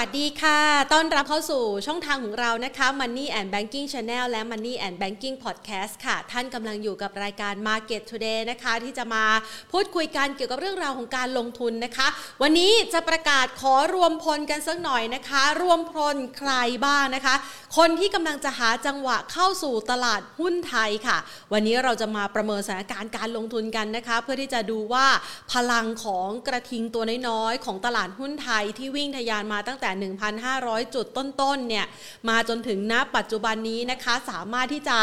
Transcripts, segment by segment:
วัสดีค่ะ ต้อนรับเข้าสู่ช่องทางของเรานะคะ Money and Banking Channel และ Money and Banking Podcast ค่ะ ท่านกำลังอยู่กับรายการ Market Today นะคะ ที่จะมาพูดคุยกันเกี่ยวกับเรื่องราวของการลงทุนนะคะ วันนี้จะประกาศขอรวมพลกันสักหน่อยนะคะ รวมพลใครบ้างนะคะ คนที่กำลังจะหาจังหวะเข้าสู่ตลาดหุ้นไทยค่ะ วันนี้เราจะมาประเมินสถานการณ์การลงทุนกันนะคะ เพื่อที่จะดูว่าพลังของกระทิงตัวน้อยๆของตลาดหุ้นไทยที่วิ่งทะยานมาตั้งแต่ 1,500 จุดต้นๆเนี่ยมาจนถึงณปัจจุบันนี้นะคะ สามารถที่จะ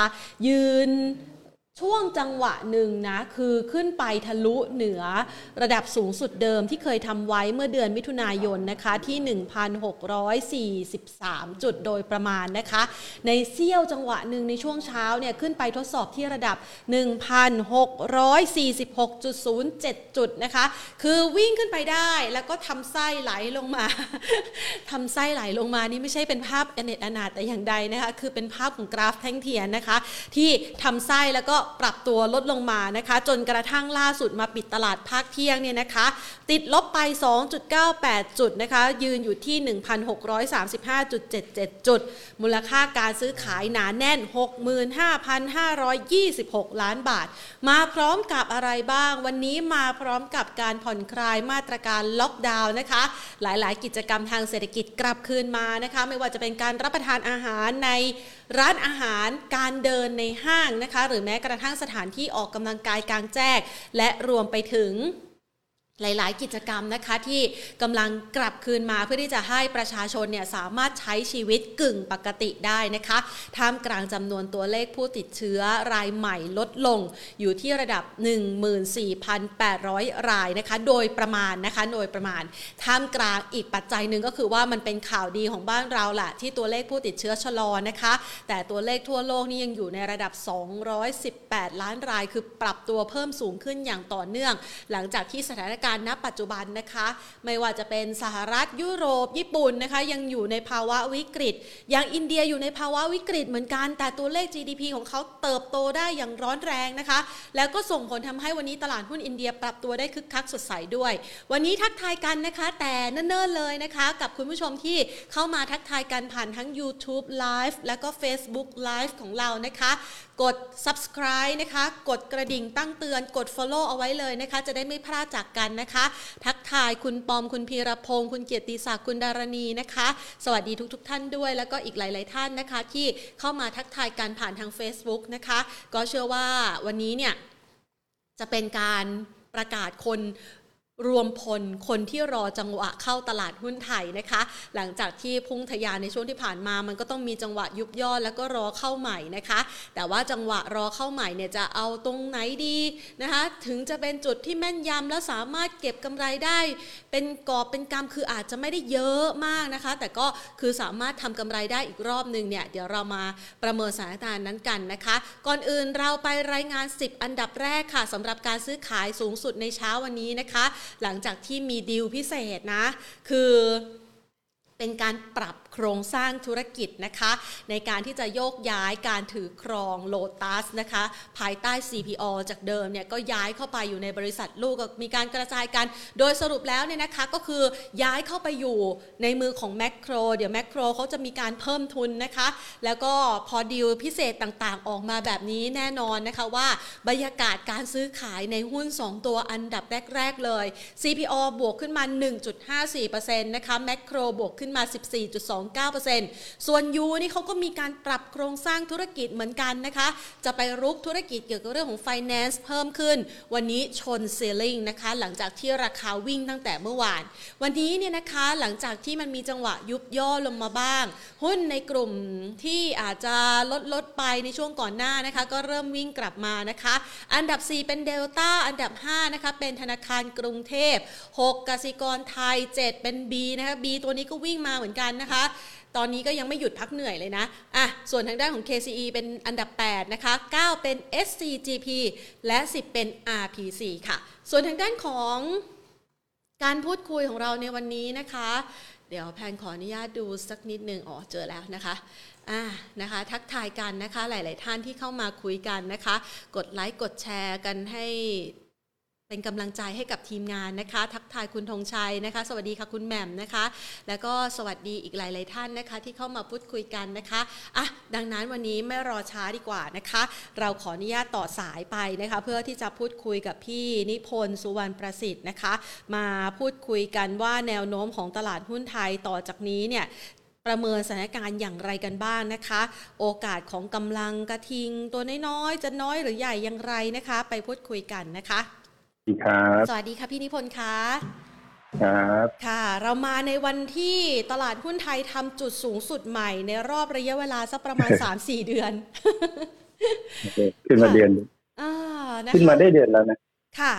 ยืน ช่วงจังหวะหนึ่งนะ คือขึ้นไปทะลุเหนือระดับสูงสุดเดิมที่เคยทำไว้เมื่อเดือนมิถุนายนนะคะที่ 1,643 จุดโดยประมาณนะคะ ในเซี่ยวจังหวะหนึ่งในช่วงเช้าเนี่ยขึ้นไปทดสอบที่ระดับ 1,646.07 จุดนะคะ คือวิ่งขึ้นไปได้แล้วก็ทำไส้ไหลลงมา ทำไส้ไหลลงมานี่ไม่ใช่เป็นภาพอเนจอนาถแต่อย่างใดนะคะคือเป็นภาพของกราฟแท่งเทียนนะคะ ที่ทำไส้แล้วก็ปรับตัวลดลงมานะคะ จนกระทั่งล่าสุดมาปิดตลาดภาคเที่ยงเนี่ยนะคะ ติดลบไป 2.98 จุดนะคะ ยืนอยู่ที่ 1,635.77 จุด มูลค่าการซื้อขายหนาแน่น 65,526 ล้านบาท มาพร้อมกับอะไรบ้าง วันนี้มาพร้อมกับการผ่อนคลายมาตรการล็อกดาวน์นะคะ หลายๆ กิจกรรมทางเศรษฐกิจกลับคืนมานะคะ ไม่ว่าจะเป็นการรับประทานอาหารในร้านอาหารการเดินในห้างนะคะ หรือแม้กระทั่งสถานที่ออกกำลังกายกลางแจ้งและรวมไปถึง หลายๆ กิจกรรมนะคะที่กำลังกลับคืนมาเพื่อที่จะให้ประชาชนเนี่ยสามารถใช้ชีวิตกึ่งปกติได้นะคะท่ามกลางจำนวนตัวเลขผู้ติดเชื้อรายใหม่ลดลง อยู่ที่ระดับ 14,800 รายนะคะ โดยประมาณนะคะโดยประมาณท่ามกลางอีกปัจจัยหนึ่งก็คือว่ามันเป็นข่าวดีของบ้านเราแหละที่ตัวเลขผู้ติดเชื้อชะลอนะคะ แต่ตัวเลขทั่วโลกนี่ยังอยู่ในระดับ 218 ล้านราย คือปรับตัวเพิ่มสูงขึ้นอย่างต่อเนื่อง หลังจากที่สถานการณ์ณปัจจุบันนะคะ ไม่ว่าจะเป็นสหรัฐยุโรป ญี่ปุ่นนะคะ ยังอยู่ในภาวะวิกฤต อย่างอินเดียอยู่ในภาวะวิกฤตเหมือนกัน แต่ตัวเลข GDP ของเขาเติบโตได้อย่างร้อนแรงนะคะ แล้วก็ส่งผลทำให้วันนี้ตลาดหุ้นอินเดียปรับตัวได้คึกคักสดใสด้วย วันนี้ทักทายกันนะคะ แต่เนิ่นๆเลยนะคะ กับคุณผู้ชมที่เข้ามาทักทายกันผ่านทั้ง YouTube Live แล้วก็ Facebook Live ของเรานะคะ กด subscribe นะคะ กดกระดิ่งตั้งเตือน กด follow เอาไว้เลยนะคะ จะได้ไม่พลาดจากกันนะคะ ทักทายคุณปอม คุณพีรพงศ์ คุณเกียรติศักดิ์ คุณดารณีนะคะ สวัสดีทุกๆทท่านด้วย แล้วก็อีกหลาย ๆ ท่านนะคะ ที่เข้ามาทักทายการผ่านทาง Facebook นะคะ ก็เชื่อว่าวันนี้เนี่ย จะเป็นการประกาศคนรวมพลคนที่รอจังหวะเข้าตลาดหุ้นไทยนะคะ หลังจากที่พุ่งทะยานในช่วงที่ผ่านมา มันก็ต้องมีจังหวะยุบย่อแล้วก็รอเข้าใหม่นะคะ แต่ว่าจังหวะรอเข้าใหม่เนี่ยจะเอาตรงไหนดีนะคะ ถึงจะเป็นจุดที่แม่นยำและสามารถเก็บกำไรได้ เป็นกอบเป็นกำคืออาจจะไม่ได้เยอะมากนะคะ แต่ก็คือสามารถทำกำไรได้อีกรอบหนึ่งเนี่ยเดี๋ยวเรามาประเมินสถานการณ์นั้นกันนะคะ ก่อนอื่นเราไปรายงาน 10 อันดับแรกค่ะสำหรับการซื้อขายสูงสุดในเช้าวันนี้นะคะ หลังจากที่มีดีลพิเศษนะ คือเป็นการปรับโครงสร้างธุรกิจนะคะ ในการที่จะโยกย้ายการถือครองโลตัสนะคะ ภายใต้ CPO จากเดิมเนี่ยก็ย้ายเข้าไปอยู่ในบริษัทลูกก็มีการกระจายกัน โดยสรุปแล้วเนี่ยนะคะก็คือย้ายเข้าไปอยู่ในมือของแมคโครเดี๋ยวแมคโครเขาจะมีการเพิ่มทุนนะคะ แล้วก็พอดีลพิเศษต่างๆ ออกมาแบบนี้แน่นอนนะคะว่าบรรยากาศการซื้อขายในหุ้น 2 ตัวอันดับแรก ๆ เลย CPO บวกขึ้นมา 1.54%นะคะแมคโครบวกขึ้นมา 14.29%ส่วนยูนี่เขาก็มีการปรับโครงสร้างธุรกิจเหมือนกันนะคะ จะไปรุกธุรกิจเกี่ยวกับเรื่องของ finance เพิ่มขึ้น วันนี้ชนเซลลิงนะคะ หลังจากที่ราคาวิ่งตั้งแต่เมื่อวาน วันนี้เนี่ยนะคะหลังจากที่มันมีจังหวะยุบย่อลงมาบ้าง หุ้นในกลุ่มที่อาจจะลดลดไปในช่วงก่อนหน้านะคะ ก็เริ่มวิ่งกลับมานะคะ อันดับ 4 เป็นเดลต้าอันดับ 5 นะคะ เป็นธนาคารกรุงเทพ 6กสิกรไทย 7 เป็น B นะคะ B ตัวนี้ก็วิ่งมาเหมือนกันนะคะ ตอนนี้ก็ยังไม่หยุดพักเหนื่อยเลยนะ อ่ะ ส่วนทางด้านของ KCE เป็นอันดับ 8 นะคะ 9 เป็น SCGP และ 10 เป็น RPC ค่ะ ส่วนทางด้านของการพูดคุยของเราในวันนี้นะคะ เดี๋ยวแพนขออนุญาตดูสักนิดนึง อ๋อ เจอแล้วนะคะ อ่า นะคะ ทักทายกันนะคะ หลาย ๆ ท่านที่เข้ามาคุยกันนะคะ กดไลค์ กดแชร์กันให้ เป็นกำลังใจให้กับทีมงานนะคะ ทักทายคุณธงชัยนะคะ สวัสดีค่ะคุณแหม่มนะคะ แล้วก็สวัสดีอีกหลาย ๆ ท่านนะคะ ที่เข้ามาพูดคุยกันนะคะอ่ะดังนั้นวันนี้ไม่รอช้าดีกว่านะคะ เราขออนุญาตต่อสายไปนะคะ เพื่อที่จะพูดคุยกับพี่นิพนธ์สุวรรณประสิทธิ์นะคะ มาพูดคุยกันว่าแนวโน้มของตลาดหุ้นไทยต่อจากนี้เนี่ย ประเมินสถานการณ์อย่างไรกันบ้างนะคะ โอกาสของกำลังกระทิง ตัวน้อยๆจะน้อยหรือใหญ่อย่างไรนะคะ ไปพูดคุยกันนะคะ ดีครับ สวัสดีค่ะพี่นิพนธ์ค่ะ ครับ ค่ะ เรามาในวันที่ตลาดหุ้นไทยทำจุดสูงสุดใหม่ ในรอบระยะเวลาสักประ มาณ 3-4 เดือน โอเคขึ้นมาเดือน อ่านะ ขึ้นมา คะ ได้เดือนแล้วนะ ค่ะ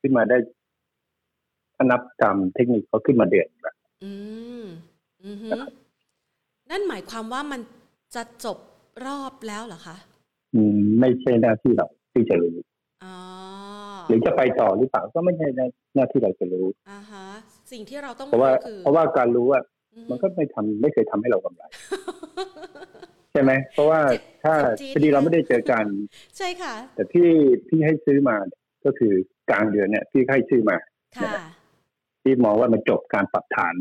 ขึ้นมาได้ถ้านับตามเทคนิคเขาขึ้นมาเดือนละ อืมอือหือนั่นหมายความว่ามันจะจบรอบแล้วเหรอคะ อืมไม่ใช่หน้าที่เราที่จะรู้ อ๋อ หรือจะไปต่อหรือเปล่าก็ไม่ใช่หน้าที่เราจะรู้ อ่าฮะสิ่งที่เราต้อง เพราะว่า คือ เพราะว่าการรู้ว่า อื มันก็ไม่ทำไม่เคยทำให้เรากำไร ใช่ไหมเพราะว่าถ้าพอดีเราไม่ได้เจอกัน ใช่ค่ะ แต่ที่พี่ให้ซื้อมาเนี่ยก็คือกลางเดือนเนี่ยพี่ให้ซื้อมา ค่ะ ที่มองว่ามันจบการปรับฐาน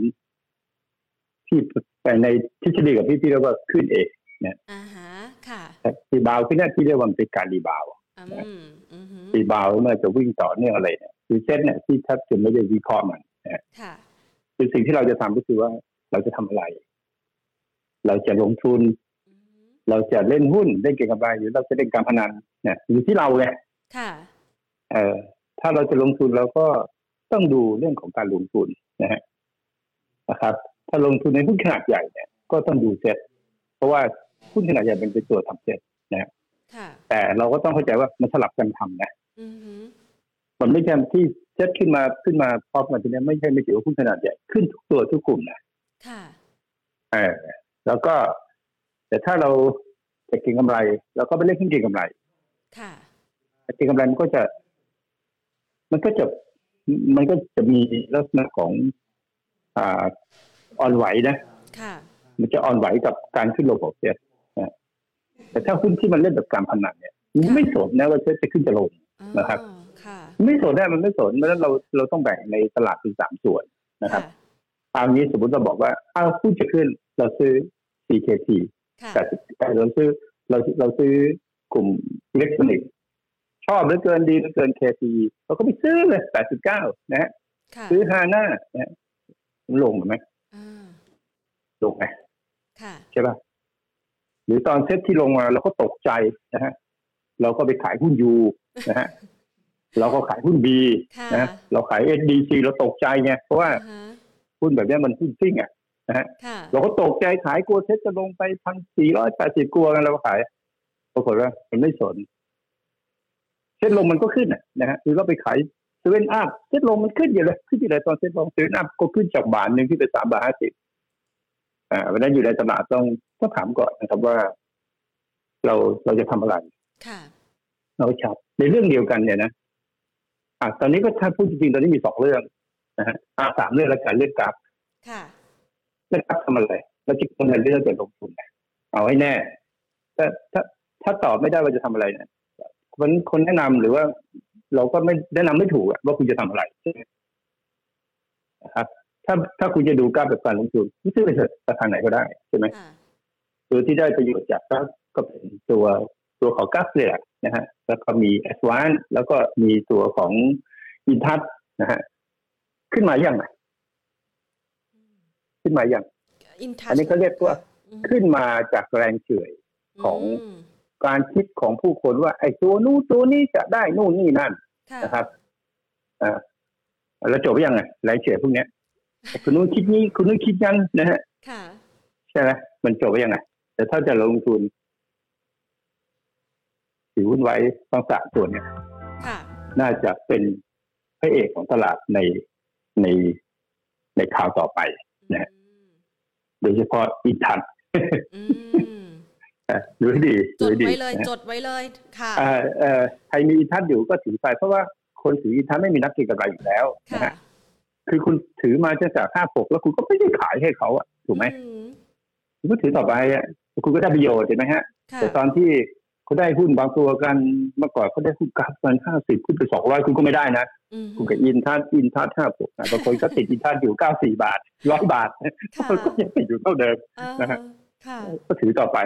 ที่ในทฤษฎีกับพี่ที่เรียกว่าขึ้นเอง อ่าฮะ ค่ะ รีบาวขึ้นเนี่ยที่เรียกว่ามันเป็นการรีบาว อืม อือฮึ รีบาวเมื่อจะวิ่งต่อเนื่องอะไรเนี่ยคือเซ็ตเนี่ยที่แทบจะไม่ได้วิเคราะห์มัน ค่ะ คือสิ่งที่เราจะทำก็คือว่าเราจะทำอะไร เราจะลงทุน อือฮึ เราจะเล่นหุ้นเล่นเก็งกำไรหรือเราจะเล่นการพนันเนี่ยอยู่ที่เราไง ค่ะ เออถ้าเราจะลงทุนเราก็ต้องดูเรื่องของการลงทุนนะฮะนะครับ ถ้าลงทุนในหุ้นขนาดใหญ่เนี่ยก็ต้องดูเซ็ตเพราะว่าหุ้นขนาดใหญ่มันเป็นตัวทำเซ็ต ค่ะ แต่เราก็ต้องเข้าใจว่ามันสลับกันทำนะ อือฮึ มันไม่ใช่ที่เซ็ตขึ้นมาขึ้นมาพร้อมกันทีเนี้ยไม่ใช่ไม่ถือว่าหุ้นขนาดใหญ่ขึ้นทุกตัวทุกกลุ่มนะ ค่ะ เออแล้วก็ แต่ถ้าเราจะเก็งกำไรเราก็ไปเล่นหุ้นเก็งกำไร ค่ะ เก็งกำไรมันก็จะ มันก็จะมันก็จะมีลักษณะของอ่าอ่อนไหวนะ ค่ะ มันจะอ่อนไหวกับการขึ้นลงของเซ็ตนะแต่ถ้าหุ้นที่มันเล่นแบบการพนันเนี่ยมันไม่สนนะว่าเซ็ตจะขึ้นจะลง อ๋อ นะครับ ค่ะ ไม่สนนะมันไม่สนเพราะฉะนั้นเราเราต้องแบ่งในตลาดเป็นสามส่วนนะครับ เอางี้สมมติเราบอกว่าอ้าวหุ้นจะขึ้น เราซื้อ CKT ค่ะ แต่แต่เราซื้อเราเราซื้อกลุ่มอิเล็กทรอนิกส์ชอบเหลือเกินดีเหลือเกิน KPE เราก็ไปซื้อเลย 89 นะฮะ ค่ะ ซื้อฮาน่านะฮะลงไหม อ่า ลงไหม ค่ะ ใช่ป่ะ หรือตอนเซ็ตที่ลงมาเราก็ตกใจนะฮะเราก็ไปขายหุ้นยูนะฮะ เราก็ขายหุ้นบี ค่ะ นะฮะเราขาย SDG เราตกใจไงเพราะว่า อ่าฮะ หุ้นแบบเนี้ยมันหุ้นซิ่งอ่ะ ค่ะ เราก็ตกใจขายกลัวเซ็ตจะลงไปพันสี่ร้อยแปดสิบกลัวกันเราก็ขายปรากฏว่ามันไม่สนเซ็ตลงมันก็ขึ้นน่ะนะฮะคือเราไปขายเซเว่นอัพเซ็ตลงมันขึ้นอยู่เลยขึ้นอยู่เลยตอนเซ็ตลงเซเว่นอัพก็ขึ้นจากบาทหนึ่งที่เป็นสามบาทห้าสิบอ่าวันนั้นอยู่ในตลาดต้องต้องถามก่อนนะครับว่า เราเราจะทำอะไร ค่ะ เราชับในเรื่องเดียวกันเนี่ยนะอ่ะตอนนี้ก็ถ้าพูดจริงๆตอนนี้มีสองเรื่องนะฮะอ่ะสามเรื่องละกันเรื่องกราฟ ค่ะ นะครับทำอะไรเราคิดว่าเรื่องจะลงทุนนะเอาให้แน่ ถ้าถ้าถ้าตอบไม่ได้ว่าจะทำอะไรเนะคนคนแนะนำหรือว่า เราก็ไม่แนะนำไม่ถูกอะว่าคุณจะทำอะไรใช่ไหมนะครับ ถ้าถ้าคุณจะดูกราฟแบบการลงทุนนี่ซื้อไปเถอะไปทางไหนก็ได้ใช่ไหม ค่ะ ตัวที่ได้ประโยชน์จากกราฟก็เป็นตัวตัวของกราฟเลยแหละนะฮะ แล้วก็มีแอสวานแล้วก็มีตัวของอินทัศนะฮะขึ้นมาอย่างไรขึ้นมาอย่าง อินทั อันนี้เขาเรียกว่า ขึ้นมาจากแรงเฉื่อย ของ การคิดของผู้คนว่า ไอ้ตัวนู้นตัวนี้จะได้นู่นนี่นั่น ค่ะ นะครับอ่าแล้วจบหรือยังไงแรงเฉื่อยพวกเนี้ยคุณนู้นคิดนี้คุณนู้นคิดนั้นนะฮะ ค่ะ ใช่ไหมมันจบหรือยังไงแต่ถ้าจะลงทุนถือหุ้นไว้ทั้งสามตัวเนี่ย ค่ะ น่าจะเป็นพระเอกของตลาดในในในข่าวต่อไป นะฮะ โดยเฉพาะอีทัน อืม อ่ะดูให้ดี จ ดู ด ให้ดี ไว้เลย นะฮะ จดไว้เลย ค่ะ เอ่อเอ่อใครมีอีทัศน์อยู่ก็ถือไปเพราะว่าคนถืออีทัศน์ไม่มีนักเก็งกำไรอยู่แล้วนะ ค่ะ ฮะคือคุณถือมาตั้งแต่ห้าหกแล้วคุณก็ไม่ได้ขายให้เขาอะถูกไหม อื คุณก็ถือต่อไปอะคุณก็ได้ประโยชน์เห็นไหมฮะ ค่ะ แต่ตอนที่ค เขาได้หุ้นบางตัวกันเมื่อก่อนเขาได้หุ้นกราฟมันห้าสิบขึ้นไปสองร้อยคุณก็ไม่ได้นะ อืม คุณกับอินทัศน์อินทัศห้าสิบบางคนก็ติดอินทัศน์อยู่เก้าสี่บาทร้อยบาท ค่ะ มันก็ยังติดอยู่เท่าเดิม อ่า นะฮะ ค่ะ ก็ถือต่อไป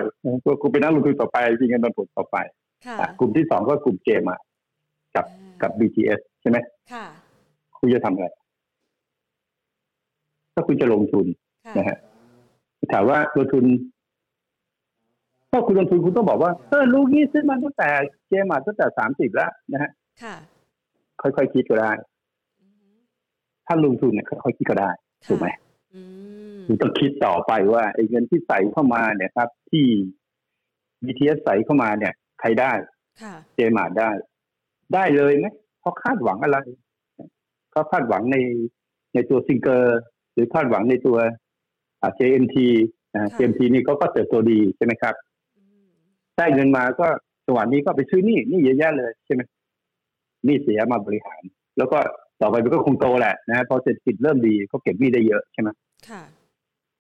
ก็คุณเป็นนักลงทุนต่อไปมีเงินปันผลต่อไป ค่ะ กลุ่มที่สองก็กลุ่มเจมากับ BTS ใช่ไหม ค่ะ คุณจะทำอะไร ถ้าคุณจะลงทุน ค่ะ นะฮะ ถามว่าลงทุน ถ้าคุณลงทุนคุณต้องบอกว่าเออลูกนี้ซื้อมาตั้งแต่เจมาตั้งแต่สามสิบแล้วนะฮะ ค่ะ ค่อยๆคิดก็ได้ อืม ถ้าลงทุนเนี่ยค่อยๆคิดก็ได้ ถูกไหม อืม คุณต้องคิดต่อไปว่าไอ้เงินที่ใส่เข้ามาเนี่ยครับ ที่ BTS ใส่เข้ามาเนี่ย ใครได้ ค่ะ เจมาร์ทได้ ได้เลยไหมเขาคาดหวังอะไรเขาคาดหวังในในตัวซิงเกอร์หรือคาดหวังในตัวอ่า JMT อ่า JMT นี่เขาก็เติบโตดีใช่ไหมครับ อืม ได้เงินมาก็สวัสดีก็ไปซื้อหนี่นี่เยอะแยะเลยใช่ไหมหนี่เสียมาบริหาร แล้วก็ต่อไปมันก็คงโตแหละนะพอเศรษฐกิจเริ่มดีก็เก็บหนี้ได้เยอะใช่ไหม ค่ะ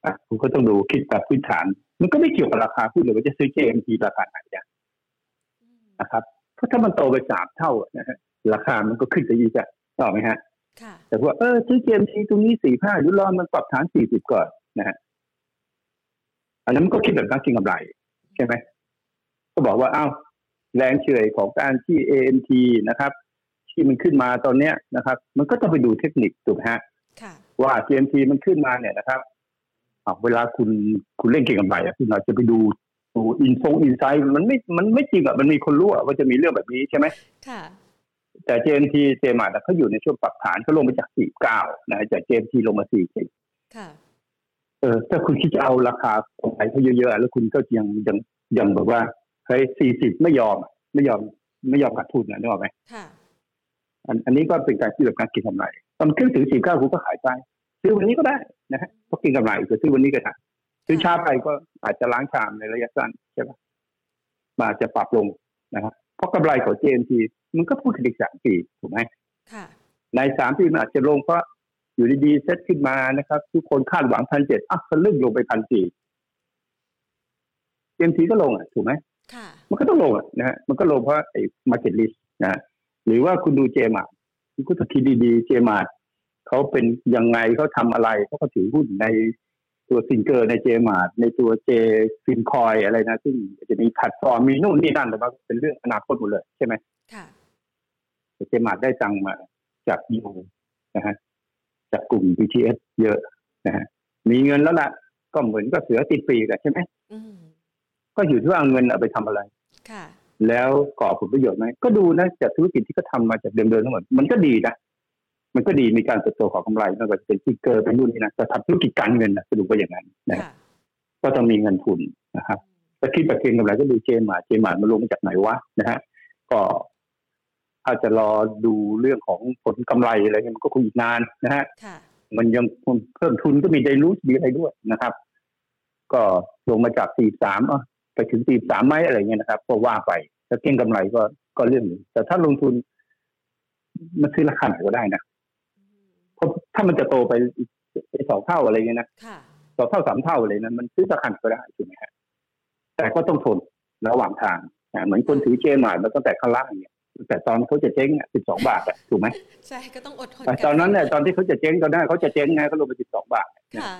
อ่ะคุณก็ต้องดูคิดแบบพื้นฐาน มันก็ไม่เกี่ยวกับราคาหุ้นเลยว่าจะซื้อ JMT ราคาไหนนะ อืม นะครับเพราะถ้ามันโตไปสามเท่าอะนะฮะราคามันก็ขึ้นไปอีกอะต่อไหมฮะ ค่ะ แต่ว่าเออซื้อเกมทีตรงนี้สี่ห้าหรือรอมันปรับฐานสี่สิบก่อนนะฮะอันนั้นมันก็คิดแบบนักกินกำไร ใช่ไหมก็บอกว่าอ้าวแรงเฉื่อยของการที่ AMT นะครับ ที่มันขึ้นมาตอนเนี้ยนะครับ มันก็ต้องไปดูเทคนิคถูกไหมฮะ ค่ะ ว่า TMT มันขึ้นมาเนี่ยนะครับอ่ะเวลาคุณคุณเล่นเก่งกำไรอ่ะคุณอาจจะไปดูดูอินฟงอินไซด์มันไม่มันไม่จริงอ่ะมันมีคนรู้อ่ะว่าจะมีเรื่องแบบนี้ใช่ไหม ค่ะ แต่ JMT เจมาร์ทเขาอยู่ในช่วงปรับฐานเขาลงมาจาก 49 นะจาก JMT ลงมา 40 ค่ะ เออถ้าคุณคิดจะเอาราคาของไทยเขาเยอะๆ แล้วคุณก็ยังยังยังแบบว่าเฮ้ย40 ไม่ยอม ไม่ยอมไม่ยอมขาดทุนนะนึกออกไหม ค่ะ อันอันนี้ก็เป็นการคิดแบบการเก็งกำไรตอนขึ้นถึง 49 คุณก็ขายไปซื้อวันนี้ก็ได้นะฮะเพราะเกินกำไรก็ซื้อวันนี้ก็ได้ซื้อช้าไปก็อาจจะล้างชามในระยะสั้นใช่ปะมนอาจจะปรับลงนะครับเพราะกำไรของ JMT มันก็พูดถึงอีกสามปีถูกไหม ค่ะ ในสามปีมันอาจจะลงเพราะอยู่ดีๆเซตขึ้นมานะครับ ทุกคนคาดหวังพันเจ็ดอ่ะมันลึกลงไปพันสี่เอ็มทีก็ลงอ่ะถูกไหม ค่ะ มันก็ต้องลงอ่ะนะฮะมันก็ลงเพราะไอ้มาเก็ตลิสนะฮะหรือว่าคุณดูเจมาร์คุณก็ต้องคิดดีๆเจมาร์เขาเป็นยังไงเขาทำอะไรเขาก็ถือหุ้นในตัวซิงเกอร์ในเจมาร์ในตัวเจฟินคอยอะไรนะ ซึ่งจะมีแพลตฟอร์มมีนู่นนี่นั่นแต่ว่าเป็นเรื่องอนาคตหมดเลยใช่ไหม ค่ะ เจมาร์ดได้ตังค์มาจากยูนะฮะจากกลุ่ม BTS เยอะนะฮะมีเงินแล้วล่ะ ก็เหมือนก็เสือติดปีกอะใช่ไหม อืม ก็อยู่ที่ว่าเอาเงินเอาไปทำอะไร ค่ะ แล้วก่อผลประโยชน์ไหมก็ดูนะจากธุรกิจที่เขาทำมาจากเดิมๆทั้งหมดมันก็ดีนะมันก็ดีมีการเติบโตของกำไรไม่ว่าจะเป็นทิกเกอร์เป็นรุ่นนี้นะแต่ทำธุรกิจการเงินนะสรุปว่าอย่างนั้นนะฮะ ค่ะ ก็ต้องมีเงินทุนนะครับถ้าคิดแบบเก็งกำไรก็ดูเจมาร์ดเจมาร์ดมันลงมาจากไหนวะนะฮะก็ถ้าจะรอดูเรื่องของผลกำไรอะไรเงี้ยมันก็คงอีกนานนะฮะ ค่ะ มันยังเพิ่มทุนก็มีไดรูสมีอะไรด้วยนะครับ ก็ลงมาจาก 43อ่ะไปถึง 43ไหมอะไรเงี้ยนะครับ ก็ว่าไปถ้าเก็งกำไรก็ก็เรื่องหนึงแต่ถ้าลงทุน มันซื้อราคาไหนก็ได้นะ อืม เพราะถ้ามันจะโตไปอีกสองเท่าอะไรเงี้ยนะ ค่ะ สองเท่าสามเท่าอะไรนะมันซื้อราคาไหนก็ได้ถูกไหมฮะแต่ก็ต้องทนระหว่างทางนะเหมือนคนถือเจหมายมาตั้งแต่ข้างล่างเนี่ยตั้งแต่ตอนเขาจะเจ๊งสิบสองบาทอะถูกไหม ใช่ก็ต้องอดทน แต่ กั ตอนนั้นเนี่ยตอนที่เขาจะเจ๊งตอนนั้นเขาจะเจ๊งไงเขาลงไปสิบสองบาท ค่ะ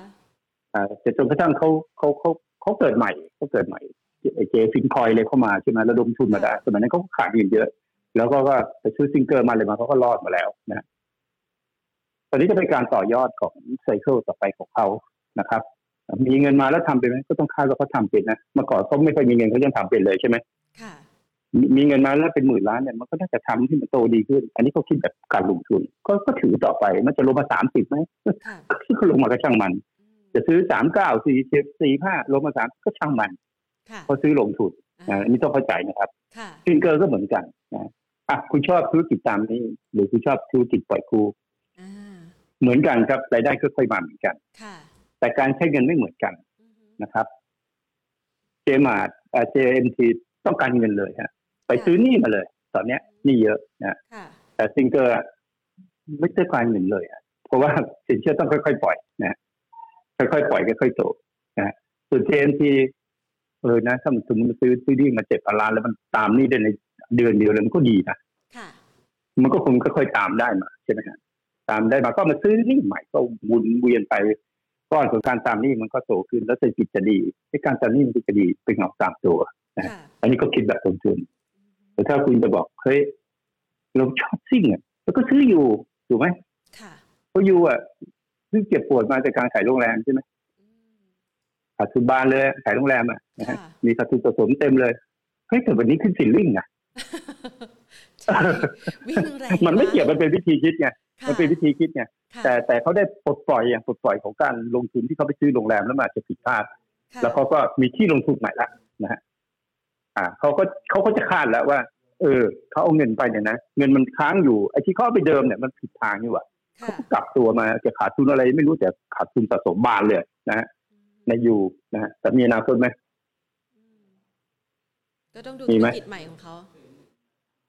อ่าแต่จนกระทั่งเขาเขาเขาเขาเกิดใหม่เขาเกิดใหม่ไอ้เจฟินคอยเลยเข้ามาใช่ไหมระดมทุนมาได้สมัยนั้นเขาก็ขาดเงินเยอะ แล้วก็ก็ไปซื้อซิงเกิลมาเลยมาเขาก็รอดมาแล้วนะตอนนี้จะเป็นการต่อยอดของไซเคิลต่อไปของเขานะครับ มีเงินมาแล้วทำเป็นไหมก็ต้องคาดว่าเขาทำเป็นนะเมื่อก่อนเขาไม่ค่อยมีเงินเขายังทำเป็นเลยใช่ไหม ค่ะ มีมีเงินมาแล้วเป็นหมื่นล้านเนี่ยมันก็น่าจะทำให้มันโตดีขึ้น อันนี้เขาคิดแบบการลงทุน ก็ก็ถือต่อไปมันจะลงมาสามสิบไหม ค่ะ ก็ลงมากระช่างมัน อืม จะซื้อสามเก้าสี่สิบสี่ห้าลงมาสามก็ช่างมัน ค่ะ เพราะซื้อลงทุน อ่า นะอันนี้ต้องเข้าใจนะครับ ค่ะ ฟินเกอร์ก็เหมือนกันนะอ่ะคุณชอบธุรกิจตามนี้ หรือคุณชอบธุรกิจปล่อยกู้ อ่า เหมือนกันครับรายได้ก็ค่อยมาเหมือนกัน ค่ะ แต่การใช้เงินไม่เหมือนกัน อืม นะครับเจมาร์เจเอ็มทีต้องการเงินเลยฮะ ไปซื้อหนี่มาเลย ตอนเนี้ยหนี่เยอะนะ ค่ะ แต่ซิงเกอร์ไม่ต้องการเงินเลยอะเพราะว่า สินเชื่อต้องค่อยๆปล่อยนะค่อยๆปล่อยค่อยๆโตนะส่วนเจเอ็มที เออนะ ถ้ามันสมมติมันซื้อซื้อที่มาเจ็ดพันล้านแล้วมันตามนี่ได้ในเดือนเดียวเลยมันก็ดีนะ ค่ะ มันก็คงค่อยๆตามได้มาใช่ไหมฮะตามได้มาก็มาซื้อนี่ใหม่ก็หมุนเวียนไปก้อนของการตามหนี่มันก็โตขึ้นแล้วเศรษฐกิจจะดีไอ้การตามหนี่มันก็จะดีเป็นเงาตามตัว ค่ะ อันนี้ก็คิดแบบลงทุนแต่ถ้าคุณจะบอกเฮ้ยเราชอบซิ่งอ่ะแล้วก็ซื้ออยู่ถูกไหม ค่ะ เพราะอยู่อ่ะซึ่งเจ็บปวดมาจากการขายโรงแรมใช่ไหม อืม ขาดทุนบานเลยขายโรงแรมอ่ะนะฮะ ค่ะ มีขาดทุนสะสมเต็มเลยเฮ้ยแต่วันนี้ขึ้นสินลิ่งนะ ใช่วิ่งแรง มันไม่เกี่ยวมันเป็นวิธีคิดไง ค่ะ มันเป็นวิธีคิดไง ค่ะ แต่แต่เขาได้ปลดปล่อยอย่างปลดปล่อยของการลงทุนที่เขาไปซื้อโรงแรมแล้วมันอาจจะผิดพลาด ค่ะ แล้วเขาก็มีที่ลงทุนใหม่ละนะฮะอ่าเขาก็เขาก็จะคาดแล้วว่า เออเขาเอาเงินไปเนี่ยนะเงินมันค้างอยู่ไอ้ที่เขาเอาไปเดิมเนี่ยมันผิดทางนี่หว่า ค่ะ กลับตัวมาจะขาดทุนอะไร ไม่รู้แต่ขาดทุนสะสมบานเลยนะฮะในยูนะฮะแต่มีอนาคตไหม ก็ต้องดู มี ธุ ไห ร ม กิจใหม่ของเขา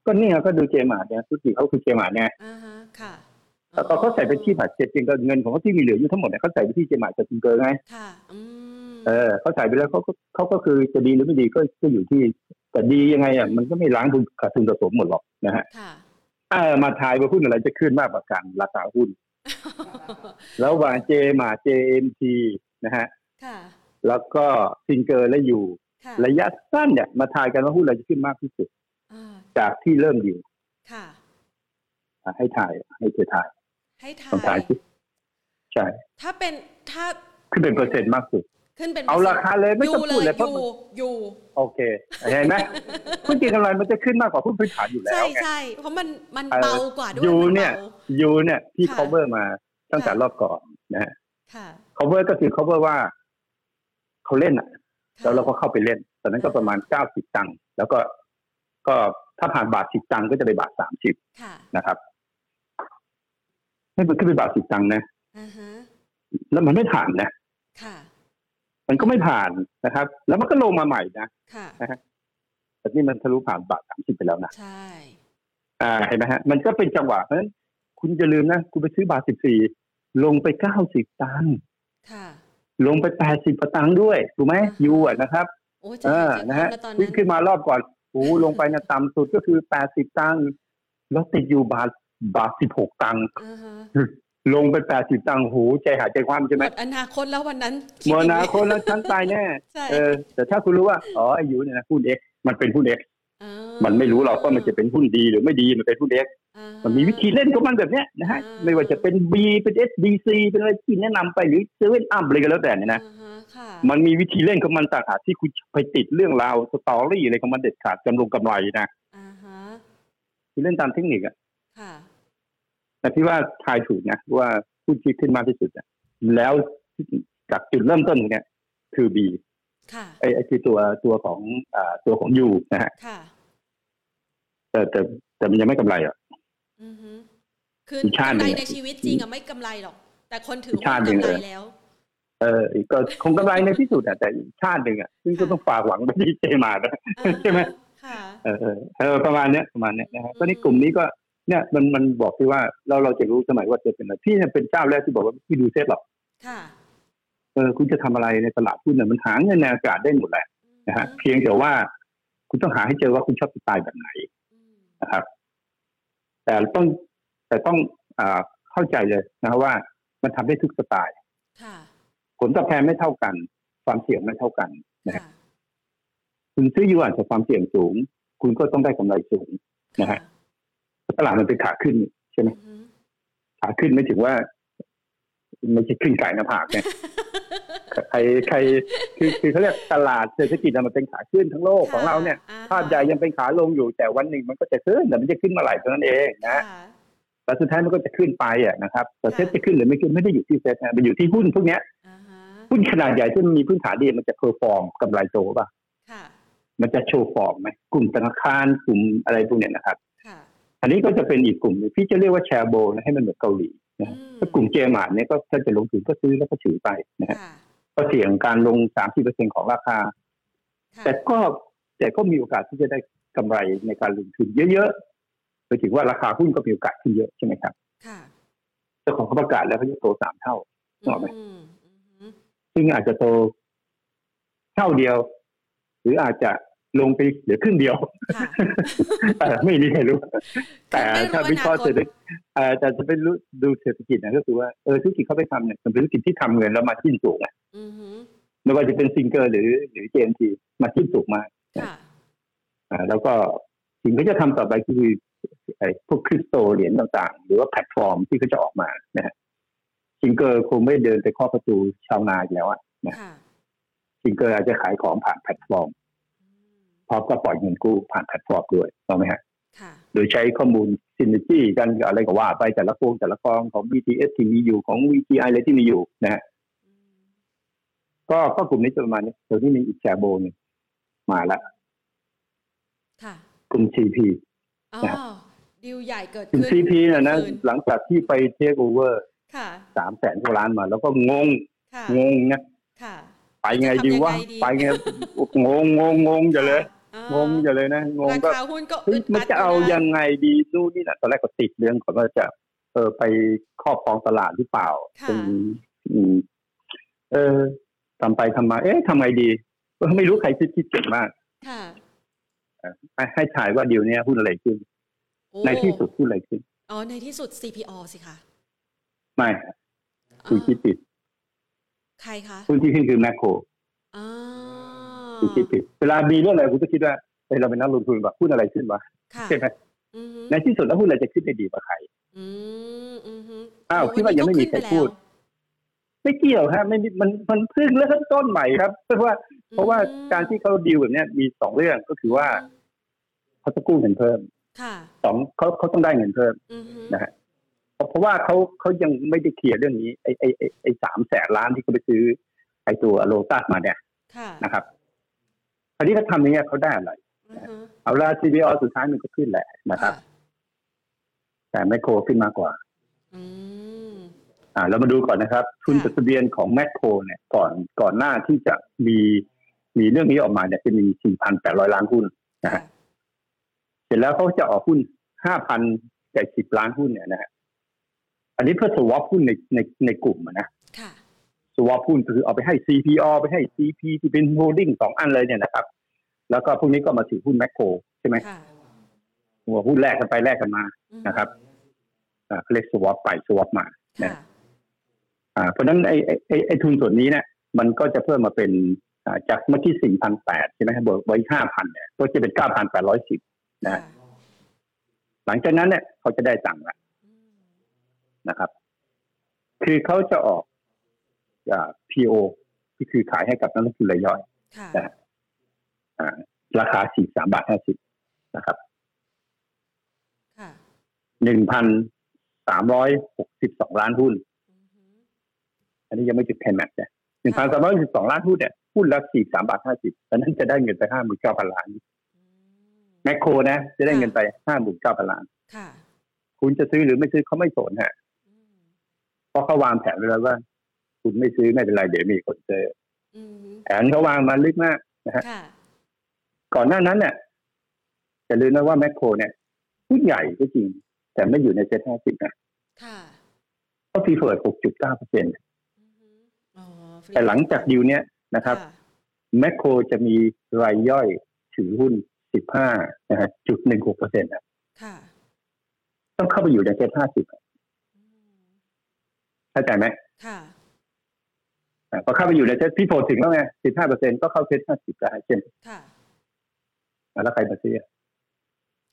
ก็เนี่ยก็ดูเจมาร์ดเนี่ยธุรกิจเขาคือเจมาร์ดไง อ่าฮะค่ะ แล้วก็เขาใส่ไปที่บาดเจ็บจริงก็เงินของเขาที่มีเหลืออยู่ทั้งหมดเนี่ยเขาใส่ไปที่เจมาร์ดกับจิงเกอร์ไง ค่ะ อืม เออเขาใส่ไปแล้วเขาก็เขาก็คือจะดีหรือไม่ดีก็ก็อยู่ที่ แต่ดียังไงอ่ะมันก็ไม่ล้างทุนขาดทุนสะสมหมดหรอกนะฮะ ค่ะ เออมาทายว่าหุ้นอะไรจะขึ้นมากกว่ากันราคาหุ้น แล้ววางเจมาเจเอ็มทีนะฮะ ค่ะ แล้วก็ซิงเกอร์และอยู่ ค่ะ ระยะสั้นเนี่ยมาทายกันว่าหุ้นอะไรจะขึ้นมากที่สุด อ่า จากที่เริ่มอยู่ ค่ะ อ่ะให้ทายให้เธอทาย ให้ทา ลองทาย ย สิใช่ ถ้าเป็นถ้า ขึ้นเป็นเปอร์เซ็นต์มากสุด ขึ้นเป็น เอาราคาเลยไม่ ยู ต้อง เล พูด ย เลยเพ ยู ราะมัน ยู โอเคเห็นไหม หุ้นเก็งกำไรมันจะขึ้นมากกว่าหุ้นพื้นฐานอยู่แล้ ใช่ วไง ใช่เพราะมันมัน เออ เบากว่าด้วย ยู มั เนี่ย บา ยูเนี่ยที่ ค่ะ cover มาตั้งแต่ ค่ะ รอบก่อนนะฮะ ค่ะ cover ก็คือ cover ว่าเขาเล่นอ่ะ ค่ะ แล้วเราก็เข้าไปเล่น ตอนนั้นก็ ค่ะ ประมาณเก้าสิบตังค์แล้วก็ก็ถ้าผ่านบาทสิบตังค์ก็จะไปบาทสามสิบ ค่ะ นะครับให้มันขึ้นไปบาทสิบตังค์นะ อ่าฮะ แล้วมันไม่ผ่านนะ ค่ะ มันก็ไม่ผ่านนะครับ แล้วมันก็ลงมาใหม่นะ ค่ะ แต่นี่มันทะลุผ่านบาทสามสิบไปแล้วนะ ใช่ อ่าเห็นไหมฮะ มันก็เป็นจังหวะเพราะฉะนั้นคุณจะลืมนะคุณไปซื้อบาทสิบสี่ลงไปเก้าสิบตังค์ ค่ะ ลงไป 80สิบตังค์ด้วย ถูกไหม อ่าฮะ ยูอ่ะนะครับ โอ้ยจะ เออ จะ นะฮะ ทำแล้วตอน วิ่ นั้ ง น ขึ้นมารอบก่อนโอ้โหลงไปเนี่ยต่ำสุดก็คือ 80 ตังค์แล้วติดอยู่บาท บาท 16 ตังค์ อ่าฮะ ลงไป 80 ตังค์โอ้โหใจหายใจคว่ำใช่ ห ไห ม ม ดอนาคตแล้ววันนั้น หมดอนาค ด ตแล้วฉันตายแน่ ใช่ เออ แต่ถ้าคุณรู้ว่า อ๋อไอยูเนี่ยนะหุ้นเอ็กมันเป็นหุ้นเอ็ก า มันไม่รู้หรอกว่ามันจะเป็นหุ้นดีหรือไม่ดี มันเป็นหุ้นเอ็ก อ่า มันมีวิธีเล่นของมันแบบเนี้ยนะฮะ อ่า ไม่ว่าจะเป็น B เป็น SBC เป็นอะไรที่แนะนำไปหรือเซเว่นอัพอะไรก็แล้วแต่เนี่ยนะ อ่าฮค่ะ มันมีวิธีเล่นของมันต่างหากที่คุณไปติดเรื่องราวสตอรี่อะไรของมันเด็ดขาดจำลงกำไรนะ อ่าฮะ คุณเล่นตามเทคนิคอะ ค่ะ แต่พี่ว่าทายถูกนะว่าผู้คิดขึ้นมากที่สุดอะแล้วจากจุดเริ่มต้นเนี่ยคือ B ค่ะ ไอ้ไอ้คือตัวตัวของอ่าตัวของ U นะฮะ ค่ะ แต่แต่แต่มันยังไม่กำไรอะ อือฮึคือ อีกชาติหนึ่ กำไรง ในชีวิตจริงอะไม่กำไรหรอก แต่คนถือ อีกชาติหนึ่ หุ้นงกำไร เลย แล้ว เออก็คงกำไรในที่สุดอะแต่อีกชาติหนึ่งอะซึ่งก็ ค่ะ ต้องฝากหวังไปที่เจมานะ อ่า ใช่ไหม ค่ะ เออเออเออประมาณเนี้ยประมาณเนี้ยนะฮะ อืม ก็นี่กลุ่มนี้ก็เนี่ยมันมันบอกที่ว่าเราเราจะรู้สมัยว่าจะเป็นอะไรพี่เนี่ยเป็นเจ้าแรกที่บอกว่าพี่ดูเซ็ตหรอก ค่ะ เออคุณจะทำอะไรในตลาดหุ้นเนี่ยมันหาเงินในอากาศได้หมดแหละนะฮะเพียงแต่ว่าคุณต้องหาให้เจอว่าคุณชอบสไตล์แบบไหน อืม นะครับ แต่ต้องแต่ต้องอ่าเข้าใจเลยนะฮะว่ามันทำได้ทุกสไตล์ ค่ะ ผลตอบแทนไม่เท่ากัน ความเสี่ยงไม่เท่ากัน นะฮะ ค่ะ คุณซื้อยูอาจจะความเสี่ยงสูง คุณก็ต้องได้กำไรสูง นะฮะ ตลาดมันเป็นขาขึ้น อือฮึ ขาขึ้นไม่ถึงว่าไม่ใช่ขึ้นไก่หน้าผาก ไง ใครใครคือคือเขาเรียกตลาดเศรษฐกิจน่ะมันเป็นขาขึ้นทั้งโลกของเราเนี่ย ค่ะ ภาพใหญ่ยังเป็นขาลงอยู่แต่วันหนึ่งมันก็จะขึ้นแต่มันจะขึ้นเมาหลายเท่านั้นเอง ค่ นะแล้วสุดท้ายมันก็จะขึ้นไปอ่ะนะครับแต่เซ็ตจะขึ้นหรือไม่ขึ้นไม่ได้อยู่ที่เซ็ตนะมันอยู่ที่หุ้นพวกเนี้ย อ่าฮะ หุ้นขนาดใหญ่ที่มันมีพื้นฐานดีมันจะเพอร์ฟอร์มกำไรโตป่ะ ค่ะ มันจะโชว์ฟอร์มไหมกลุ่มธนาคารกลุ่มอะไรพวกเนี้ยนะครับ ค่ะ อันนี้ก็จะเป็นอีกกลุ่มหนึ่งพี่จะเรียกว่าแชร์โบนะให้มันเหมือนเกาหลี นะฮะ อืม ถ้ากลุ่มเจมาร์เนี่ยก็ถ้าจะลงทุนก็ซื้อแล้วก็ถือไปนะฮะ ค่ะ ก็เสี่ยงการลง 30%ของราคา ค่ะ แต่ก็แต่ก็มีโอกาสที่จะได้กำไรในการลงทุนเยอะๆไปถึงว่าราคาหุ้นก็มีโอกาสขึ้นเยอะใช่ไหมครับ ค่ะ เจ้าของเขาประกาศแล้วเขาจะโตสามเท่า นึกออกไหม อืมอือฮึ ซึ่งอาจจะโตเท่าเดียว รืออาจจะลงไปเหลือครึ่งเดียว ค่ะ เอ่อไม่มีใครรู้ แต่ ไม่รู้ ถ้าวิเคราะอห์นาคต เศรษฐกิจเอ่อแต่จะไปรู้ดูเศรษฐกิจนะก็คือว่าเออธุรกิจเขาไปทำเนี่ยมันเป็นธุรกิจที่ทำเงินแล้วมาจิ้นสูงอะ อือหือ ไม่ว่าจะเป็นซิงเกิลหรือหรือเจมทีมาจิ้นสูงมาก ค่ะ อ่าแล้วก็สิ่งที่จะทำต่อไปคือไอ้พวกคริปโตเหรียญต่างๆ หรือว่าแพลตฟอร์มที่เขาจะออกมานะฮะซิงเกิลคงไม่เดินไปเคาะประตูชาวนาอีกแล้วอะ ค่ะ ซิงเกิลอาจจะขายของผ่านแพลตฟอร์ม อืม พร้อมก็ปล่อยเงินกู้ผ่านแพลตฟอร์มด้วยถูกไหมฮะ ค่ะ โดยใช้ข้อมูลซิน e r จีกันกับอะไรก็ว่าไปแต่ละโครงแต่ละกองของ BTS ที่มีอยู่ของ VTI อะไรที่มีอยู่นะฮะ อืม ก็ก็กลุ่มนี้จะประมาณนี้ตัวที่มีอีกแชร์โบหนึงมาละ ค่ะ กลุ่ม CP อ๋อดีลใหญ่เกิด กลุ่ม ขึ้น CP นะนะ ขึ้น หลังจากที่ไปเทคโอเวอร์ ค่ะ สามแสนกว่าล้านมา แล้วก็งง ค่ะ งงนะ ค่ะ ไปไงดีวะ จะทำยังไงดี ไปไงงงงงงงอย่าเลย อ่าง งอย่าเลยนะ งง รา ก็ คาหุ้นก็ เฮ้ย ด มันจะเอายังไงดีนู่นนี่นะตอนแรกก็ติดเรื่องก่อนว่าจะเออไปครอบครองตลาดหรือเปล่า ค่ะ เป็นอืมเออทำไปทำมา เอ๊ะทำไงดีเออไม่รู้ใครคิดคิดเก่งมาก ค่ะ ให้ให้ถ่ายว่าเดี๋ยวเนี้ยหุ้นอะไรขึ้น โอ้ ในที่สุดหุ้นอะไรขึ้น อ๋อ ในที่สุด CPO สิคะ ไม่คุณคิด อ๋อ ผิด ใครคะ หุ้นที่ขึ้นคือแมคโคร อ๋อ คุณคิดผิดเวลามีเรื่องอะไรคุณก็คิดว่าเอ้ยเราเป็นนักลงทุนแบบหุ้นอะไรขึ้นวะ ค่ะ ใช่ไหม อือหือ ในที่สุดแล้วหุ้นอะไรจะขึ้นได้ดีกว่าใคร อืมอือหือ อ้าว โ คิดว่ายังไม่มีใครพูด ไม่เกี่ยวครับไม่มีมันมันเพิ่งเริ่มต้นใหม่ครับเพราะว่าเพราะว่า อืม การที่เขาดีลแบบเนี้ยมีสองเรื่องก็คือว่าเขาจะกู้เงินเพิ่ม ค่ะ สองเขาเขาต้องได้เงินเพิ่ม อือหือ นะฮะ เพราะว่าเขาเขายังไม่ได้เคลียร์เรื่องนี้ไอ้ไอ้ไอ้ไอ้สามแสนล้านที่เขาไปซื้อไอ้ตัวโลตัสมาเนี่ย ค่ะ นะครับคราวนี้เขาทำอย่างเงี้ยเขาได้อะไร อือหือ เอาละ CBO สุดท้ายมันก็ขึ้นแหละนะครับ ะ แต่แมคโครขึ้นมากกว่า อืม อ่า เรามาดูก่อนนะครับ ทุน ค่ะ จดทะเบียนของแมคโครเนี่ยก่อนก่อนหน้าที่จะมีมีเรื่องนี้ออกมาเนี่ยจะมี 4,800 ล้านหุ้น นะฮะ ค่ะ เสร็จแล้วเขาจะออกหุ้น 5,080 ล้านหุ้นเนี่ยนะฮะอันนี้เพื่อสวอปหุ้นในในในกลุ่มอะนะ ค่ะ สวอปหุ้นคือเอาไปให้ CPO ไปให้ CP ที่เป็นโฮลดิ้งสองอันเลยเนี่ยนะครับ แล้วก็พวกนี้ก็มาถือหุ้นแมคโครใช่ไหม ค่ะ หัวหุ้นแลกกันไปแลกกันมานะครับอ่าเขาเรียกสวอปไปสวอปมา ค่ะ อ่าเพราะฉะนั้นไอ้ไอ้ไอ้ไอ้ทุนส่วนนี้เนี่ยมันก็จะเพิ่มมาเป็นอ่าจากเมื่อกี้ 4,800 ใช่ไหมครับบวกไว้ 5,000 เนี่ย ก็จะเป็น 9,810 นะฮะ ค่ หลังจากนั้นเนี่ยเขาจะได้ตังค์ละ อืม นะครับ คือเขาจะออกอ่า PO ก็คือขายให้กับนักลงทุนรายย่อย ค่ะ นะฮะ อ่าราคา 43 บาท 50 นะครับ ค่ะ หนึ่งพันสามร้อยหกสิบสองล้านหุ้น อือหือ อันนี้ยังไม่ถึงไทแม็กซ์นะหนึ่งพันสามร้อยสิบสองล้านหุ้นเนี่ยหุ้นละสี่สามบาทห้าสิบอันนั้นจะได้เงินไปห้าหมื่นเก้าพันล้าน อืม แมคโครนะ จะได้เงินไปห้าหมื่นเก้าพันล้าน ค่ะ คุณจะซื้อหรือไม่ซื้อเขาไม่สนฮะ อืม เพราะเขาวางแผนไว้แล้วว่า คุณไม่ซื้อไม่เป็นไรเดี๋ยวมีคนเจอ อือหือ แผนเขาวางมาลึกมาก ค่ะ ก่อนหน้านั้นเนี่ยอย่าลืมนะว่าแมคโครเนี่ยหุ้นใหญ่ก็จริง แต่ไม่อยู่ในเซ็ตห้าสิบนะ ค่ะ เขาฟีเฟิร์ดหกจุดเก้าเปอร์เซ็นต์ อือหืออ๋อฟรี แต่หลังจากดีลเนี้ยนะครับ ะ แมคโครจะมีรายย่อยถือหุ้น 15นะฮะจุดหนึ่งหกเปอร์เซ็นต์ ค่ะ ต้องเข้าไปอยู่ในเซ็ตห้าสิบ อืม เข้าใจไหม ค่ะ อ่าพอเข้าไปอยู่ในเซ็ตพี่โพถึงแล้วไงสิบห้าเปอร์เซ็นต์ก็เข้าเซ็ตห้าสิบได้เช่น ค่ะ อ่าแล้วใครมาซื้อ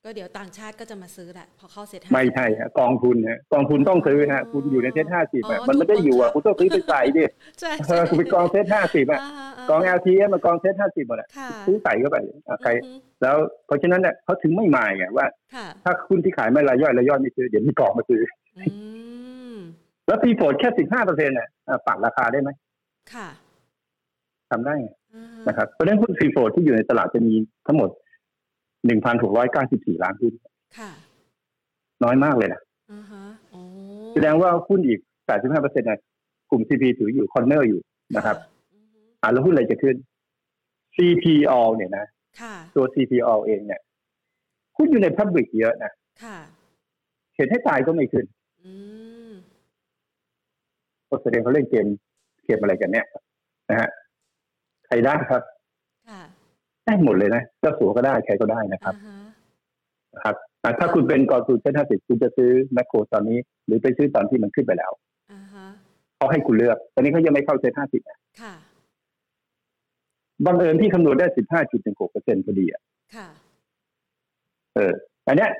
ก็เดี๋ยวต่างชาติก็จะมาซื้อแหละ พอเข้าเสร็จ ไม่ใช่ฮะกองทุนฮะกองทุนต้องซื้อฮะคุณอยู่ในเซ็ตห้าสิบ อ๋อ มันไม่ได้อยู่อ่ะคุณต้องซื้อไปใส่ดิ ใช่ เออคุณไปกองเซ็ตห้าสิบอ่ะกอง LTF มากองเซ็ตห้าสิบหมดอ่ะ ค่ะ ซื้อใส่เข้าไปอ่ะใคร อือหือ แล้วเพราะฉะนั้นเนี่ยเขาถึงไม่หมายไงว่า ค่ะ ถ้าหุ้นที่ขายไม่รายย่อยรายย่อยไม่ซื้อเดี๋ยวมีกองมาซื้อ อืม แล้วพีโฟดแค่สิบห้าเปอร์เซ็นต์่ะอ่าปรับราคาได้ไหม ค่ะ ทำได้ อ่า นะครับเพราะฉะนั้นหุ้นพีโฟดที่อยู่ในตลาดจะมีทั้งหมดหนึ่งพันหกร้อยเก้าสิบสี่ล้านหุ้น ค่ะ น้อยมากเลยนะ อ่าฮะโอ้ แสดงว่าหุ้นอีกแปดสิบห้าเปอร์เซ็นต์่ะกลุ่มซีพีถืออยู่คอนเนอร์อยู่นะครับ อือหือ อ่าแล้วหุ้นอะไรจะขึ้น CPO เนี่ยนะ ค่ะ ตัว CPO เองเนี่ยหุ้นอยู่ในพับบิกเยอะนะ ค่ะ เห็นให้ตายก็ไม่ขึ้น อืม ก็แสดงเขาเล่นเกมเกมอะไรกันเนี่ยนะฮะใครได้ครับ ค่ะ ได้หมดเลยนะเจ้าสัวก็ได้ใครก็ได้นะครับ อ่าฮะ อ่ะถ้าคุณเป็นกองทุนเซ็นห้าสิบคุณจะซื้อแมคโครตอนนี้ หรือไปซื้อตอนที่มันขึ้นไปแล้ว อ่าฮะ เขาให้คุณเลือก ตอนนี้เขายังไม่เข้าเซ็นห้าสิบ ค่ะ บังเอิญที่คำนวณได้สิบห้าจุดหนึ่งหกเปอร์เซ็นต์พอดีอ่ะ ค่ะ เอออันเนี้ย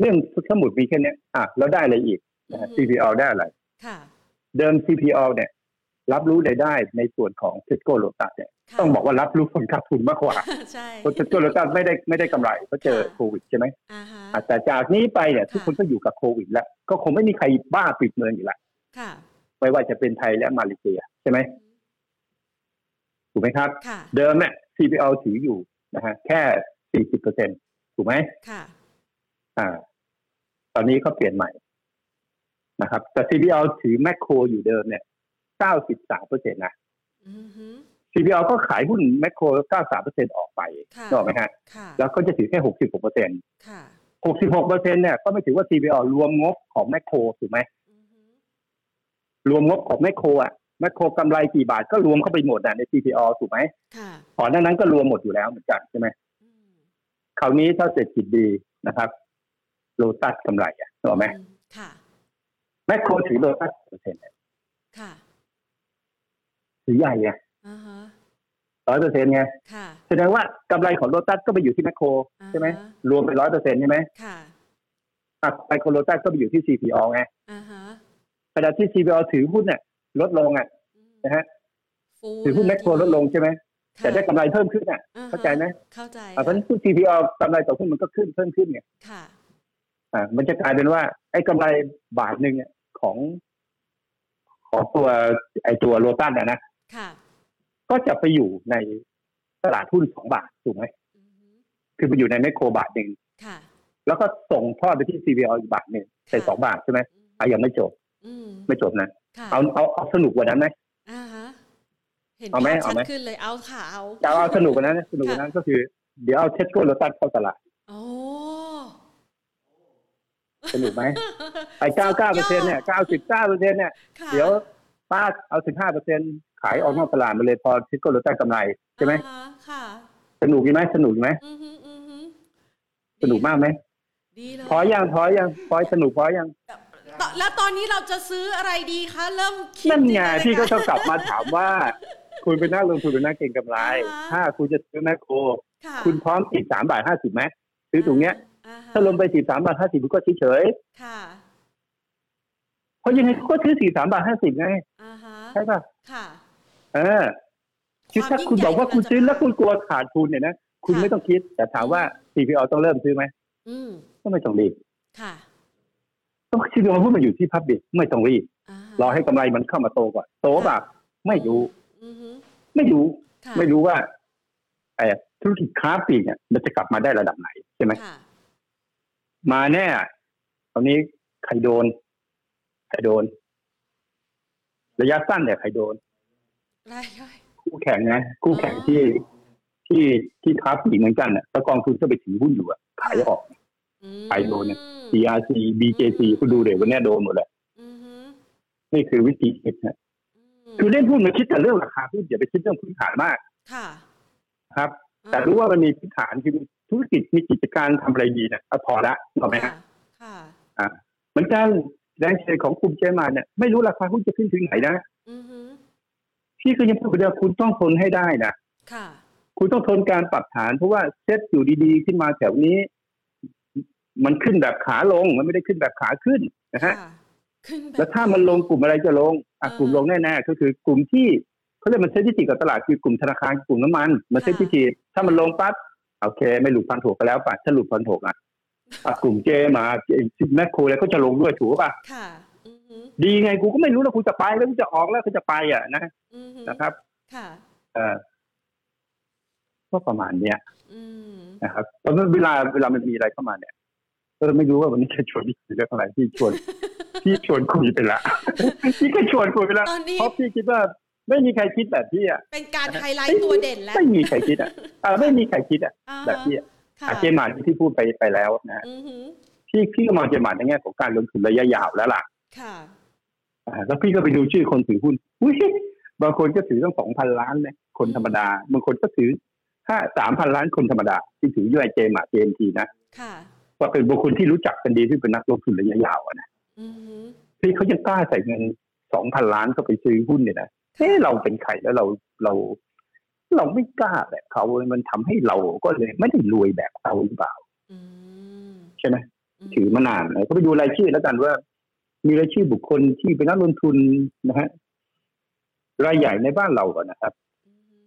เรื่องสมุดมีแค่เนี้ยอ่ะแล้วได้อะไรอีกนะฮะ CPO ได้อะไร ค่ะ เดิม CPO เนี่ย รับรู้รายได้ในส่วนของ Cisco Lotus เนี่ย ค่ะ ต้องบอกว่ารับรู้ผลขาดทุนมาก กว่า ใช่ เพราะ Cisco Lotus ไม่ได้ไม่ได้กำไรเพราะเจอโควิดใช่ไหม อ่าฮะ อ่ะแต่จากนี้ไปเนี่ยทุกคนก็อยู่กับโควิดแล้วก็คงไม่มีใครบ้าปิดเมืองอีกละ ค่ะ ไม่ว่าจะเป็นไทยและมาเลเซียใช่ไหมถูกไหมครับ ค่ะ เดิมเนี่ย CPO ถืออยู่นะฮะแค่ 40เปอร์เซ็นถูกไหม ค่ะ อ่า ตอนนี้เขาเปลี่ยนใหม่นะครับ แต่ CPO ถือแมคโครอยู่เดิมเนี่ย 93เปอร์เซ็นนะ อือฮึ CPO ก็ขายหุ้นแมคโคร 93เปอร์เซ็นออกไป ค่ะ ถูกไหมฮะ ค่ะ แล้วก็จะถือแค่ 66เปอร์เซ็น ค่ะ 66เปอร์เซ็นเนี่ยก็ไม่ถือว่า CPO รวมงบของแมคโครถูกไหม อือฮึ รวมงบของแมคโครอ่ะแมคโครกำไรกี่บาทก็รวมเข้าไปหมดนะใน CPO ถูกไหม ค่ะ ก่อนหน้านั้นก็รวมหมดอยู่แล้วเหมือนกันใช่ไหม อืม คราวนี้ถ้าเศรษฐกิจดีนะครับโลตัสกำไรอ่ะถูกไหม อืค่ะ แมคโครถือโลตัสเปอร์เซ็นต์ ค่ะ ถือใหญ่ไง อ่าฮะ ร้อยเปอร์เซ็นต์ไง ค่ะ แสดงว่ากำไรของโลตัสก็ไปอยู่ที่แมคโคร อ่าฮะ ใช่ไหม รวมเป็นร้อยเปอร์เซ็นต์ใช่ไหม ค่ะ อ่ะไปของโลตัสก็ไปอยู่ที่ CPO ไง อ่าฮะ ขณะที่ CPO ถือหุ้นเนี่ยลดลงอ่ะ อืม นะฮะ ฟู ถือหุ้นแมคโครลดลงใช่ไหม ค่ะ แต่ได้กำไรเพิ่มขึ้นอ่ะ อ่ฮะ เข้าใจไหม เข้าใจ อ่ะเพราะฉะนั้นหุ้น CPO กำไรต่อหุ้นมันก็ขึ้นเพิ่มขึ้นไง ค่ะ อ่ะมันจะกลายเป็นว่าไอ้กำไรบาทหนึ่งเนี่ยของ ของตัวไอ้ตัวโลตัสอ่ะนะ ค่ะ ก็จะไปอยู่ในตลาดหุ้นสองบาทถูกไหม อือฮึ คือไปอยู่ในแมคโครบาทหนึ่ง ค่ะ แล้วก็ส่งทอดไปที่ CBL อีกบาทหนึ่ง ค่ะ เป็นสองบาทใช่ไหมอ่ะยังไม่จบ อืม ไม่จบนะ ค่ะ เอาเอาเอาสนุกกว่านั้นไหม อ่าฮะเห็น เอาไหม ภพชั เอา ด ไหม ขึ้นเลยเอาค่ะเอา จะเอาสนุกกว่านั้นนะสนุกกว่านั้นก็คือเดี๋ยวเอาเทสโก้โลตัสเข้าตลาด โอ้ สนุกไหมไอ้เก้าเก้าเปอร์เซ็นต์เนี่ยเก้าสิบเก้าเปอร์เซ็นต์เนี่ย ค่ะ เดี๋ยวป้าเอาสิบห้าเปอร์เซ็นต์ขายออกนอกตลาดมาเลยพอเทสโก้โลตัสกำไรใช่ไหม อ่าฮะค่ะ สนุกดีไหมสนุกดีไหม อือฮึอือฮึ สนุกมากไหม ดีเลย พอยังพอยังพอสนุกพอยัง ตแล้วตอนนี้เราจะซื้ออะไรดีคะเริ่มคิด นั่น จิ ไง ตาการ พี่ก็ต้องกลับมาถามว่า คุณเป็นนักลงทุนเป็นนักเก็งกำไร อ่าฮะ ถ้าคุณจะซื้อแมคโคร ค่ะ คุณพร้อมติดสามบาทห้าสิบไหมซื้อตรงเนี้ย อ่ฮะ ถ้าลงไปสี่สามบาทห้าสิบคุณก็เฉย ค่ะ ๆเพราะยังไงคุณก็ซื้อสี่สามบาทห้าสิบไง อ่าฮะ ใช่ป่ะ ค่ะ เออคือถ้าคุณบอกว่าคุณซื้อแล้วคุณกลัวขาดทุนเนี่ยนะคุณ ค่ะ ไม่ต้องคิด แต่ถามว่า CPO ต้องเริ่มซื้อไหม อืม ก็ไม่ต้องรีบ ค่ะ ต้อง CPO พูดมาอยู่ที่พับบิกไม่ต้องรีบ าฮะ รอให้กำไรมันเข้ามาโตก่อนโตป่ะไม่รู้ อือฮึ ไม่รู้ ค่ะ ไม่รู้ว่าไอ้ธุรกิจค้าปลีกเนี่ยมันจะกลับมาได้ระดับไหนใช่ไหม ค่ะ มาแน่ตอนนี้ใครโดน ใครโดน ระยะสั้นเนี่ยใครโดน รายย่อย คู่แข่งนะคู่แข่ง อ๋อ ที่ที่ที่ค้าปลีกเหมือนกันน่ะแล้วกองทุนก็ไปถือหุ้นอยู่อะขายออก อืม ไปโดนเนี่ย CRC BJC คุณดูเดี๋ยววันเนี้ยโดนหมดเลย อือฮึ นี่คือวิธีคิดนะ อืม คือเล่นหุ้นมันคิดแต่เรื่องราคาหุ้นอย่าไปคิดเรื่องพื้นฐานมาก ค่ะ ครับ แต่รู้ว่ามันมีพื้นฐานคือธุรกิจมีกิจการทำอะไรดีเนี่ยก็พอละถูกไหมฮะ ค่ะค่ะ เหมือนกันแรงเชียร์ของคุณเจมาเนี่ยไม่รู้ราคาหุ้นจะขึ้นถึงไหนนะ อือฮึ พี่ก็ยังพูดเดียวคุณต้องทนให้ได้นะ ค่ะ คุณต้องทนการปรับฐานเพราะว่าเซ็ตอยู่ดีๆ ขึ้นมาแถวนี้ มันขึ้นแบบขาลงมันไม่ได้ขึ้นแบบขาขึ้นนะฮะ ค่ขึ้นบบ แล้วถ้ามันลงกลุ่มอะไรจะลงอ่ะ อ่าก ลุ่มลงแน่ๆก็คือกลุ่มที่เขาเรียกมันเซนซิทีฟกับตลาดคือกลุ่มธนาคารกลุ่มน้ำมันมัน ค่ะ เซนซิทีฟถ้ามันลงปั๊บโอเค ไม่หลุดพันหกก็แล้วป่ะถ้าหลุดพันหกอ่ะอ่ะกลุ่มเจมาแมคโครอะไรก็จะลงด้วยถูกป่ะ ค่ะ อือฮึ ดีไงกูก็ไม่รู้แล้วกูจะไปแล้วกูจะออกแล้วกูจะไปอ่ะนะ อือฮึ นะครับ ค่ะ เออก็ประมาณเนี้ย อืม นะครับเพราะฉะนั้นเวลาเวลามันมีอะไรเข้ามาเนี่ยก็ไม่รู้ว่าวันนี้จะชวนพี่คุยเรื่องอะไรพี่ชวน พี่ชวนคุยไปละ พี่ก็ชวนคุยไปละ ตอนนี้ เพราะพี่คิดว่า ไม่มีใครคิดแบบพี่อ่ะ เป็นการไฮไลท์ตัวเด่นแล้ว ไม่มีใครคิด อ่ะเออไม่มีใครคิดอ่ะ อ่าฮะ แบบที่ ค่ะ อาเจมานที่พี่พูดไปไปแล้วนะฮะ อือฮึ พี่พี่ก็มองเจมานในแง่ของการลงทุนระยะยาวแล้วล่ะ ค่ะ อ่าแล้วพี่ก็ไปดูชื่อคนถือหุ้น อุ้ยบางคนก็ถือตั้งสองพันล้านเลยคนธรรมดา บางคนก็ถือ ห้าสามพันล้านคนธรรมดา ที่ถือ UIJ หมาเจมทีนะ ค่ะ ว่าเป็นบุคคลที่รู้จักกันดีที่เป็นนักลงทุนระยะยาวอะนะ อือหือ ที่เขายังกล้าใส่เงินสองพันล้านเข้าไปซื้อหุ้นเนี่ยนะเอ๊ะเราเป็นใครแล้วเราเรา เราไม่กล้าแบบเขามันทำให้เราก็เลยไม่ได้รวยแบบเขาหรือเปล่า อืม ใช่ไหม ถือมานานนะก็ไปดูรายชื่อแล้วกันว่า มีรายชื่อบุคคลที่เป็นนักลงทุนนะฮะรายใหญ่ในบ้านเราอะนะครับ อือหือ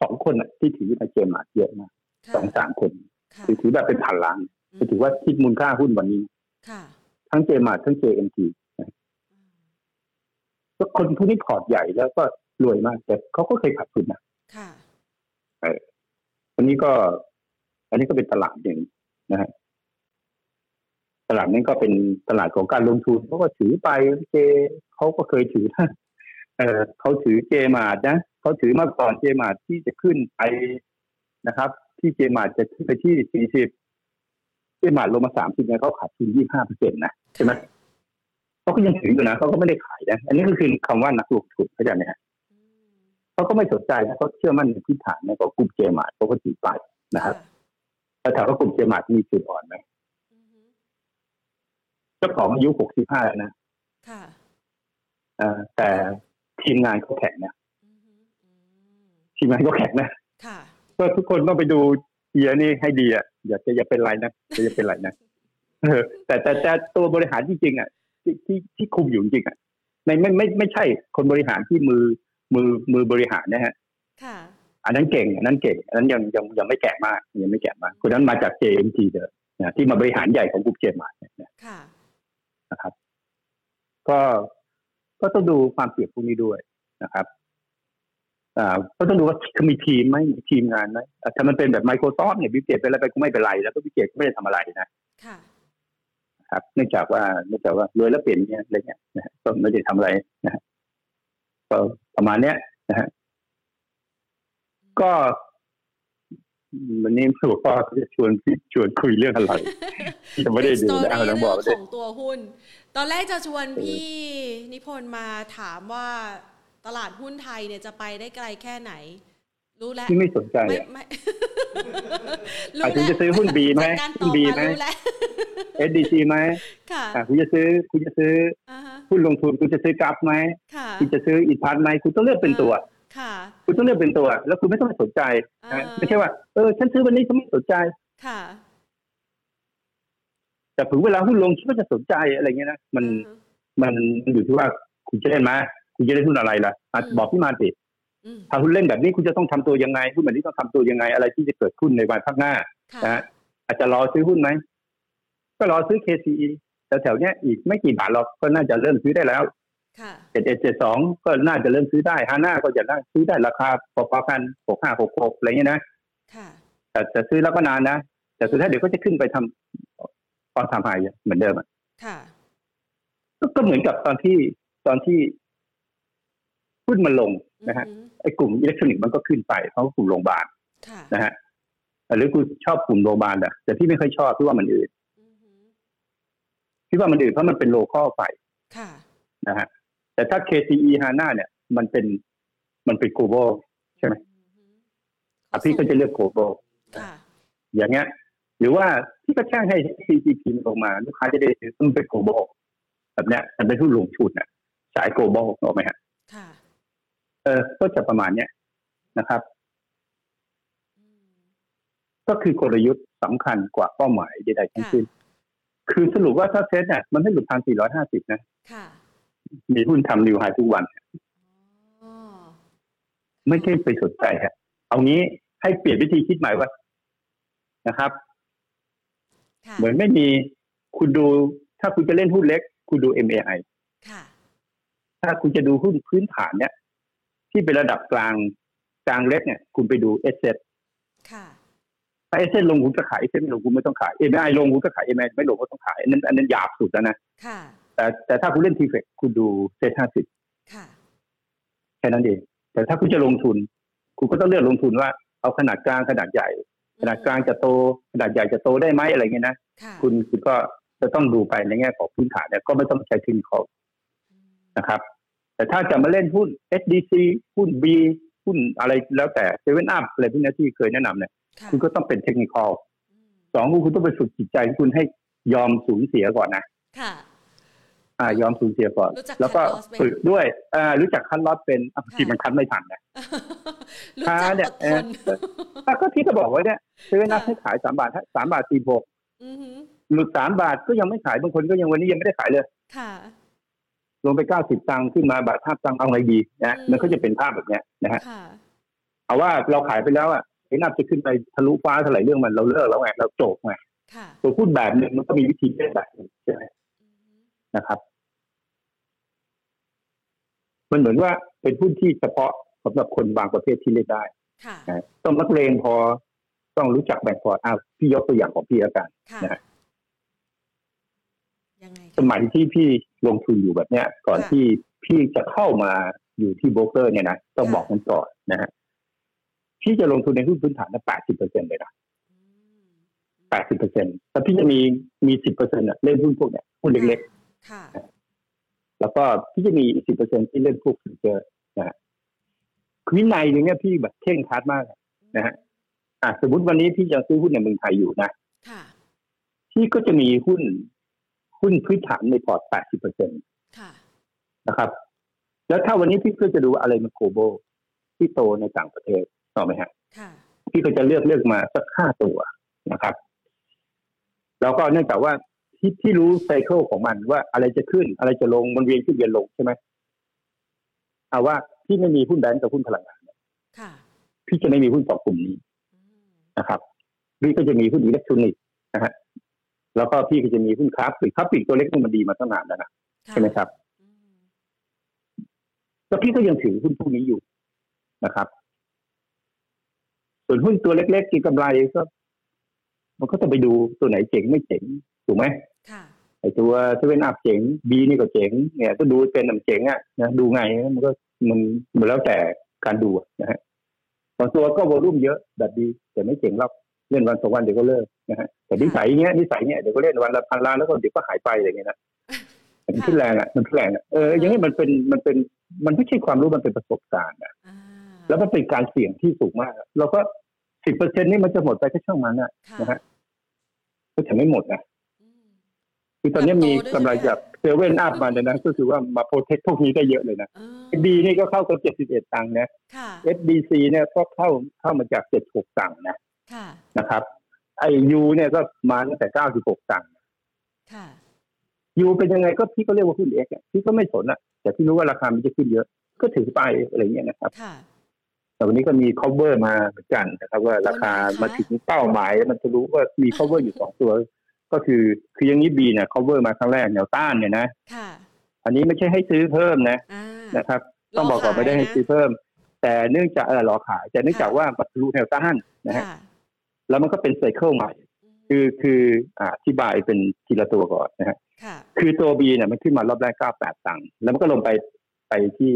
สองคนอะที่ถือในเจมาร์เยอะนะ ค่ะ สองสามคน ค่ะ คือถือแบบเป็นพันล้านก็ถือว่าคิดมูลค่าหุ้นวันนี้ ค่ะ ทั้งเจมาร์ทั้ง JMT นะก็คนพวกนี้พอร์ตใหญ่แล้วก็รวยมากแต่เขาก็เคยขาดทุนนะ ค่ะ อันนี้ก็ อันนี้ก็เป็นตลาดหนึ่งนะฮะตลาดนั้นก็เป็นตลาดของการลงทุนเขาก็ถือไปเจเขาก็เคยถือนะ เออเขาถือเจมาดนะเขาถือมาก่อนเจมาดที่จะขึ้นไปนะครับ ที่เจมาดจะขึ้นไปที่สี่สิบเจมาดลงมาสามสิบเนี่ยเขาขาดทุนยี่ห้าเปอร์เซ็นต์นะ ใช่ไหม เขาก็ยังถืออยู่นะเขาก็ไม่ได้ขายนะอันนี้ก็คือคำว่านักลงทุนเข้าใจไหมฮะ อืม เขาก็ไม่สนใจนะเขาเชื่อมั่นในพื้นฐานนะของกลุ่มเจมาร์เขาก็ถือไปนะครับ ะ แต่ถามว่ากลุ่มเจมาร์มีจุดอ่อนไหม อือหือ เจ้าของอายุ 65 แล้วนะ ค่ะ เอ่อแต่ทีมงานเขาแข็งนะ อือหืออืม ทีมงานเขาแข็งนะ ค่ะ ก็ทุกคนต้องไปดูเอียนี่ให้ดีอ่ะอย่าจะอย่าเป็นไรนะอย่าอย่าเป็นไรนะเออแต่แต่แต่ตัวบริหารจริงๆอ่ะที่ที่ที่คุมอยู่จริงๆอ่ะไม่ไม่ไม่ไม่ใช่คนบริหารที่มือมือมือบริหารนะฮะ ค่ะ อันนั้นเก่งอันนั้นเก่งอันนั้นยังยังยังไม่แก่มากยังไม่แก่มากคนนั้นมาจาก JMT เดิมนะที่มาบริหารใหญ่ของกลุ่มเจมาร์เนี่ย ค่ะ นะครับ ก็ก็ต้องดูความเสี่ยงพวกนี้ด้วยนะครับอ่าก็ต้องดูว่าเขามีทีมไหมมีทีมงานไหมอ่ะถ้ามันเป็นแบบ Microsoft เนี่ยบิลเกตเป็นอะไรไปก็ไม่เป็นไรแล้วก็บิลเกตก็ไม่ได้ทำอะไรนะ ค่ะ ครับเนื่องจากว่าเนื่องจากว่ารวยแล้วเปลี่ยนเนี่ยอะไรเงี้ยนะฮะก็ไม่ได้ทำอะไรนะฮะก็ประมาณเนี้ย ก็วันนี้หัวข้อจะชวนพี่ชวนคุยเรื่องอะไร ยังไม่ได้ เป็นส ดู ตอรี่นะเอา เรื่อต้องบอก ง ดิ ของตัวหุ้น ตอนแรกจะชวนพี่นิพนธ์มาถามว่าตลาดหุ้นไทยเนี่ยจะไปได้ไกลแค่ไหน รู้แล้ว ที่ไม่สนใจ ไม่ อะ ไม่ อ่ะคุณจะซื้อหุ้น B ไหม จัดการ หุ้น B ต่อ ไหม มารู้แล้ว SDG ไหม ค่ะ อ่ะคุณจะซื้อ คุณจะซื้อ อ่าฮะ หุ้นลงทุน คุณจะซื้อกราฟไหม ค่ะ คุณจะซื้ออีพัทไหมคุณต้องเลือกเป็นตัว ค่ะ คุณต้องเลือกเป็นตัว แล้วคุณไม่ต้องไปสนใจ อ่า นะไม่ใช่ว่าเออฉันซื้อวันนี้ฉันไม่สนใจ ค่ะ แต่ถึงเวลาหุ้นลงฉันก็จะสนใจอะไรเงี้ยนะมัน อ่า มันมันอยู่ที่ว่าคุณจะเล่นไหมคุณจะเล่นหุ้นอะไรล่ะอ่ะ อืม บอกพี่มาสิ อืม ถ้าคุณเล่นแบบนี้คุณจะต้องทำตัวยังไงหุ้นแบบนี้ต้องทำตัวยังไงอะไรที่จะเกิดขึ้นในวันข้างหน้า ค่ะ นะฮะอาจจะรอซื้อหุ้นไหม ก็รอซื้อ KCE แต่แถวๆเนี้ยอีกไม่กี่บาทเราก็น่าจะเริ่มซื้อได้แล้ว ค่ะ เจ็ดเอ็ดเจ็ดสองก็น่าจะเริ่มซื้อได้ฮาน่าก็จะน่าซื้อได้ราคาพอๆกันหกห้าหกหกอะไรเงี้ยนะ ค่ะ แต่จะซื้อแล้วก็นานนะ แต่สุดท้ายเดี๋ยวก็จะขึ้นไปทำตอนทำไฮเหมือนเดิมอะ ค่ะ ก็ก็เหมือนกับตอนที่ตอนที่หุ้นมันลงนะฮะ อือหือ ไอ้กลุ่มอิเล็กทรอนิกส์มันก็ขึ้นไปเพราะกลุ่มโรงพยาบาล ค่ะ นะฮะหรือกูชอบกลุ่มโรงพยาบาลอะแต่พี่ไม่ค่อยชอบพี่ว่ามันอื่น อือหือ พี่ว่ามันอื่นเพราะมันเป็นโลคอลไป ค่ะ นะฮะแต่ถ้า KCE ฮาน่าเนี่ย มันเป็นมันเป็น global ใช่ไหม อือหือ อ่ะพี่ก็จะเลือก global ค่ะ อย่างเงี้ย หรือว่าพี่ก็แช่งให้ CGP ลงมาลูกค้าจะได้ซื้อมันเป็น global แบบเนี้ยมันเป็นทุนลงทุนนะสาย global ถูกไหมฮะ ค่ะ เออก็จะประมาณเนี้ยนะครับ อืม ก็คือกลยุทธ์สำคัญกว่าเป้าหมายใดๆทั้งสิ้นคือสรุปว่าถ้าเซ็ตเนี่ยมันไม่หลุดพันสี่ร้อยห้าสิบนะ ค่ะ มีหุ้นทำนิวไฮทุกวัน อ๋อ ไม่ใช่ไปสนใจฮะเอางี้ให้เปลี่ยนวิธีคิดใหม่ว่านะครับ ค่ะ เหมือนไม่มีคุณดู ถ้าคุณจะเล่นหุ้นเล็ก คุณดู MAI ค่ะ ถ้าคุณจะดูหุ้นพื้นฐานเนี่ย ที่เป็นระดับกลางกลางเล็กเนี่ย คุณไปดู s อ t ค่ะ ถ้า s อ t ลงคุณก็ขาย s อ t ไม่ลงคุณไม่ต้องขาย MAI ลงคุณก็ขาย MAI ไม่ลงก็ต้องขายอันนั้นอันนั้นหยาบสุดแล้วนะ ค่ะ แต่แต่ถ้าคุณเล่นทีเฟกคุณดูเซ็ตห้าสิบ ค่ะ แค่นั้นเอง แต่ถ้าคุณจะลงทุน คุณก็ต้องเลือกลงทุนว่าเอาขนาดกลางขนาดใหญ่ ขนาดกลางจะโตขนาดใหญ่จะโตได้ไหมอะไรเงี้ยนะ ค่ะ คุณคุณก็จะต้องดูไปในแง่ของพื้นฐานเนี่ยก็ไม่ต้องใช้เทคนิคอลนะครับ แต่ถ้าจะมาเล่นหุ้น SDC หุ้น B หุ้นอะไรแล้วแต่เซเว่นอัพอะไรพวกนี้ที่เคยแนะนำเนี่ย ค่ะ คุณก็ต้องเป็นเทคนิคอล อืม สองคือคุณต้องไปฝึกจิตใจของคุณให้ยอมสูญเสียก่อนนะ ค่ะ อ่ายอมสูญเสียก่อน รู้จัก แล้วก็ cut loss ไหม ฝึกด้วยอ่ารู้จักคัดลอสเป็นอ่ะบางทีมันคัดไม่ทันนะ รู้จัก อ่าเนี่ อย ด เอ ท อ น แต่ก็ที่ก็บอกไว้เนี่ยซื้อนับ ค่ะ ให้ขายสามบาทถ้าสามบาทสี่หก อือหือ หลุดสามบาทก็ยังไม่ขายบางคนก็ยังวันนี้ยังไม่ได้ขายเลย ค่ะ ลงไปเก้าสิบตังค์ขึ้นมาบาทห้าตังค์เอาไงดีนะ อืม มันก็จะเป็นภาพแบบเนี้ยนะฮะ ค่ะ เอาว่าเราขายไปแล้วอ่ะไอ้นับจะขึ้นไปทะลุฟ้าเท่าไหร่เรื่องมันเราเลิกแล้วไงเราจบไง ค่ะ ตัวพูดแบบหนึงมันก็มีวิธีเล่นแบบหนึงใช่ไหม อือหือ นะครับ มันเหมือนว่าเป็นหุ้นที่เฉพาะสำหรับคนบางประเภทที่เล่นได้ ค่ะ นะต้องนักเลงพอต้องรู้จักแบ่งพอร์ตอ้าวพี่ยกตัวอย่างของพี่แล้วกัน ค่ะ นะฮะ ยังไง ส คะ มัยที่พี่ลงทุนอยู่แบบเนี้ย ก่อน ค่ะ ที่พี่จะเข้ามาอยู่ที่โบรกเกอร์เนี่ยนะต้อง ค่ะ บอกมันก่อนนะฮะพี่จะลงทุนในหุ้นพื้นฐานนะแปดสิบเปอร์เซ็นเลยนะ อืม แปดสิบเปอร์เซ็นแล้วพี่จะมีมีสิบเปอร์เซ็นต์เล่นหุ้นพวกเนี้ยหุ้นเล็ก ค่ะ ๆ แล้วก็พี่จะมีอีกสิบเปอร์เซ็นที่เล่นพวกฟิวเจอร์นะฮะวินัยอย่างเนี้ยพี่แบบเข่งครัดมาก นะฮะ อ่ะสมมติวันนี้พี่จะซื้อหุ้นในเมืองไทยอยู่นะ ค่ะ พี่ก็จะมีหุ้นหุ้นพื้นฐานในพอร์ต 80เปอร์เซ็นต ค่ะ นะครับ แล้วถ้าวันนี้พี่ก็จะดูอะไรมันโคโบที่โตในต่างประเทศต่อกไหมฮะ ค่ะ พี่ก็จะเลือกเลือกมาสักห้าตัวนะครับ แล้วก็เนื่องจากว่าที่ที่รู้ไซเคิลของมันว่าอะไรจะขึ้น อะไรจะลงมันเวียนขึ้นเวียนลงใช่ไหมเอาว่าพี่ไม่มีหุ้นแบงก์กับหุ้นพลังงาน ค่ะ พี่จะไม่มีหุ้นสองกลุ่มนี้ อืม นะครับพี่ก็จะมีหุ้นอิเล็กทรอนิกส์นะฮะแล้วก็พี่ก็จะมีหุ้นค้าปลีกค้าปลีกตัวเล็กนี่มันดีมาตั้งนานแล้วนะ ค่ะ ใช่ไหมครับ อืม แล้วพี่ก็ยังถือหุ้นพวกนี้อยู่นะครับ ส่วนหุ้นตัวเล็กๆกินกำไรก็ มันก็จะไปดูตัวไหนเจ๋งไม่เจ๋งถูกไหม ค่ะ ไอตัวเซเว่นอัพเจ๋งบีนี่ก็เจ๋งเนี่ยก็ดูเป็นน้ำเจ๋งอ่ะนะดูไงมันก็มันมันแล้วแต่การดูอะนะฮะบางตัวก็วอลลุ่มเยอะแบบดีแต่ไม่เจ๋งหรอกเล่นวันสองวันเดี๋ยวก็เลิกนะฮะแต่นิสัยเงี้ยนิสัยเนี้ยเดี๋ยวก็เล่นวันละพันล้านแล้วก็เดี๋ยวก็หายไปอะไรเงี้ยนะมันขึ้นแรงอ่ะมันขึ้นแรงอ่ะเอออย่างนี้มันเป็นมันเป็นมันไม่ใช่ความรู้มันเป็นประสบการณ์อะ อ่า แล้วมันเป็นการเสี่ยงที่สูงมากอะเราก็สิบเปอร์เซ็นต์นี่มันจะหมดไปก็ช่างมันอ่ะ ค่ะ นะฮะ ก็จะไม่หมดนะ อืม คือตอนนี้มีกำไรจากเซเว่นอัพ เติบโตด้วยใช่ไหม มาเนี่ยนะก็คือว่ามาโปรเทคพวกนี้ได้เยอะเลยนะ เออ ดีนี่ก็เข้ากับเจ็ดสิบเอ็ดตังค์นะ ค่ะ SBC เนี่ยก็เข้าเข้ามาจากเจ็ดหกตังค์นะ ค่ะ นะครับไอยูเนี่ยก็มาตั้งแต่เก้าสิบหกตังค์ ค่ะ ยูเป็นยังไงก็พี่ก็เรียกว่าหุ้นเอ็กพี่ก็ไม่สนอ่ะ แต่พี่รู้ว่าราคามันจะขึ้นเยอะ ก็ถือไปอะไรเงี้ยนะครับ ค่ะ แต่วันนี้ก็มี cover มาเหมือนกันนะครับ ว่าราคา ตัวไหนคะ มาถึงเป้าหมายแล้วมันจะรู้ว่ามี cover อยู่สองตัว ก็คือคืออย่างนี้บีเนี่ย cover มาครั้งแรกแนวต้านเนี่ยนะ ค่ะ อันนี้ไม่ใช่ให้ซื้อเพิ่มนะ อ่า นะครับต้องบอกก่อนไม่ได้ให้ซื้อเพิ่ม แต่เนื่องจากเออรอขาย แต่เนื่องจากว่ามันทะลุแนวต้านนะฮะ ค่ะ แล้วมันก็เป็นไซเคิลใหม่ คือคืออ่าอธิบายเป็นทีละตัวก่อนนะฮะ ค่ะ คือตัว B เนี่ยมันขึ้นมารอบแรก 98 ตังค์แล้วมันก็ลงไปไปที่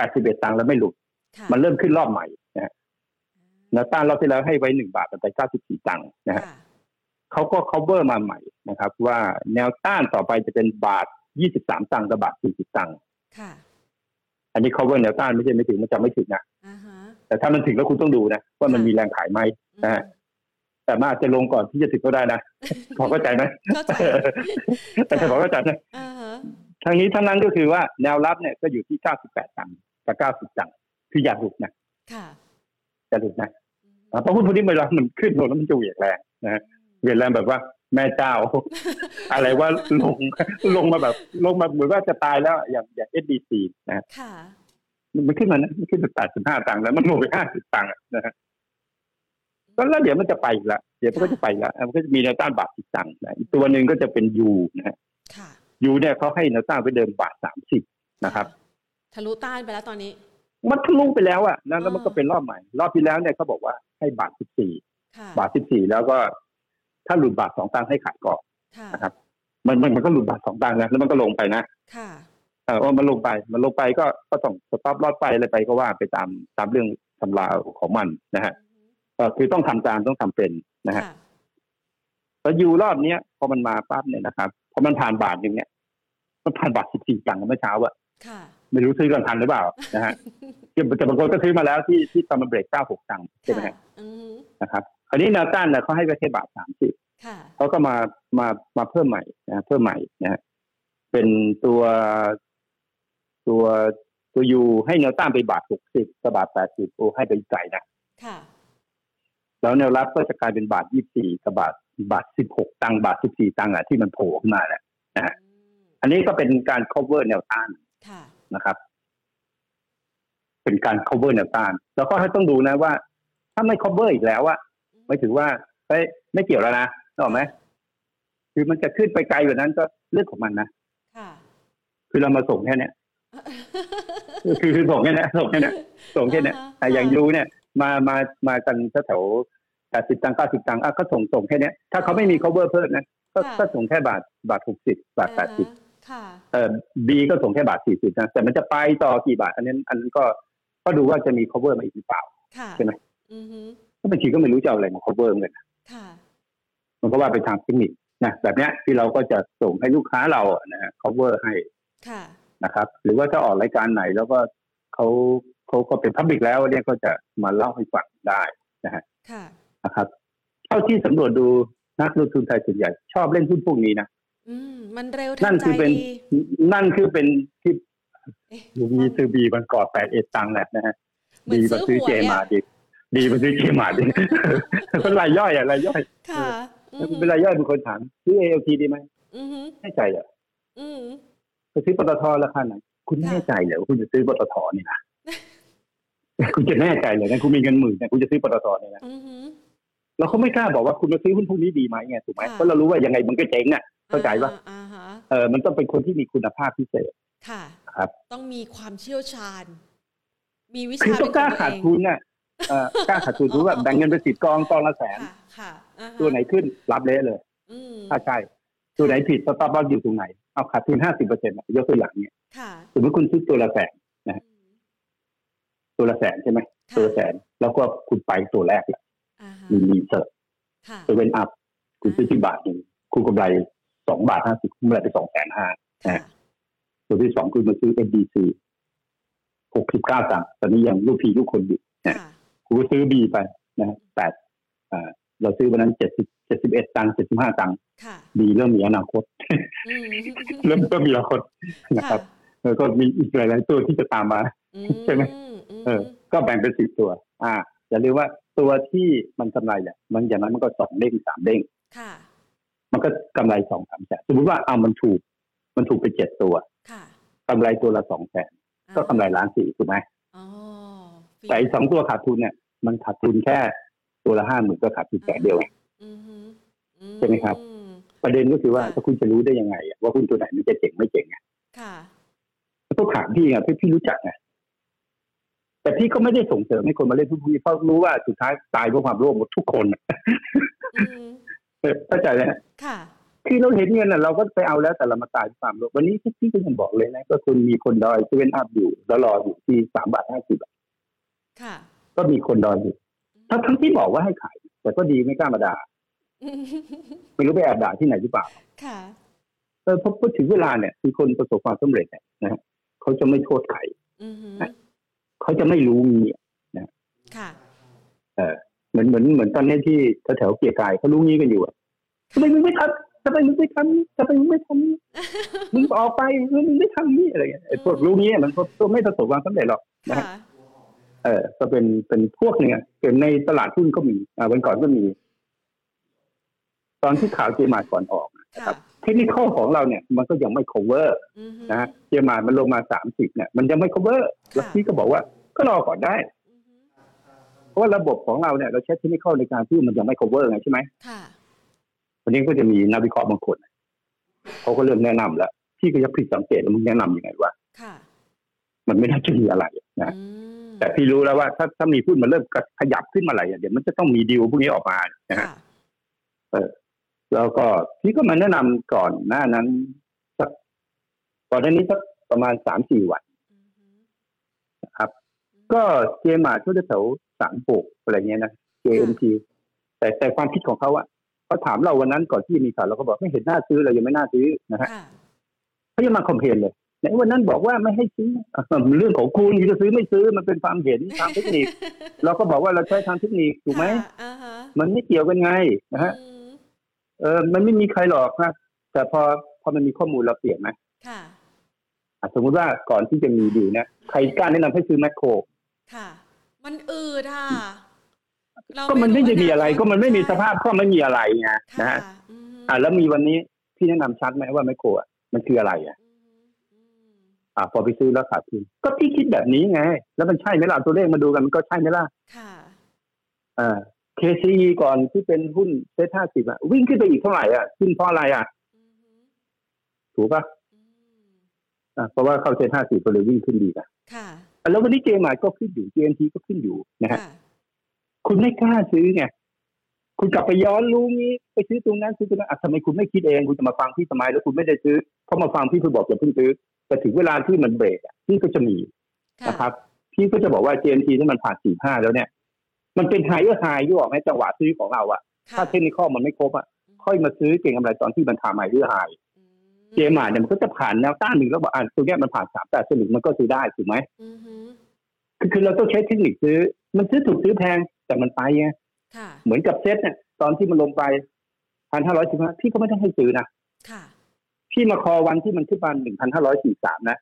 81 ตังค์แล้วไม่หลุด ค่ะ มันเริ่มขึ้นรอบใหม่นะฮะแนวต้านรอบที่แล้วให้ไว้ 1 บาทมันไป 94 ตังค์นะฮะ ค่ะ เขาก็ cover มาใหม่นะครับ ว่าแนวต้านต่อไปจะเป็นบาท 23 ตังค์กับบาท 40 ตังค์ ค่ะ อันนี้ cover แนวต้านไม่ใช่ไม่ถึงมันจะไม่ถึงนะ อ่าฮะ แต่ถ้ามันถึงแล้วคุณต้องดูนะ ว่ามัน ค่ะ มีแรงขายไหม อืม นะฮะ แต่มันอาจจะลงก่อนที่จะถึงก็ได้นะ พอเข้าใจไหม เข้าใจ แต่พอเข้าใจนะ อ่าฮะ ทั้งนี้ทั้งนั้นก็คือว่าแนวรับเนี่ยก็อยู่ที่ 98 ตังค์กับ 90 ตังค์คืออย่าหลุดนะ ค่ะ อย่าหลุดนะ อืม เพราะหุ้นพวกนี้เวลามันขึ้นลงแล้วมันจะเหวี่ยงแรงนะฮะเหวี่ยงแรงแบบว่าแม่เจ้า อะไรว่าลง ลงมาแบบ ลงมาเหมือนว่าจะตายแล้วอย่างอย่าง SDC นะฮะ ค่ะ มันขึ้นมานะมันขึ้นไป85 ตังค์แล้วมันลงไป 50 ตังค์อะนะฮะ ก็แล้วเดี๋ยวมันจะไปอีกละเดี๋ยวมันก็จะไปอีกละมันก็จะมีแนวต้านบาทสิบตังค์นะอีกตัวหนึ่งก็จะเป็นยูนะฮะ ค่ะ ยูเนี่ยเขาให้แนวต้านไปเดิมบาทสามสิบนะครับ ทะลุต้านไปแล้วตอนนี้ มันทะลุไปแล้วอ่ะนะแล้วมันก็ อ่า เป็นรอบใหม่ รอบที่แล้วเนี่ยเขาบอกว่าให้บาทสิบสี่ ค่ะ บาทสิบสี่แล้วก็ถ้าหลุดบาทสองตังค์ให้ขายก่อน ค่ะ นะครับ มันมันมันก็หลุดบาทสองตังค์นะแล้วมันก็ลงไปนะ ค่ะ เออว่ามันลงไปมันลงไปก็ก็ต้องสต็อปรอดไปอะไรไปก็ว่าไปตามตามเรื่องตำราของมันนะฮะก็คือต้องทำตามต้องทำเป็นนะฮะ ค่ะ แล้วยูรอบเนี้ยพอมันมาปั๊บเนี่ยนะครับพอมันผ่านบาทหนึ่งเนี่ยมันผ่านบาทสิบสี่ตังค์เมื่อเช้าอะ ค่ะ ไม่รู้ซื้อกันทันหรือเปล่านะฮะ แต่บางคนก็ซื้อมาแล้วที่ที่ตอนมันเบรกเก้าหกตังค์ใช่ไหม ค่ะ ฮะ อืม นะครับคราวนี้แนวต้านเนี่ยเขาให้ไว้แค่บาทสามสิบ ค่ะ เขาก็มามามาเพิ่มใหม่นะฮะเพิ่มใหม่นะฮะเป็นตัวตัวตัวยูให้แนวต้านไปบาทหกสิบกับบาทแปดสิบโอ้ให้ไปไกลนะ ค่ะ แล้วแนวรับก็จะกลายเป็นบาทยี่สี่กับบาทบาทสิบหกตังค์บาทสิบสี่ตังค์อะที่มันโผล่ขึ้นมาแหละ อืม อันนี้ก็เป็นการ cover แนวต้าน ค่ะ นะครับ เป็นการ cover แนวต้าน แล้วก็ให้ต้องดูนะว่า ถ้าไม่ cover อีกแล้วอะไม่ถือว่าเฮ้ยไม่เกี่ยวแล้วนะถูกออกไหมคือมันจะขึ้นไปไกลกว่านั้นก็เรื่องของมันนะ ค่ะ คือเรามาส่งแค่เนี้ย คือคือส่งแค่เนี้ยส่งแค่เนี้ยส่งแค่เนี้ย อ่าฮะ แต่อย่างยูเนี่ย มามามากันแถวแปดสิบตังค์เก้าสิบตังค์อ่ะก็ส่งส่งแค่เนี้ยถ้าเขาไม่มี cover เพิ่มนะก็ ค่ะ ก็ส่งแค่บาทบาทหกสิบบาทแปดสิบ อ่าฮะค่ะ เอ่อบีก็ส่งแค่บาทสี่สิบนะแต่มันจะไปต่อกี่บาท อันนั้นอันนั้นก็ก็ดูว่าจะมี cover มาอีกหรือเปล่า ค่ะ ใช่ไหม อือฮึ ก็บางทีก็ไม่รู้จะเอาอะไรมา cover เหมือนกัน ค่ะ มันก็ว่าไปทางเทคนิคนะแบบเนี้ยที่เราก็จะส่งให้ลูกค้าเราอะนะฮะ cover ให้ ค่ะ นะครับหรือว่าถ้าออกรายการไหนแล้วก็เขาเขาก็เป็นพับลิกแล้วเนี่ยก็จะมาเล่าให้ฟังได้ ค่ะ นะครับเท่าที่สำรวจดูนักลงทุนไทยส่วนใหญ่ ชอบเล่นหุ้นพวกนี้นะ อืม มันเร็ว นั่ ทัน น ใจ คือเป็น ดี นั่นคือเป็นที่ เอ๊ะ ลุงมีซื้อบีมันก่อแปดเอ็ดตังค์แหละนะฮะ เหมือน ดีกว่าซื้อ ซื้ เจ อหวยอะ มาดิดีกว่าซื้อเจมาดิ คนรายย่อยอะรายย่อย ค่ะอือฮึ เวลาย่อยบางคนถามซื้อเอลทีดีไหม อือฮึ ไม่ใจอ่ะ อือฮึ ไปซื้อปตทราคาไหนคุณ ค่ะ แน่ใจเหรอว่าคุณจะซื้อปตทนี่นะ คุณจะแน่ใจเหรอนะคุณมีเงินหมื่นเนี่ยคุณจะซื้อปตทเนี่ยนะ อือฮึ เราก็ไม่กล้าบอกว่าคุณมาซื้อหุ้นพวกนี้ดีไหมไงถูกไหม ค่ะ เพราะเรารู้ว่ายังไงมันก็เจ๊งอ่ะ เข้าใจปะ อ่อ่าฮะ เออมันต้องเป็นคนที่มีคุณภาพพิเศษ ค่ะ ครับ ต้องมีความเชี่ยวชาญ มีวิชา คือต้องกล้า เป็น ขาด อง ทุนน่ะเออกล้าขาดทุนรู้ว่าแบ่งเงินไปสิบกองกองละแสน ค่ะ ค่ะอ่าฮะ ตัวไหนขึ้นรับเละเลย อืม ถ้าใช่ ตัวไหนผิดสต็อปลอสอยู่ตรงไหนเอาขาดทุนห้าสิบเปอร์เซ็นต์ยกตัวอย่างเนี่ย ค่ะ สมมติคุณซื้อตัวละแสน อืม ตัวละแสนใช่ไหม ค่ะ ตัวละแสนแล้วก็คุณไปตัวแรกแหละ อ่าฮะ มีรีเสิร์ช ค่ะ เซเว่นอัพคุณซื้อที่บาทหนึ่งคุณกำไรสองบาทห้าสิบคุณกำไรไปสองแสนห้า ค่ะ ตัวที่สองคือมาซื้อ SBC หกสิบเก้าตังค์ตอนนี้ยังลูกพีลูกคนอยู่ นะ ค่ะ กูก็ซื้อ B ไปนะฮะแปดอ่าเราซื้อวันนั้นเจ็ดสิบเจ็ดสิบเอ็ดตังค์เจ็ดสิบห้าตังค์ ค่ะ B เริ่มมีอนาคต อืม เริ่มก็มีอนาคตนะค ค่ะ รับ แล้วก็มีอีกหลาย ๆ ตัวที่จะตามมา อื ใช่ไหม เออ ก็แบ่งเป็นสิบตัว อ่า อย่าลืมว่าตัวที่มันกำไรเนี่ยมันอย่างนั้นมันก็สองเด้งสามเด้ง ค่ะ มันก็กำไรสองสามแสนสมมติว่าเอามันถูก มันถูกไปเจ็ดตัว ค่ะ กำไรตัวละสองแสนก็กำไรล้านสี่ถูกไหม อ๋อฟิล แต่อีกสองตัวขาดทุนเนี่ย มันขาดทุนแค่ตัวละห้าหมื่นก็ขาดทุนแสนเดียวไง อือฮึอื ใช่ไหมครับ ประเด็นก็คือว่าถ้าคุณจะรู้ได้ยังไงอะว่าคุณตัวไหนมันจะเจ๋งไม่เจ๋งอะ ค่ะ ต้องถามพี่ไงพี่พี่รู้จักไงแต่พี่ก็ไม่ได้ส่งเสริมให้คนมาเล่นทุกทีเพราะรู้ว่าสุดท้ายตายเพราะความโลภหมดทุกคนอะ อืม เออเข้าใจนะ ค่ะ คือเราเห็นเงินน่ะเราก็ไปเอาแล้วแต่เรามาตายเพราะความโลภวันนี้พี่พี่ก็ยังบอกเลยนะก็คุณมีคนดอยเซเว่นอัพอยู่แล้วรออยู่ที่สามบาทห้าสิบ ค่ะ ก็มีคนดอยอยู่ทั้งทั้งที่บอกว่าให้ขาย แต่ก็ดีไม่กล้ามาด่าไม่รู้ไปแอบด่าที่ไหนหรือเปล่า ค่ะ เออพอพูดถึงเวลาเนี่ยคือคนประสบความสำเร็จเนี่ยนะฮะเขาจะไม่โทษใคร อือฮึ เขาจะไม่รู้งี้ ค่ะ เหมือนเหมือนเหมือนตอนเนี้ยที่แถวๆเกียร์กายเขารู้งี้กันอยู่อะทำไมมึงไม่ทำทำไมมึงไม่ทำทำไมมึงไม่ทำนี่มึงออกไปมึงไม่ทำนี่อะไรเงี้ยไอ้พวกรู้งี้มันก็ไม่ประสบความสำเร็จหรอก นะฮะ ค่ะ เออก็เป็นเป็นพวกเนี่ยเป็นในตลาดหุ้นก็มีอ่าวันก่อนก็มี ตอนที่ข่าวเจมาก่อนออก ค่ะ เทคนิคของเราเนี่ย มันก็ยังไม่ cover อือฮึ นะฮะเยอรมันมันลงมาสามสิบเนี่ยมันยังไม่ cover แล้วพี่ก็บอกว่าก็รอก่อนได้ อือฮึ เพราะว่าระบบของเราเนี่ยเราใช้เทคนิคในการที่มันยังไม่ cover ไงใช่ไหม ค่ะ วันนี้ก็จะมีนักวิเคราะห์บางคนเขาก็เริ่มแนะนำแล้วพี่ก็ยังผิดสังเกตว่ามึงแนะนำยังไงวะ ค่ะ มันไม่น่าจะมีอะไรนะ อืม แต่พี่รู้แล้วว่าถ้าถ้ามีพูดมันเริ่มขยับขึ้นมาอะไรอ่ะเดี๋ยวมันจะต้องมีดีลพวกนี้ออกมานะฮะ ค่ะ แล้วก็พี่ก็มาแนะนำก่อนหน้านั้นสักก่อนหน้านี้สักประมาณสามสี่วัน อือฮึ ก็เจมาช่วงแถวสามหกอะไรเงี้ยนะ JMT แต่แต่ความคิดของเขาอะเขาถามเราวันนั้นก่อนที่มีข่าวเราก็บอกไม่เห็นหน้าซื้อเรายังไม่น่าซื้อนะฮะ ค่ะ เขายังมาคอมเพลนเลย ไหนวันนั้นบอกว่าไม่ให้ซื้อ อ่ะเรื่องของคุณคุณจะซื้อไม่ซื้อมันเป็นความ เห็นทางเทคนิค เราก็บอกว่าเราใช้ทางเทคนิคถูกไหม ค่ะอ่าฮะ มันไม่เกี่ยวกันไงนะฮะ อืม เออมันไม่มีใครหรอกนะแต่พอพอมันมีข้อมูลเราเปลี่ยนไหม ค่ะ อ่ะสมมุติว่าก่อนที่จะมีดีนะใครกล้าแนะนำให้ซื้อแมคโคร ค่ะ มันอืดค่ะเรา ก็มันไม่ได้มีอะไร ว่า ก็มันไม่มีสภาพก็ไม่มีอะไรไงนะ ค่ะ ฮะ อืม อ่ะแล้วมีวันนี้พี่แนะนำชัดไหมว่าไมโครอ่ะมันคืออะไรอ่ะ อืมอืม อ่ะพอไปซื้อแล้วขาดทุนก็พี่คิดแบบนี้ไง แล้วมันใช่ไหมล่ะตัวเลขมาดูกันมันก็ใช่ไหมล่ะ ค่ะ อ่า KCE ก่อนที่เป็นหุ้นเซ็ตห้าสิบอ่ะวิ่งขึ้นไปอีกเท่าไหร่อ่ะขึ้นเพราะอะไรอ่ะ อืม ถูกป่ะ อืม อ่ะเพราะว่าเข้าเซ็ตห้าสิบก็เลยวิ่งขึ้นดีนะ ค่ะ อ่ะแล้ววันนี้เจมาก็ขึ้นอยู่ GNT ก็ขึ้นอยู่นะฮะ ค่ะ คุณไม่กล้าซื้อไงคุณกลับไปย้อนรู้งี้ไปซื้อตรงนั้นซื้อตรงนั้นอ่ะทำไมคุณไม่คิดเองคุณจะมาฟังพี่ทำไมแล้วคุณไม่ได้ซื้อเพราะมาฟังพี่คุณบอกอย่าเพิ่งซื้อแต่ถึงเวลาที่มันเบรกอ่ะพี่ก็จะมี ค่ะ นะครับพี่ก็จะบอกว่า GMT ที่มันผ่านสี่ห้าแล้วเนี่ย มันเป็นไฮเออร์ไฮยู่ออกไหมจังหวะซื้อของเราอะ ค่ะ ถ้าเทคนิคอลมันไม่ครบอะค่อยมาซื้อเก่งกำไรตอนที่มันทำไฮเออร์ไฮ อืม เจมาเนี่ยมันก็จะผ่านแนวต้านหนึ่งแล้วบอกอ่ะตัวเนี้ยมันผ่านสามแต่สรุปมันก็ซื้อได้ถูกไหม อือหือ คือคือเราต้องใช้เทคนิคซื้อ มันซื้อถูกซื้อแพงแต่มันไปไง ค่ะ เหมือนกับเซ็ตเนี่ยตอนที่มันลงไปพันห้าร้อยสิบห้าพี่ก็ไม่ต้องให้ซื้อนะ ค่ะ พี่มาคอวันที่มันขึ้นมาหนึ่งพันห้าร้อยสี่สามนะ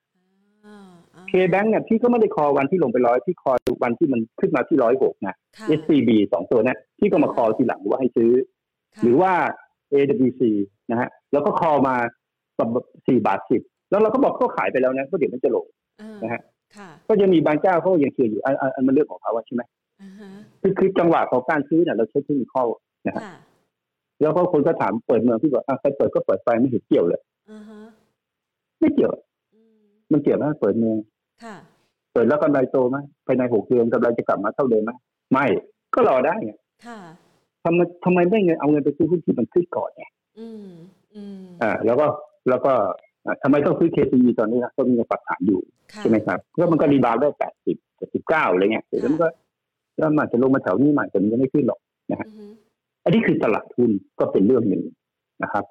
อ่าอ่า เคแบงเนี่ยพี่ก็ไม่ได้คอวันที่ลงไปร้อยพี่คอวันที่มันขึ้นมาที่ร้อยหกนะ ค่ะ SCB สองตัวเนะที่ก็มาคอทีหลังว่าให้ซื้อ ค่ะ หรือว่า AWC นะฮะแล้วก็คอมาสี่บาทสิบแล้วเราก็บอกเขาขายไปแล้วนะก็เดี๋ยวมันจะลง อ่าน นะฮะ ค่ะ ก็ยังมีบางเจ้าเขายังเชื่ออยู่อันอันอันมันเรื่องของเขาอะใช่ไหม อ่าฮะ คือคือจังหวะของการซื้อเนี่ยเราใช้เทคนิคเข้า ค่ะ แล้วก็คนก็ถามเปิดเมืองที่บอกอ่ะใครเปิดก็เปิดไปไม่เห็นเกี่ยวเลย อ่าฮะ ไม่เกี่ยว อืม มันเกี่ยวไหมเปิดเมือง ค่ะ เปิดแล้วกำไรโตไหมภายในหกเดือนกำไรจะกลับมาเท่าเดิมไหมไม่ก็รอได้ไง ค่ะ ทำไมทำไมไม่เงินเอาเงินไปซื้อหุ้นที่มันขึ้นก่อนไง อืมอืม อ่าแล้วก็แล้วก็อ่าทำไมต้องซื้อ KCE ตอนนี้นะก็มีปัญหาอยู่ ค่ะ ใช่ไหมครับก็มันก็รีบาวด์ได้แปดสิบเจ็ดสิบเก้าอะไรเงี้ยแต่มันก็แล้วมันอาจจะลงมาแถวนี้ใหม่แต่มันยังไม่ขึ้นหรอก อือหือ อันนี้คือตลาดหุ้นก็เป็นเรื่องหนึ่งนะครับ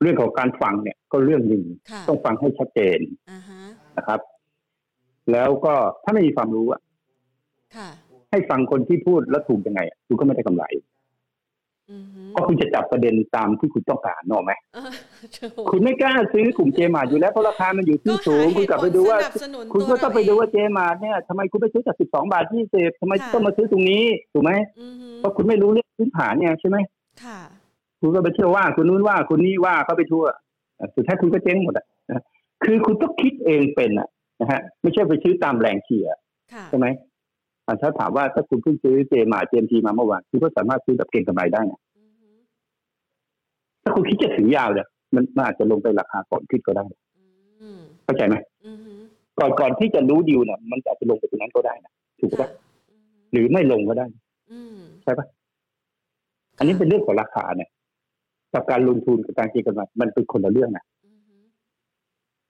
เรื่องของการฟังเนี่ยก็เรื่องหนึ่ง ค่ะ ต้องฟังให้ชัดเจน อ่าฮะ นะครับ แล้วก็ถ้าไม่มีความรู้อะ ค่ะ ให้ฟังคนที่พูดแล้วถูกยังไงอะคุณก็ไม่ได้กำไร อือหือ เพราะคุณจะจับประเด็นตามที่คุณต้องการเนอะไหม เออถูก คุณไม่กล้าซื้อกลุ่มเจมาร์อยู่แล้วเพราะราคามันอยู่ที่สูงคุณกลับไปดูว่า ก็หเหตุผลสนับสนุน คุณก็ต้องไปดูว่า ตัเรเ เจมาร์เนี่ยทำไมคุณไปซื้อจาก 12 บาท 20ทำไม ค่ะ ต้องมาซื้อตรงนี้ ถูกไหม งอือฮึ เพราะคุณไม่รู้เรื่องพื้นฐานเนี่ยใช่ไหม ค่ะ คุณก็ไปเที่ยวว่าคุณนู้นว่าคุณนี่ว่าเขาไปทั่วอ่ะสุดท้ายคุณก็เจ๊งหมดอ่ะนะคือคุณต้องคิดเองเป็นอ่ะนะฮะไม่ใช่ไปซื้อตามแรงเชียร์ ค่ะ ใช่ไหมอ่ะถ้าถามว่าถ้าคุณเพิ่งซื้อเจมาเจมทีมาเมื่อวานคุณก็สามารถซื้อแบบเก่งกำไรได้นะ อือฮึ ถ้าคุณคิดจะถือยาวเนี่ยมันมันอาจจะลงไปราคาก่อนขึ้นก็ได้ อืม เข้าใจไหม อือฮึ ก่อนก่อนที่จะรู้ดีลเนี่ยมันอาจจะลงไปตรงนั้นก็ได้นะถูก ค่ะ ปะหรือไม่ลงก็ได้ อืม ใช่ปะ อันนี้เป็นเรื่องของราคาเนี่ยกับการลงทุนกับการเก็งกำไรมันเป็นคนละเรื่องนะ อือฮึ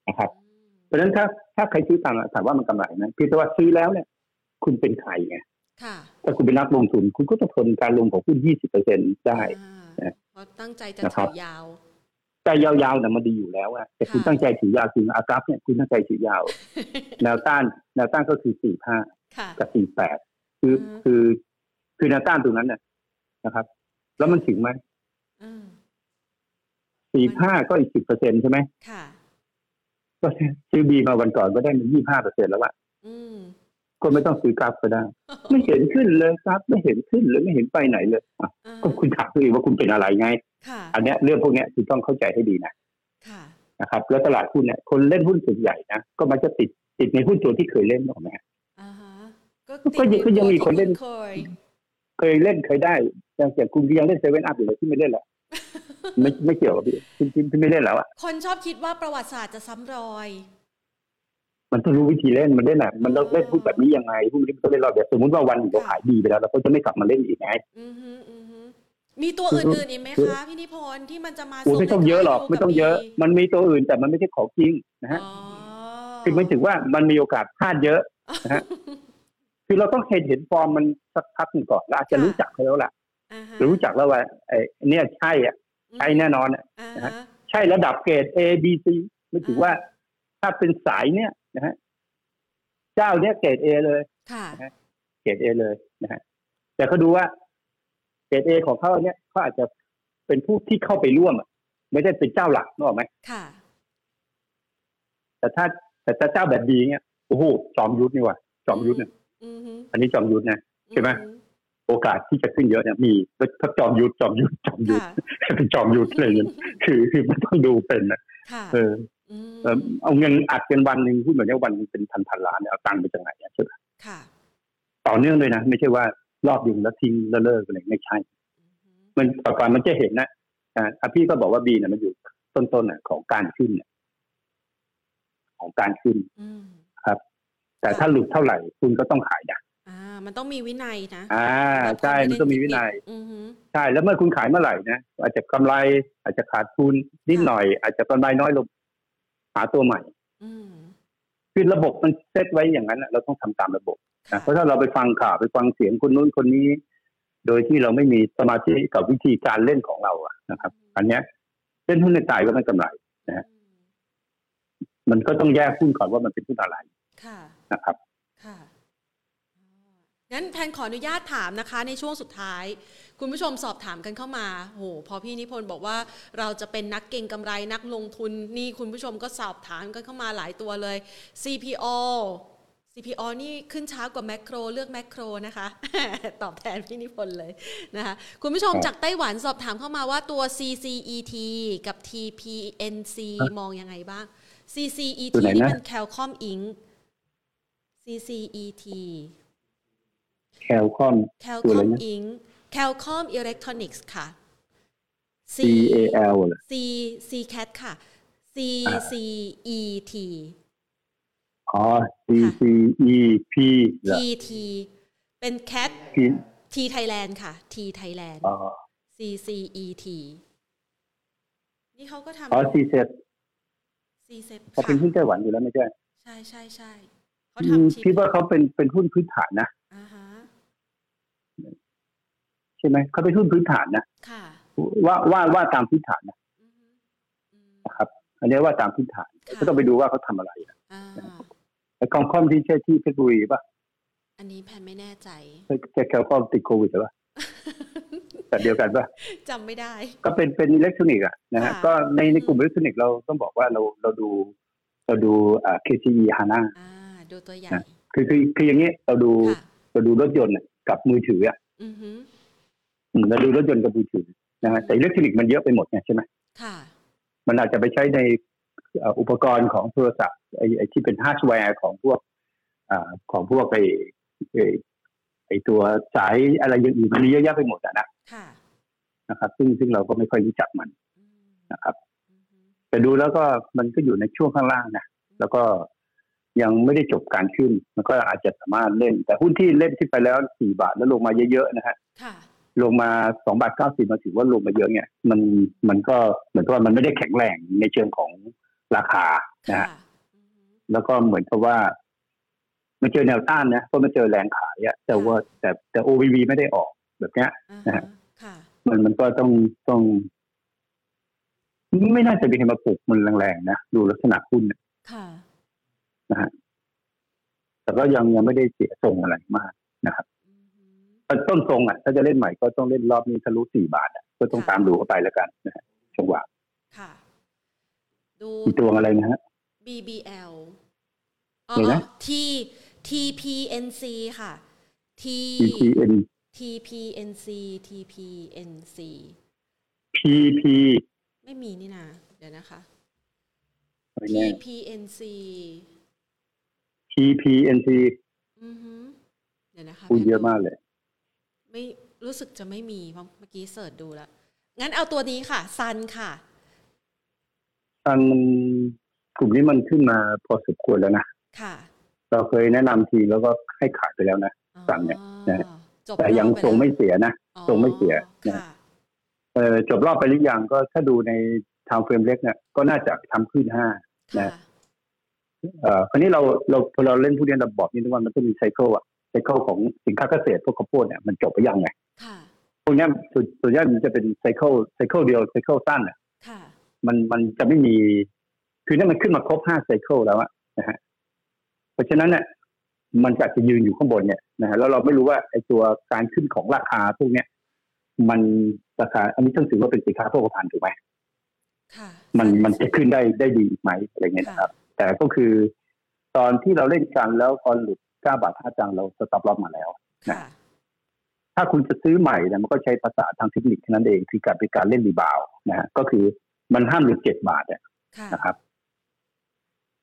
นะครับ เพราะฉะนั้นถ้าถ้าใครซื้อตามถามว่ามันกำไรไหมพี่แต่ว่าซื้อแล้วเนี่ย คุณเป็นใครไง ค่ะ ถ้าคุณเป็นนักลงทุน คุณก็จะทนการลงของหุ้น20%ได้ อ่า นะ เพราะตั้งใจจะ นะครั ถื บ อยาว แต่ยาวๆเนี่ยมันดีอยู่แล้วอะแต่คุณ ค่ะ ตั้งใจถือยาวจริงอากราฟเนี่ยคุณตั้งใจถือยาว แนวต้านแนวต้านก็คือ 45 ค่ะ กับ 48 คือ อือฮึ คือคือแนวต้านตรงนั้นน่ะนะครับ แล้วมันถึงไหม อืม 45 ก็อีก 10%ใช่ไหม ค่ะ ก็ซื้อบีมาวันก่อนก็ได้มัน25%แล้วอะ อืม ก็ไม่ต้องซื้อกราฟก็ได้ ไม่เห็นขึ้นเลยครับ ไม่เห็นขึ้นเลยไม่เห็นไปไหนเลยอ่ะ อ่า ก็คุณถามตัวเองว่าคุณเป็นอะไรไง ค่ะ อันเนี้ยเรื่องพวกเนี้ยคุณต้องเข้าใจให้ดีนะ ค่ะ นะครับ แล้วตลาดหุ้นเนี่ยคนเล่นหุ้นส่วนใหญ่นะก็มันจะติดติดในหุ้นตัวที่เคยเล่นหรอกไหมฮะ อ่าฮะ ก็ยังก็ยังมีคนเล่น เคย เคยเล่นเคยได้อย่างอย่างคุณยังเล่นเซเว่นอัพอยู่เลยที่ไม่เล่นแหละไม่ไม่เกี่ยวกับพี่คุณคุณคุณไม่เล่นแล้วอ่ะ คนชอบคิดว่าประวัติศาสตร์จะซ้ำรอย มันต้องรู้วิธีเล่นมันเล่นอ่ะมันต้องเล่นหุ้นแบบนี้ยังไงหุ้นนี้มันต้องเล่นรอบเดียวสมมติว่าวันหนึ่งเราขายดีไปแล้วเราก็จะไม่กลับมาเล่นอีกไง อือฮึอือฮึมีตัวอื่นๆอีกไหมคะพี่นิพนธ์ที่มันจะมา คุณไม่ต้องเยอะหรอกไม่ต้องเยอะ มันมีตัวอื่นแต่มันไม่ใช่ของจริงนะฮะ อ๋อ คือหมายถึงว่ามันมีโอกาสพลาดเยอะ นะฮ ะ คือเราต้องเห็นเห็นฟอร์มมันสักพักหนึ่งก่อนแล้วอาจจะรู้จักเขาแล้วล่ะ อ่าฮะ รู้จักแล้วว่าไอ้เนี่ยใช่อ่ะ อืม ใช่แน่นอนอะ อ่าฮะ ใช่ระดับเกรด A B C ไม่ถึงว่า ถ้าเป็นสายเนี่ยนะฮะเจ้าเนี้ยเกรดเอเลย ค่ะ เกรดเอเลยนะฮะแต่เขาดูว่าเกรดเอของเขาเนี่ยเขาอาจจะเป็นผู้ที่เข้าไปร่วมอะไม่ได้เป็นเจ้าหลักนึกออกไหม ค่ะ แต่ถ้าแต่ถ้าเจ้าแบบดีเนี่ยโอ้โหจอมยุทธนี่ว่ะจอมยุทธเนี่ย อืมฮึ อันนี้จอมยุทธนะ ใช่ไหม โอกาสที่จะขึ้นเยอะเนี่ยมีถ้าจอมยุทธจอมยุทธจอมยุทธ ค่ะ เป็นจอมยุทธอะไรอย่างเงี้ย คือคือมันต้องดูเป็นนะ ค่ะ เออ ม เออเอาเงินอัดเงินวันหนึ่งพูดแบบนี้วันหนึ่งเป็นพันพันล้านเนี่ยเอาตังค์ไปจากไหนอะใช่ไหม ค่ะ ต่อเนื่องเลยนะ ไม่ใช่ว่ารอบดึงแล้วทิ้งแล้วเลิกอะไรไม่ใช่ อืม มันประกอบมันจะเห็นนะอ่าอ่ะพี่ก็บอกว่าบีเนี่ยมันอยู่ต้นๆน่ะของการขึ้นเนี่ยของการขึ้น อืม แต่ถ้าหลุดเท่าไหร่ คุณก็ต้องขายนะ อ่า มันต้องมีวินัยนะ อ่า แบบ ใช่มันต้องมีวินัย อืมฮึ ใช่ แล้วเมื่อคุณขายเมื่อไหร่นะอาจจะกำไร อาจจะขาดทุนนิดหน่อย อาจจะกำไรน้อยลงหาตัวใหม่ อืม คือระบบมันเซตไว้อย่างนั้นน่ะเราต้องทำตามระบบ ค่ะ นะเพราะถ้าเราไปฟังข่าวไปฟังเสียงคนนู้นคนนี้ โดยที่เราไม่มีสมาธิกับวิธีการเล่นของเราอะนะครับ อันเนี้ยเล่นหุ้นในตายก็ไม่กำไร อืม มันก็ต้องแยกหุ้นก่อนว่ามันเป็นหุ้นอะไร ค่ะ นะครับ ค่ะอ๋องั้นแพนขออนุญาตถามนะคะ ในช่วงสุดท้าย คุณผู้ชมสอบถามกันเข้ามาโหพอพี่นิพนธ์บอกว่าเราจะเป็นนักเก่งกำไรนักลงทุนนี่คุณผู้ชมก็สอบถามกันเข้ามาหลายตัวเลย CPO CPO นี่ขึ้นช้ากว่าแมคโครเลือกแมคโครนะคะ ตอบแทนพี่นิพนธ์เลยนะคะคุณผู้ชม ครับ จากไต้หวันสอบถามเข้ามาว่าตัว CCET กับ TPNC มองยังไงบ้าง CCET ตัวไหนนะ นี่เป็นแคลคอมอิง CCET แคลคอม ตั Calcom วอะไรนะ Inc. Calcom Electronics ค่ะ C C A L เหรอ C C Cat ค่ะ C C E T อ๋อ C C E P T เหรอ T เป็น Cat P T Thailand ค่ะ T Thailand อ๋อ C C E T นี่เขาก็ทำ อ๋อ C Z C C เขาเป็นหุ้นไต้หวันอยู่แล้วไม่ใช่ ใช่ใช่ใช่เขา อืม ทำชิป พี่ว่าเขาเป็นเป็นหุ้นพื้นฐานนะ อ่าฮะ ใช่ไหมเขาเป็นหุ้นพื้นฐานนะ ค่ะ ว่าว่าว่าตามพื้นฐานนะ อือฮึอืม อันนี้ว่าตามพื้นฐานก็ต้องไปดูว่าเขาทำอะไรนะ อ่า ไอ้กองคอมที่ใช่ที่เพชรบุรีป่ะ อันนี้แพนไม่แน่ใจ แกแกก็ติดโควิดหรือป่ะแต่เดียวกันป่ะ จำไม่ได้ ก็เป็นเป็นอิเล็กทรอนิกส์อะนะฮะ ค่ะ ก็ในในกลุ่มอิเล็กทรอนิกส์เราต้องบอกว่าเราเราดู เราดูอ่า KCE HANA อ่า ดูตัวใหญ่ คือคือคืออย่างเงี้ยเราดู ค่ะ เราดูรถยนต์อะกับมือถืออะ อือฮึ อืมเราดูรถยนต์กับมือถือนะฮะแต่อิเล็กทรอนิกส์มันเยอะไปหมดไงใช่ไหม ค่ะ มันอาจจะไปใช้ในเอ่ออุปกรณ์ของโทรศัพท์ไอ้ไอ้ที่เป็นฮาร์ดแวร์ของพวกอาของพวกไอ้ไอ้ไอ้ตัวสายอะไรอย่างอื่นมันมีเยอะแยะไปหมดอะนะ ค่ะ นะครับ ซึ่งซึ่งเราก็ไม่ค่อยรู้จักมัน อืม นะครับ อือฮึ แต่ดูแล้วก็มันก็อยู่ในช่วงข้างล่างนะแล้วก็ยังไม่ได้จบการขึ้น มันก็อาจจะสามารถเล่น แต่หุ้นที่เล่นขึ้นไปแล้วสี่บาทแล้วลงมาเยอะๆนะฮะ ค่ะ ลงมาสองบาทเก้าสิบมาถือว่าลงมาเยอะเนี่ยมันมันก็เหมือนกับว่ามันไม่ได้แข็งแรงในเชิงของราคานะ ค่ะ ฮะ แล้วก็เหมือนกับว่า มันเจอแนวต้านนะเพราะมันเจอแรงขายอะแต่ว่าแต่แต่ OVV ไม่ได้ออกแบบเนี้ย อ่า นะ ฮะ ฮะ ค่ะ มันมันก็ต้องต้อง ไม่น่าจะมีใครมาปลุกมันแรงๆนะดูลักษณะหุ้นน่ะ ค่ะ แต่ก็ยังยังไม่ได้เสียทรงอะไรมาก อือฮึ ต้นทรงอ่ะถ้าจะเล่นใหม่ก็ต้องเล่นรอบนี้ทะลุสี่บาทอะก็ต้องตามดูเข้าไปแล้วกันนะฮะจังหวะ ค่ะ ดู อีกตัวอะไรนะฮะ BBL เดี๋ยวนะ T TPNC ค่ะ T PPN TPNC TPNC PP ไม่มีนี่นะเดี๋ยวนะคะ อะไรเนี่ย TPNC PPNC อือฮึเดี๋ยวนะคะ พูดเยอะ แพนดู มากเลย ไม่รู้สึกจะไม่มีเพราะเมื่อกี้เสิร์ชดูแล้ว งั้นเอาตัวนี้ค่ะ ซันค่ะ ทางมันกลุ่มนี้มันขึ้นมาพอสมควรแล้วนะ ค่ะ เราเคยแนะนำทีมแล้วก็ให้ขายไปแล้วนะ อ๋อ ซันเนี่ยนะฮะ จบ แต่ยัง รอบป ทรงไม่เสียนะ อ๋อ ทรงไม่เสียนะ ค่ะ เออจบรอบไปหรือยังก็ถ้าดูในทางเฟรมเล็กเนี่ยก็น่าจะทำขึ้นห้า ค่ะ นะ เอ่อคราวนี้เราเราพอเราเล่นผู้เรียนระบอกนี่นึกว่ามันต้องมีไซเคิลอะไซเคิลของสินค้าเกษตรพวกข้าวโพดเนี่ยมันจบไปยังไง ค่ะ พวกเนี้ยส่วนส่วนใหญ่มันจะเป็นไซเคิลไซเคิลเดียวไซเคิลสั้นอะ ค่ะ มันมันจะไม่มี คือนั่นมันขึ้นมาครบห้าไซเคิลแล้วอะนะฮะเพราะฉะนั้นเนี่ยมันจะจะยืนอยู่ข้างบนเนี่ยนะฮะแล้วเราไม่รู้ว่าไอ้ตัวการขึ้นของราคาพวกเนี้ยมันราคาอันนี้ต้องถือว่าเป็นสินค้าโภคภัณฑ์ถูกไหม ค่ะ มันมันจะขึ้นได้ได้ดีอีกไหมอะไรเงี้ยนะครับ แต่ก็คือตอนที่เราเล่นกันแล้วตอนหลุด9บาท5จังเราสต็อปลอสมาแล้ว ค่ะ ถ้าคุณจะซื้อใหม่เนะมันก็ใช้ภาษาทางเทคนิคเท่านั้นเองคือการเป็นการเล่นรีบาวด์นะฮะก็คือมันห้ามหลุดเจ็ดบาทอะ ค่ะ นะครับ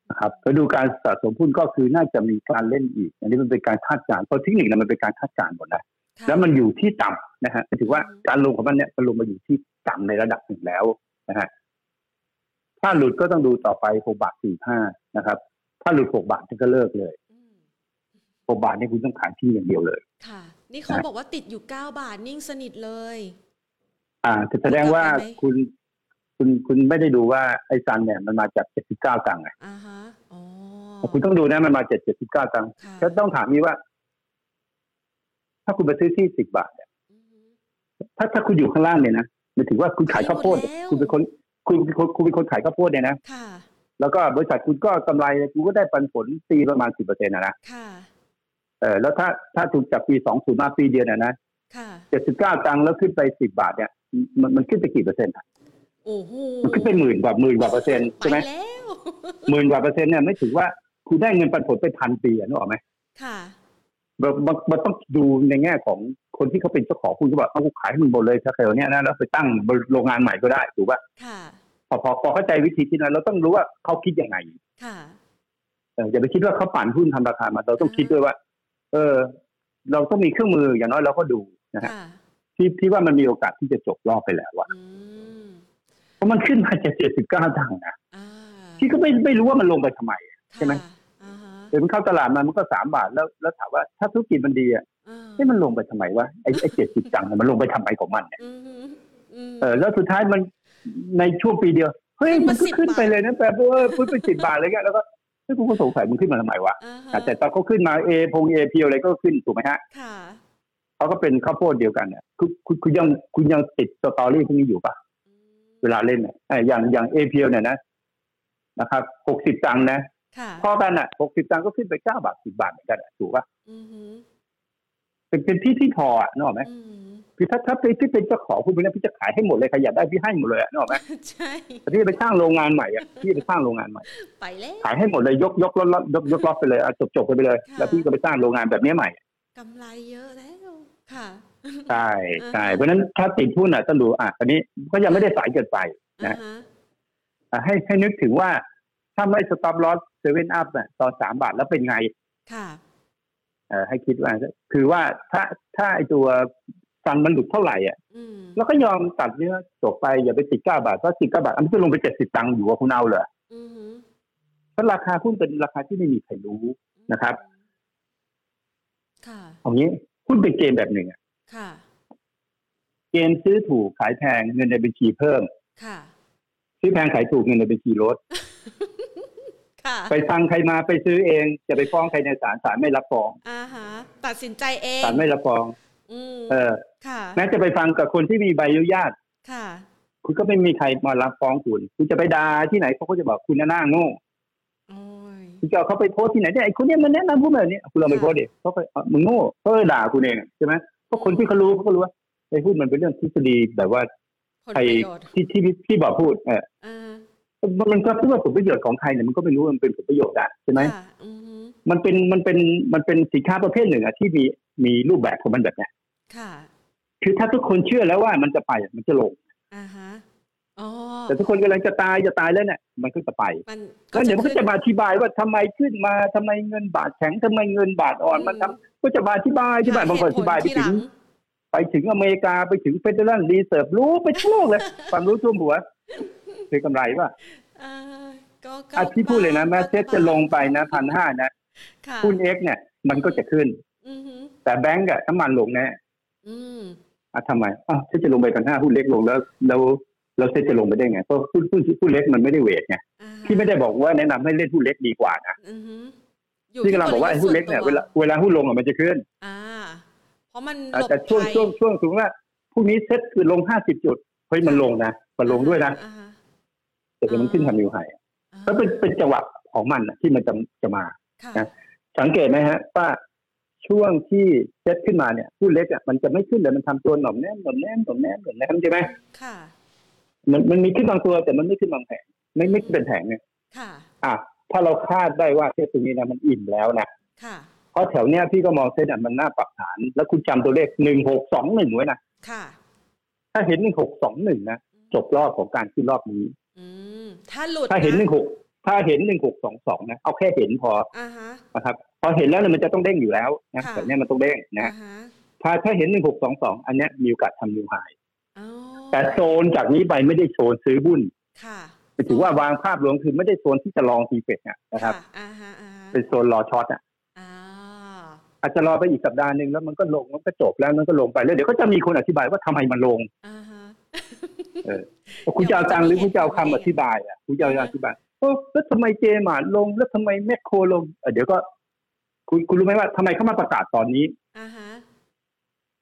นะครับแล้วดูการสะสมหุ้นก็คือน่าจะมีการเล่นอีก อันนี้มันเป็นการคาดการณ์เพราะเทคนิคนะมันเป็นการคาดการณ์หมดนะ ค่ะ แล้วมันอยู่ที่ต่ำนะฮะถือว่า อืม การลงของมันเนี่ยมันลงมาอยู่ที่ต่ำในระดับหนึ่งแล้วนะฮะถ้าหลุดก็ต้องดูต่อไปหกบาทสี่ห้านะครับ ถ้าหลุดหกบาทนี่ก็เลิกเลย อืม หกบาทนี่คุณต้องขายที่อย่างเดียวเลย ค่ะ นี่เขาบอกว่าติดอยู่ 9 บาทนิ่งสนิทเลย อ่าแต่แสดงว่า ได้ไหม คุณคุณคุณไม่ได้ดูว่าไอ้ซันเนี่ยมันมาจาก 79 ตังค์ไง อ่าฮะอ๋อ คุณต้องดูนะมันมาจาก79 ตังค์ ค่ะ ก็ต้องถามนี่ว่า ถ้าคุณไปซื้อที่ 10 บาทเนี่ย อือฮึ ถ้าถ้าคุณอยู่ข้างล่างเนี่ยนะมันถือว่าคุณขายข้าวโพด ขายหมดแล้ว คุณเป็นคนคุณคุณคุณคุณเป็นคนขายข้าวโพดเนี่ยนะ ค่ะ แล้วก็บริษัทคุณก็กำไรคุณก็ได้ปันผลปีประมาณ 10%นะนะ ค่ะ เออแล้วถ้าถ้าถูกจากปี20มาปีเดียวเนะนะ ค่ะ 79 ตังค์แล้วขึ้นไป 10 บาทเนี่ยมันมันขึ้นไปกี่เปอร์เซ็นต์อะ โอ้โห มันขึ้นไปหมื่นกว่าหมื่นกว่าเปอร์เซ็นต์ใช่ไหม ปแล้ว หมื่นกว่าเปอร์เซ็นต์เนี่ยไม่ถือว่าคุณได้เงินปันผลไปพันปีอะนึกออกไหม ค่ะ มันมันมันต้องดูในแง่ของคนที่เขาเป็นเจ้าของคุณก็บอกเอากูขายให้มึงหมดเลยถ้าเกิดเนี้ยนะแล้วไปตั้งโรงงานใหม่ก็ได้ถูกป่ะ ค่ะ พอพอพอเข้าใจวิธีคิดนะเราต้องรู้ว่าเขาคิดยังไง ค่ะ เอออย่าไปคิดว่าเขาปั่นหุ้นทำราคามาเราต้องคิดด้วยว่า เออ เราต้องมีเครื่องมืออย่างน้อยเราก็ดูนะฮะ ค่ะ ที่ที่ว่ามันมีโอกาสที่จะจบรอบไปแล้วอะ อืม เพราะมันขึ้นมาจากเจ็ดสิบเก้าตังค์นะ อ่า ที่ก็ไม่ไม่รู้ว่ามันลงไปทำไม ค่ะอ่าฮะ เดี๋ยวมันเข้าตลาดมามันก็สามบาทแล้วแล้วถามว่าถ้าธุรกิจมันดีอะ อ่า นี่มันลงไปทำไมวะไอ้ไอ้เจ็ดสิบตังค์เนี่ยมันลงไปทำไมของมันเนี่ย อืมฮึอืม เออแล้วสุดท้ายมันในช่วงปีเดียวเฮ้ยมันก็ มัน10 ขึ้นไปเลยนะแปลว่าเออขึ้นไปสิบบาทอะไรเงี้ยแล้วก็เฮ้ยกูก็สงสัยมันขึ้นมาทำไมวะ อ่าฮะ อ่ะแต่ตอนเขาขึ้นมาเอพงเอพีอะไรก็ขึ้นถูกไหมฮะ ค่ะ เขาก็เป็นข้าวโพดเดียวกันเนี่ยคุณคุณคุณยังคุณยังติดสตอรี่พวกนี้อยู่ปะเวลาเล่นเนี่ยเอ่ออย่างอย่างเอพีเนี่ยนะนะครับหกสิบตังค์นะ ค่ะ พอกันอ่ะหกสิบตังค์ก็ขึ้นไปเก้าบาทสิบบาทเหมือนกันอะถูกปะ อืมฮึ เป็นเป็นที่ที่พออ่ะนึกออกไหม อืม คือถ้าถ้าพี่พี่เป็นเจ้าของคุณไปแล้วพี่จะขายให้หมดเลยใครอยากได้พี่ให้หมดเลยอะนึกออกไหม ใช่ แต่พี่จะไปสร้างโรงงานใหม่อะพี่จะไปสร้างโรงงานใหม่ ไปแล้ว ขายให้หมดเลยยกยกล็อตล็อตยกยกล็อตไปเลยจบจบๆกันไปเลย ค่ะ แล้วพี่ก็ไปสร้างโรงงานแบบนี้ใหม่ กำไรเยอะแล้ว ค่ะ ใช่ใช่ อ่าฮะ เพราะฉะนั้นถ้าติดหุ้นอ่ะต้องดูอ่ะอันนี้ก็ยังไม่ได้สายเกินไป อ่าฮะ อ่ะให้ให้นึกถึงว่าถ้าไม่สต็อปลอสเซเว่นอัพน่ะตอนสามบาทแล้วเป็นไง ค่ะ เอ่อให้คิดว่าคือว่าถ้าถ้าไอตัวฟันมันหลุดเท่าไหร่อ่ะ อืม แล้วก็ยอมตัดเนื้อจบไปอย่าไปติดเก้าบาทเพราะติดเก้าบาทอันนี้จะลงไปเจ็ดสิบตังค์อยู่ว่าคุณเอาเหรอ อืมฮึ เพราะราคาหุ้นเป็นราคาที่ไม่มีใครรู้ นะครับ ค่ะ เอางี้หุ้นเป็นเกมแบบหนึ่งอะ ค่ะ เกมซื้อถูกขายแพงเงินในบัญชีเพิ่ม ค่ะ ซื้อแพงขายถูกเงินในบัญชีลด ค่ะ ไปฟังใครมาไปซื้อเอง จะไปฟ้องใครในศาลศาลไม่รับฟ้อง อ่าฮะ ตัดสินใจเอง ศาลไม่รับฟ้อง อืม เออ ค่ะ แม้จะไปฟังกับคนที่มีใบอนุญาต ค่ะ คุณก็ไม่มีใครมารับฟ้องคุณคุณจะไปด่าที่ไหนเขาก็จะบอกคุณน่ะหน้าโง่ โอ้ย คุณจะเอาเขาไปโพสต์ที่ไหนเนี่ยไอ้คนเนี้ยมันแนะนำพูดแบบนี้คุณลองไปโพสต์ดิเขาก็เอ้ามึงโง่เขาก็ด่าคุณเองอะใช่ไหมเพราะคนที่เขารู้เขาก็รู้ว่าไอ้พูดมันเป็นเรื่องทฤษฎีแบบว่า ผล ใคร ประโยชน์ ที่ที่ที่บอกพูดเออ อ่า มันมันก็พูดว่าผลประโยชน์ของใครเนี่ยมันก็ไม่รู้ว่ามันเป็นผลประโยชน์อะใช่ไหม ค่ะอืมฮึ มันเป็นมันเป็นมันเป็นสินค้าประเภทหนึ่งอะที่มีมีรูปแบบของมันแบบเนี้ย ค่ะ คือถ้าทุกคนเชื่อแล้วว่ามันจะไปอะมันจะลง อ่าฮะ อ๋อ แต่ทุกคนกำลังจะตายจะตายแล้วเนี่ยมันก็จะไป มัน แล้วเดี๋ยวมันก็ ขึ้ จะมาอธิบายว่าทำไมขึ้นมาทำไมเงินบาทแข็งทำไมเงินบาทอ่อนมันทำก็จะมาอธิบายอธิบายบางคนอธิบายไป ที่ห ถึ ลั ง ง ไปถึงอเมริกาไปถึงเฟดเดอรัลรีเซิร์ฟรู้ไปทั่วโลกเลย ความรู้ท่วมหัวคือกำไรป่ะ อ่าก็ก็ อ่ะที่พูดเลยนะแม้เซ็ตจะลงไปนะพันห้านะ ค่ะ หุ้น X เนี่ยมันก็จะขึ้น อือฮึ แต่แบงก์อะน้ำมันลงแน่ อืม อ่ะทำไมอ้าวเซ็ตจะลงไปกันห้าหุ้นเล็กลงแล้วแล้วแล้วเซ็ตจะลงไปได้ไงเพราะหุ้นหุ้นหุ้นเล็กมันไม่ได้เวทไง อ่า ที่ไม่ได้บอกว่าแนะนำให้เล่นหุ้นเล็กดีกว่านะ อือฮึ ที่กำลังบอกว่าไอ้หุ้นเล็กเนี่ย ส่ เว ตั ลาเวลาหุ้นลงอะมันจะขึ้น อ่า เพราะมัน อ่ะ หลบ แต่ช่วง ภัย ช่วงช่วงถึงว่าพรุ่งนี้เซ็ตคือลงห้าสิบจุดเฮ้ยมันลงนะมันลงด้วยนะ อ่าฮะ แต่เดี๋ยวมันขึ้นทำนิวไฮ แล้วเป็นเป็นจังหวะของมันน่ะที่มันจะจะมา ค่ะ นะ สังเกตไหมฮะ ว่าช่วงที่เซ็ตขึ้นมาเนี่ยผู้เล็กอ่ะมันจะไม่ขึ้นเลยมันทำตัวหน่อมแนมหน่อมแนมหน่อมแนมหน่อมแนมใช่ไหม ค่ะ มันมันมีขึ้นบางตัวแต่มันไม่ขึ้นบางแผงไม่ไม่เป็นแผงเนี่ย ค่ะ อ่ะถ้าเราคาดได้ว่าเซ็ตตรงนี้นะมันอิ่มแล้วนะ ค่ะ เพราะแถวเนี้ยพี่ก็มองเซ็ตอ่ะมันหน้าปรับฐาน แล้วคุณจำตัวเลขหนึ่งหกสองหนึ่งไว้นะ ค่ะ ถ้าเห็นหนึ่งหกสองหนึ่งนะจบรอบของการขึ้นรอบนี้ อืมถ้าหลุด ถ้าเห็นะ หนึ่งหกถ้าเห็นหนึ่งหกสองสองนะเอาแค่เห็นพอ อ่าฮะ นะครับพอเห็นแล้วเนี่ยมันจะต้องเด้งอยู่แล้วนะ ค่ะ แบบเนี้ยมันต้องเด้งนะ อ่า ฮะ ฮะ ถ้าถ้าเห็นหนึ่งหกสองสองอันเนี้ยมีโอกาสทำนิวไฮ อ๋อ แต่โซนจากนี้ไปไม่ได้โซนซื้อหุ้น ค่ะ ถือว่าวางภาพรวมคือไม่ได้โซนที่จะลองทีเป็ดเนี่ยนะครับ ะอ่าฮะอ่าฮะ เป็นโซนรอช็อตอ่ะ อ่า อาจจะรอไปอีกสัปดาห์หนึ่งแล้วมันก็ลงมันก็จบแล้วมันก็ลงไปแล้วเดี๋ยวก็จะมีคนอธิบายว่าทำไมมันลง อ่าฮะ คุณจะเอาตังค์หรือคุณจะเอาคำอธิบายอ่ะคุณจะเอา อ่าฮะ อธิบายโอ้แล้วทำไมเจมาร์ลงแล้วทำไมแมคโครลงเออเดี๋ยวก็ คุณคุณรู้ไหมว่าทำไมเขามาประกาศตอนนี้ อ่าฮะ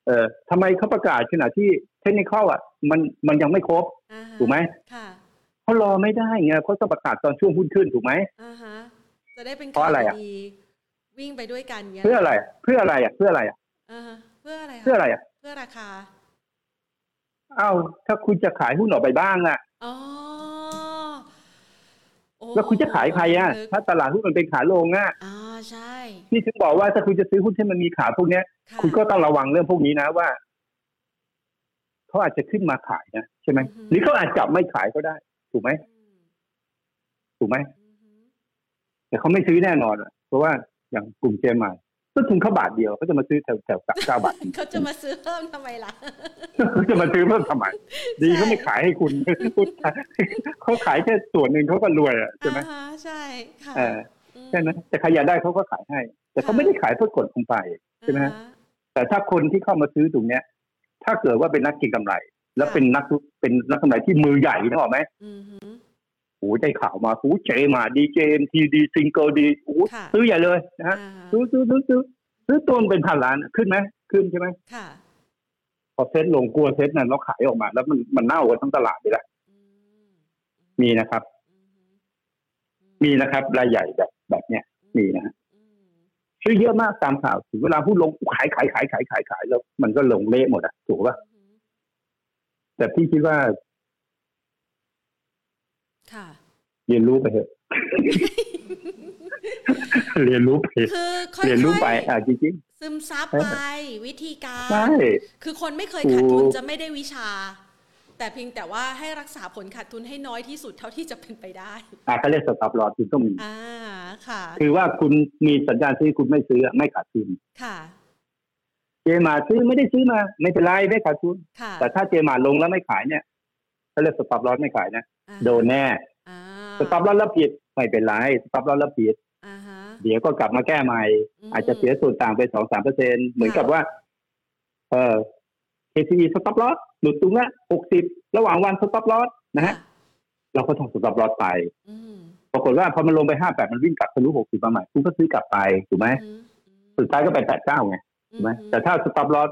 เออทำไมเขาประกาศขณะที่เทคนิคอ่ะมันมันยังไม่ครบ อ่าฮะ ถูกไหม ค่ะ เขารอไม่ได้ไงเขาจะประกาศตอนช่วงหุ้นขึ้นถูกไหม อ่าฮะจะได้เป็น เพราะอะไร ข่ว อะ ดีวิ่งไปด้วยกันเงี้ย เพื่ออะไร เพื่ออะไรอ่ะเพื่ออะไรอ่ะ อ่าฮะเพื่ออะไรค เพื่ออะไรอ่ะ เพื่อราคา อ้าวถ้าคุณจะขายหุ้นออกไปบ้างอ่ะ อ๋อโอ้ แล้วคุณจะขายใครอ่ะ ลึก ถ้าตลาดหุ้นมันเป็นขาลงอ่ะ อ่าใช่ พี่ถึงบอกว่าถ้าคุณจะซื้อหุ้นที่มันมีขาพวกเนี้ย ะ คุณก็ต้องระวังเรื่องพวกนี้นะว่าเขาอาจจะขึ้นมาขายนะใช่ไหมหรือเขาอาจจะไม่ขายก็ได้ ถูกไหม อืม ถูกไหม อืมฮึ แต่เขาไม่ซื้อแน่นอนอะเพราะว่าอย่างกลุ่มเจมายต้นทุนเขาบาทเดียวเขาจะมาซื้อแถวแถวๆเก้าบาท เขาจะมาซื้อเพิ่มทำไมล่ะ จะมา ซื้อเพิ่มทำไม ดีเขาไม่ขายให้คุณ เขาขายแค่ส่วนหนึ่งเขาก็รวยอ่ะใช่ไหม อ่าฮะใช่ค่ะ เออ อืม ใช่ไหมแต่ใครอยากได้เขาก็ขายให้ แต่เขาไม่ได้ขายเพื่อกดลงไป ใช่ไหม อ่าฮะ แต่ถ้าคนที่เข้ามาซื้อตรงเนี้ย ถ้าเกิดว่าเป็นนักเกินกำไร แล้ว ค่ะ เป็นนักธุเป็นนักกำไรที่มือใหญ่นึกออกไหม อืมฮึ โอ้โหได้ข่าวมาโอ้โหเจมาดีเจมทีดีซิงเกิลดีโอ้โห ค่ะ ซื้อใหญ่เลยนะฮะ อ่าฮะ ซื้อซื้อซื้อซื้อซื้อตัวมันเป็นพันล้านขึ้นไหมขึ้นใช่ไหม ค่ะ พอเซ็ตลงกลัวเซ็ตนั้นเราขายออกมา แล้วมันมันเน่ากันทั้งตลาดไปแล้ว อืม มีนะครับ อืมฮึ มีนะครับรายใหญ่แบบแบบเนี้ย มีนะฮะ อืม ซื้อเยอะมากตามข่าวถึงเวลาหุ้นลงขายขายขายขายขายขายแล้วมันก็ลงเละหมดอ่ะถูกป่ะ อืม แต่พี่คิดว่า ค่ะ เรียนรู้ไปเถอะ เรียนรู้ไป คือค่ เรียนรู้ไป อย อ่ะจริง ๆซึมซับไปวิธีกา ๆใช่ ร คือคนไม่เคยขาดทุนจะไม่ได้วิชา แต่เพียงแต่ว่าให้รักษาผลขาดทุนให้น้อยที่สุดเท่าที่จะเป็นไปได้ อ่ะก็เรียกสต็อปลอสคุณต้องมี อ่าค่ะ คือว่าคุณมีสัญญาณซื้อคุณไม่ซื้ออ่ะไม่ขาดทุน ค่ะ เจมาซื้อไม่ได้ซื้อมา ไม่เป็นไรไม่ขาดทุน ค่ะ แต่ถ้าเจมาลงแล้วไม่ขายเนี่ยก็เรียกสต็อปลอสไม่ขายนะ อ่า โดนแน่ อ่า สต็อปลอสแล้วผิดไม่เป็นไรสต็อปลอสแล้วผิด อ่าฮะ เดี๋ยวก็กลับมาแก้ใหม่ ม อาจจะเสียส่วนต่างไปสองสามเปอร์เซ็นเหมือนกับว่า เออ KCE สต็อปลอสหลุดตรงละหกสิบระหว่างวันสต็อปลอสนะฮะ เราก็ทำสต็อปลอสไป อืม ปรากฏว่าพอมันลงไปห้าแปดมันวิ่งกลับทะลุหกสิบมาใหม่คุณก็ซื้อกลับไป ถูกไหม อืม สุดท้ายก็ไปแปดเก้าไง อื ถูกไหมแต่ถ้าสต็อปลอส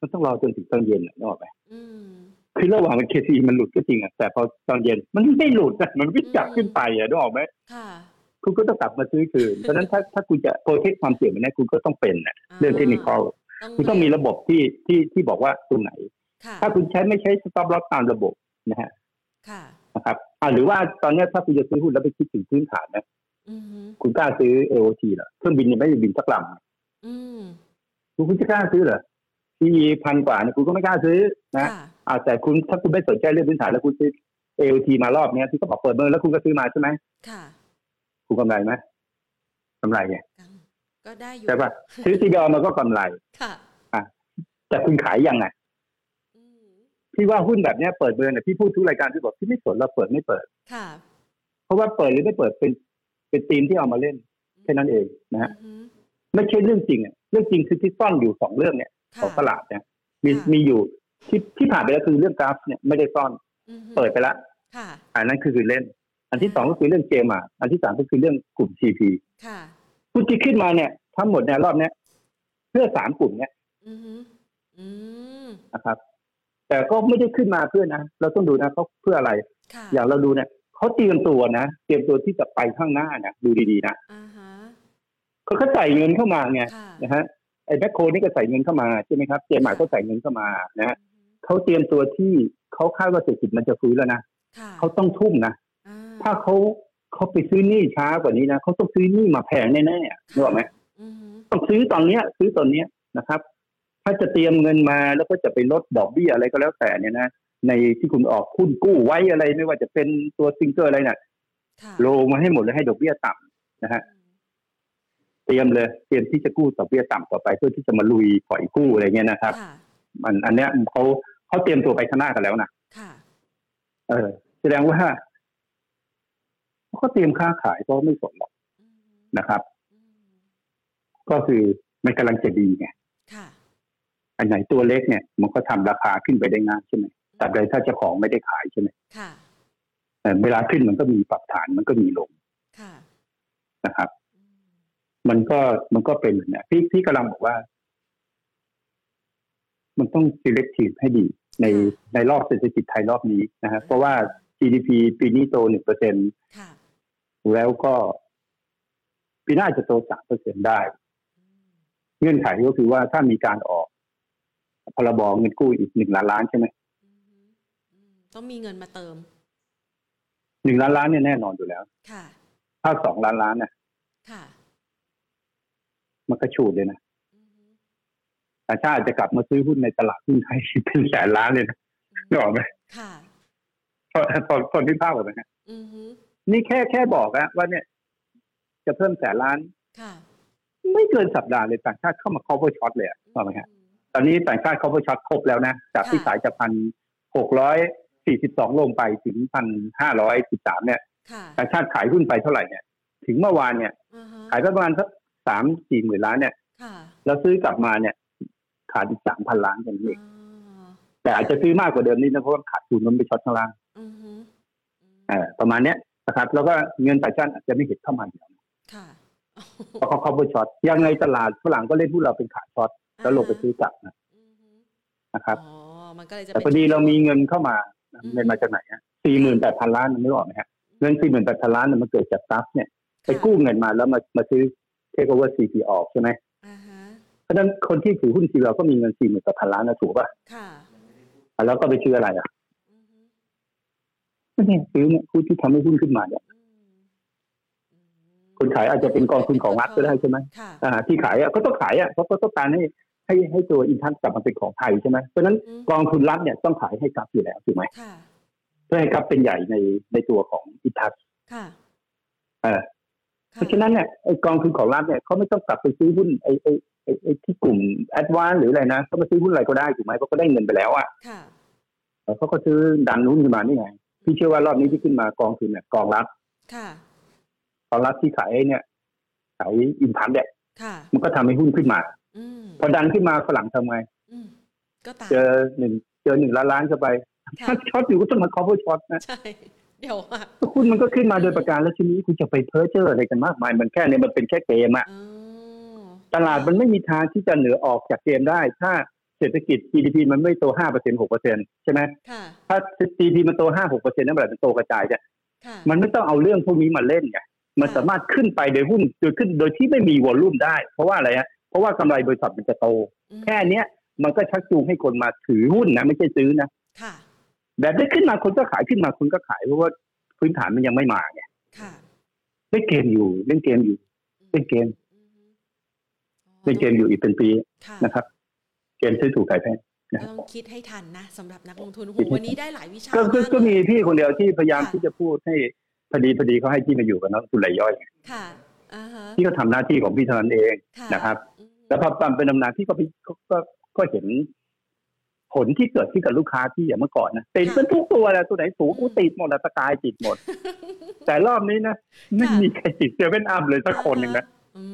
มันต้องรอจนถึงตอนเย็นนะนึกออกไหม อืม คือระหว่างมัน KCE มันหลุดก็จริงอะแต่พอตอนเย็นมันไม่หลุดนะมันวิ่งกลับขึ้นไปอะนึกออกไหม ค่ะ คุณก็ต้องกลับมาซื้อคืนเพราะฉะนั้นถ้าถ้าคุณจะโปรเทคความเสี่ยงมันเนยคุณก็ต้องเป็นนะ เรื่องเทคนิคอลคุณต้องมีระบบที่ที่ที่บอกว่าตรงไหน ค่ะ ถ้าคุณใช้ไม่ใช้ stop loss ตามระบบนะฮะ ค่ะ นะครับอ่าหรือว่าตอนเนี้ยถ้าคุณจะซื้อหุ้นแล้วไปคิดถึงพื้นฐานนะ อืมฮึ คุณกล้าซื้อ AOT เหรอเครื่องบินยังไม่ได้บินสักล อืม ำคุณคุณจะกล้าซื้อเหรอ PE พันกว่าเนี่ยคุณก็ไม่กล้าซื้อนะ ค่ะ อ่าแต่คุณถ้าคุณไม่สนใจเรื่องพื้นฐานแล้วคุณซื้อ AOT มารอบเนี้ยที่เขาบอกเปิดเบอร์แล้วคุณก็ซื้อมาใช่ไหม ค่ะ คุณกำไรไหมกำไรไง ก็ได้อยู่ ใช่ปะซื้อ CBO มันก็กำไร ค่ะ แต่คุณขายยังไง อืม พี่ว่าหุ้นแบบเนี้ยเปิดเบอร์เนี่ยพี่พูดทุกรายการพี่บอกพี่ไม่สนเราเปิดไม่เปิด ค่ะ เพราะว่าเปิดหรือไม่เปิดเป็นเป็นทีมที่เอามาเล่นแค่นั้นเองนะฮะ อืมฮึ ไม่ใช่เรื่องจริงอ่ะเรื่องจริงคือที่ซ่อนอยู่สองเรื่องเนี่ย ค่ะ ของตลาดเนี่ยมี ค่ะ มีอยู่ที่ที่ผ่านไปแล้วคือเรื่องกราฟเนี่ยไม่ได้ซ่อน อืมฮึ เปิดไปละ ค่ะ อันนั้นคือคือเล่น อันที่สองก็คือเรื่องเกมอ่ะอันที่สามก็คือเรื่องกลุ่ม CP ค่ะ หุ้นที่ขึ้นมาเนี่ยทั้งหมดในยรอบเนี้ยเพื่อสามกลุ่มเนี่ย อืมฮึอืม นะครับ แต่ก็ไม่ได้ขึ้นมาเพื่อนะเราต้องดูนะเขาเพื่ออะไร ค่ะ อย่างเราดูเนี่ย เขาเตรียมตัวนะเตรียมตัวที่จะไปข้างหน้านะดูดีๆนะ อ่าฮะ เขาเขาใส่เงินเข้ามาไง ค่ะ นะฮะไอ้แมคโครนี่ก็ใส่เงินเข้ามาใช่ไหมครับเจมหมายก็ใส่เงินเข้ามานะฮะเขาเตรียมตัวที่เขาคาดว่าเศรษฐกิจมันจะฟื้นแล้วนะ ค่ะ เขาต้องทุ่มนะ อ่ ถ้าเขาเขาไปซื้อหนี้ช้ากว่านี้นะเขาต้องซื้อหนี้มาแพงแน่ๆนึกออกไหม อือฮึ ต้องซื้อตอนเนี้ย ซื้อตอนเนี้ยนะครับ ถ้าจะเตรียมเงินมาแล้วก็จะไปลดดอกเบี้ยอะไรก็แล้วแต่เนี่ยนะในที่คุณออกหุ้นกู้ไว้อะไรไม่ว่าจะเป็นตัวซิงเกิลอะไรเนี่ย ค่ะ โลงมาให้หมดเลยให้ดอกเบี้ยต่ำนะฮะเตรียมเลยเตรียมที่จะกู้ดอกเบี้ยต่ำต่อไปเพื่อที่จะมาลุยปล่อยกู้อะไรเงี้ยนะครับ ค่ะ มันอันเนี้ยเขาเขาเตรียมตัวไปข้างหน้ากันแล้วนะ ค่ะ เออแสดงว่าเขาก็เตรียมค้าขายก็ไม่สนหรอก อือฮึ นะครับ อือฮึ ก็คือมันกำลังจะดีไง ค่ะ อันไหนตัวเล็กเนี่ย มันก็ทำราคาขึ้นไปได้ง่ายใช่ไหมตราบใดถ้าเจ้าของไม่ได้ขายใช่ไหม ค่ะ เออเวลาขึ้นมันก็มีปรับฐานมันก็มีลง ค่ะ นะครับ อืม มันก็มันก็เป็นแบบเนี่ยพี่พี่กำลังบอกว่า มันต้อง selective ให้ดี ในในรอบเศรษฐกิจไทยรอบนี้นะฮะเพราะว่า GDP ปีนี้โตหนึ่งเปอร์เซ็น ค่ะ แล้วก็ ปีหน้าจะโตสามเปอร์เซ็นได้ อืม เงื่อนไขก็คือว่าถ้ามีการออกพรบเงินกู้อีกหนึ่งล้านล้านใช่ไหม อือฮึอืมต้องมีเงินมาเติม หนึ่งล้านล้านเนี่ยแน่นอนอยู่แล้ว ค่ะ ถ้าสองล้านล้านน่ะ ค่ะ มันก็ชูดเลยนะ อือฮึ ต่างชาติจะกลับมาซื้อหุ้นในตลาดหุ้นไทย เป็นแสนล้านเลยนะ อื นึก ม ออกไหม ค่ะ พอพอพอที่ภาพออกไหมฮะ อือฮึ นี่แค่แค่บอกนะว่าเนี่ย จะเพิ่มแสนล้าน ค่ะ ไม่เกินสัปดาห์เลยต่างชาติเข้ามา cover short เลยอะนึกออกไหมฮะ อือฮึ ตอนนี้ต่างชาติ cover short ครบแล้วนะจากที่ ค่ะ สายจะพันหกร้อยสี่สิบสองลงไปถึงพันห้าร้อยสิบสามเนี่ย ค่ะ ต่างชาติขายหุ้นไปเท่าไหร่เนี่ย ถึงเมื่อวานเนี่ย อ่าฮะ ขายไปประมาณสักสามสี่หมื่นล้านเนี่ย ค่ะ แล้วซื้อกลับมาเนี่ย ขาดอีกสามพันล้านอย่างนี้นเอง อ่า แต่อาจจะซื้อมากกว่าเดิมนิดนะเพราะว่าขาดทุนมันไปช็อตข้างล่าง อือฮึอืม เออประมาณเนี้ยนะครับ แล้วก็เงินต่างชาติอาจจะไม่เห็นเข้ามาอยู่แล้ว ค่ะ เพราะเขาเข้าไปช็อตยังไงตลาดฝรั่งก็เล่นหุ้นเราเป็นขาช็อตแล้วลงไปซื้อกลับนะ อือฮึ นะครับ อ๋อมันก็เลยจะ แต่ ป็น พอดีเรามีเงินเข้ามา อืม เงินมาจากไหนฮะสี่หมื่นแปดพันล้านไม่ออกไหมฮะเงินสี่หมื่นแปดพันล้านน่ะมันเกิดจากทรัพย์เนี่ยไปกู้เงินมาแล้วมามาซื้อเทคโอเวอร์ซีพีออกใช่ไหม อ่าฮะ เพราะฉะนั้นคนที่ถือหุ้นซีเราก็มีเงินสี่หมื่นแปดพันล้านนะถูกป่ะ ค่ะ อ่ะแล้วก็ไปซื้ออะไรอ่ะ อือฮึ ก็เนี่ยซื้อเนี่ยหุ้นที่ทำให้หุ้นขึ้นมาเนี่ย อืมอืม คนขายอาจจะเป็นกองทุนของรัฐก็ได้ใช่ไหม ค่ะ อ่าที่ขายอ่ะก็ต้องขายอ่ะเพราะก็ต้องการให้ให้ให้ตัวอินทันกลับมาเป็นของไทยใช่ไหมเพราะฉะนั้น อืม กองทุนรัฐเนี่ยต้องขายให้กับอยู่แล้วถูกไหม ค่ะ เพื่อให้กับเป็นใหญ่ในในตัวของอินทัศน์ ค่ะ เออ เพ ค่ ราะฉะนั้นเนี่ยไอกองทุนของรัฐเนี่ยเขาไม่ต้องกลับไปซื้อหุ้นไอไอไอไอที่กลุ่มแอดวานหรืออะไรนะเขามาซื้อหุ้นอะไรก็ได้ถูกไหมเพราะเขาได้เงินไปแล้วอ่ะ ค่ะ เออเขาก็ซื้อดันหุ้นขึ้นมานี่ไงพี่เชื่อว่ารอบนี้ที่ขึ้นมากองทุนเนี่ยกองรัฐ ค่ะ กองรัฐที่ขายเนี่ยขายอินทัศน์เนี่ย ค่ะ มันก็ทำให้หุ้นขึ้นมา อืม พอดันขึ้นมาฝรั่งทำไง อืมก็ตาม เจอหนึ่งเจอหนึ่งล้านล้านเข้าไป ค่ะ ถ้าช็อตอยู่ก็ต้องมา cover short นะ ใช่เดี๋ยวอ่ะ หุ้นมันก็ขึ้นมาโดยประการแล้วทีนี้คุณจะไปเพ้อเจออะไรกันมากมาย มันแค่เนี่ยมันเป็นแค่เกมอะ อ๋อ ตลาดมันไม่มีทางที่จะเหนือออกจากเกมได้ ถ้าเศรษฐกิจ GDP มันไม่โตห้าเปอร์เซ็นหกเปอร์เซ็นใช่ไหม ค่ะ ถ้า GDP มันโตห้าหกเปอร์เซ็นนั่นแหละมันโตกระจายจ้ะ ค่ะ มันไม่ต้องเอาเรื่องพวกนี้มาเล่นไงมันสามารถขึ้นไปโดยหุ้นโดยขึ้นโดยที่ไม่มีวอลลุ่มได้ เพราะว่าอะไรฮะเพราะว่ากำไรบริษัทมันจะโต อืม แค่เนี้ยมันก็ชักจูงให้คนมาถือหุ้นนะ ไม่ใช่ซื้อนะ ค่ะ แบบได้ขึ้นมาคนก็ขายขึ้นมาคนก็ขายเพราะว่าพื้นฐานมันยังไม่มาไง ค่ะ เล่นเกมอยู่เล่นเกมอยู่เล่นเกม อืมอ๋อ เล่นเกมอยู่อีกเป็นปี ค่ะ นะครับ เกมซื้อถูกขายแพง นะ ต้องคิดให้ทันนะสำหรับนักลงทุนโอ้โหูวันนี้ได้หลายวิชา ก็ก็ าเลย ก็มีพี่คนเดียวที่พยายามที่จะพูดให้พอดีพอดีเขาให้พี่มาอยู่กับน้องสุไรายย่อย ค่ะอ่าฮะ พี่ก็ทำหน้าที่ของพี่เท่านั้นเอง นะครับ อืม แล้วพอปั๊มเป็นตำนานพี่ก็พี่ก็ก็ก็เห็น ผลที่เกิดขึ้นกับลูกค้าที่อย่างเมื่อก่อนนะติดเป็นทุกตัวแหละตัวไหนสูงกูติดหมดอะสกายติดหม ด แต่รอบนี้นะไม่มีใครติดเซเว่นอัพเลยสักคนหนึ่งนะ อื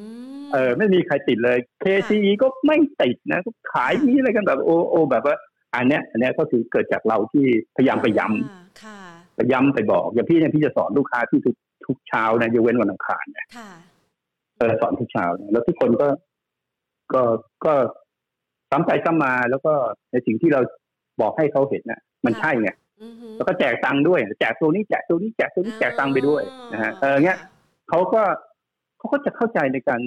ม เออไม่มีใครติดเลย KCE ก็ไม่ติดนะก็ขายนี้อะไรกันแบบโอโอแบบว่าอันเนี้ยอันเนี้ยก็คือเกิดจากเราที่พยายามไปย้ อ่าค่ะ ำไปย้ำไปบอกอย่างพี่เนี่ยพี่จะสอนลูกค้าที่ทุกทุกเช้านะยกเว้นวันอังคารเนี่ย ค่ะ เออสอนทุกเช้านะแล้วทุกคนก็ก็ก็ซ้ำไปซ้ำมาแล้วก็ในสิ่งที่เราบอกให้เขาเห็นน่ะ มัน ค่ะ ใช่ไง อื อือฮึ แล้วก็แจกตังค์ด้วย แจกตัวนี้แจกตัวนี้แจกตัวนี้แจกตังค์ไปด้วยนะฮะเออเงี้ย เขาก็เขาก็จะเข้าใจในการ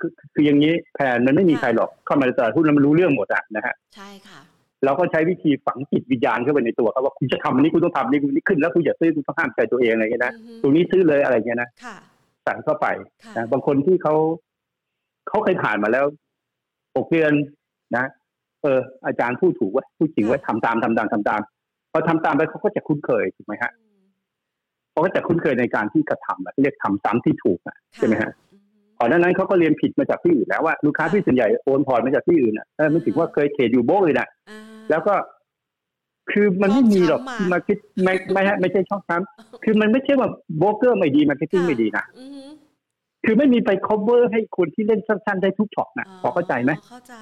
คือคืออย่างนี้แผนมันไม่มีใครหรอกเข้ามาในตลาดหุ้นแล้วมันรู้เรื่องหมดอะนะฮะ ใช่ค่ะ เราก็ใช้วิธีฝังจิตวิญญาณเข้าไปในตัวเขาว่าคุณจะทำอันนี้คุณต้องทำอันนี้คุณนี่ขึ้นแล้วคุณอย่าซื้อคุณต้องห้ามใจตัวเองอะไรเงี้ยนะ อือฮึ ตรงนี้ซื้อเลยอะไรเงี้ยนะ ค่ะ สั่งเข้าไป ค่ะ นะบางคนที่เขาเขาเคยผ่านมาแล้วหกเดือนนะ เออ อาจารย์พูดถูกเว่าพูดจริงเว่าทำตามทำตามทำตามพอทำตามไปเขาก็จะคุ้นเคยถูกไหมฮะ อืม เขาก็จะคุ้นเคยในการที่กระทำอะเรียกทำตามที่ถูกอะ ค่ ใช่ไหมฮะ อือฮึ ก่อนหน้านั้นเขาก็เรียนผิดมาจากที่อื่นแล้วว่าลูกค้าที่ส่วนใหญ่โอนพอร์ตมาจากที่อื่นอ่ะเออไม่ถึงว่าเคยเทรดอยู่โบกเลยนะ อ่า แล้วก็คือมันไม่มีหรอก ชอบช้ำอะ มาคิดไม่ไม่ฮะไม่ใช่ช่องช้ำคือมันไม่ใช่ว่าโบรกเกอร์ไม่ดีมาร์เก็ตติ้งไม่ดีนะ อือฮึ คือไม่มีไป cover ให้คนที่เล่นสั้นๆได้ทุกช็อตนะพอเข้าใจไหม เข้าใจ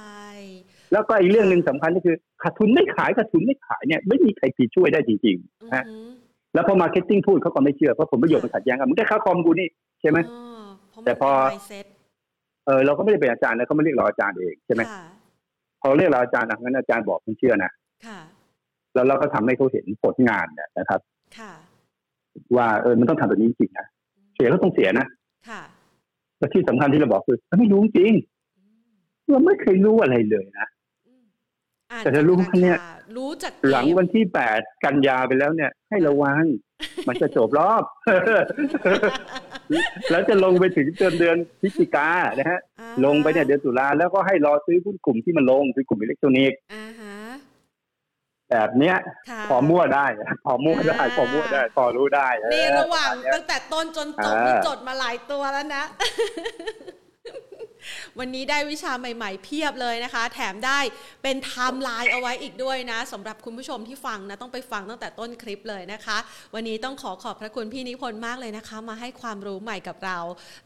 แล้วก็อีกเรื่องหนึ่งสำคัญก็คือขาดทุนไม่ขายขาดทุนไม่ขายเนี่ยไม่มีใครปีช่วยได้จริง อือ ฮะ ฮึ ๆ แล้วพอมาร์เก็ตติ้งพูดเขาก็ไม่เชื่อเพราะผลประโยชน์มันขัดแย้งกันมันก็ค่าคอมกูนี่ใช่ไหม อ๋อเพราะมัน แต่พอ เป็น mindset เออเราก็ไม่ได้เป็นอาจารย์นะเขาไม่เรียกเราอาจารย์เองใช่ไหม ค่ะ พอเรียกเราอาจารย์อ่ะงั้นอาจารย์บอกผมเชื่อนะ ค่ะ แล้วเราก็ทำให้เขาเห็นผลงานเนี่ยนะครับ ค่ะ ว่าเออมันต้องทำแบบนี้จริงๆนะเสียก็ต้องเสียนะ ค่ะ และที่สำคัญที่เราบอกคือเราไม่รู้จริง อืม เราไม่เคยรู้อะไรเลยนะ อืมอ่าน แต่ถ้ารู้ จก เนี่ย าคารู้จาก หลังวันที่แปดกันยาไปแล้วเนี่ย ให้ระวัง มันจะจบรอบ แล้วจะลงไปถึงเดือนเดือนพฤศจิกานะฮะ อ่า ลงไปเนี่ยเดือนตุลาแล้วก็ให้รอซื้อหุ้นกลุ่มที่มันลงคือกลุ่มอิเล็กทรอนิกส์ อ่าฮะ แบบเนี้ย ค่ะ พอมั่วได้ พอมั่วได้พอมั่วได้พอรู้ได้เออ ในระหว่างตั้งแต่ต้นจนจบ อ่า นี่จดมาหลายตัวแล้วนะ วันนี้ได้วิชาใหม่ๆ เพียบเลยนะคะ แถมได้เป็นไทม์ไลน์เอาไว้อีกด้วยนะสำหรับคุณผู้ชมที่ฟังนะ ต้องไปฟังตั้งแต่ต้นคลิปเลยนะคะ วันนี้ต้องขอขอบพระคุณพี่นิพนธ์มากเลยนะคะ มาให้ความรู้ใหม่กับเรา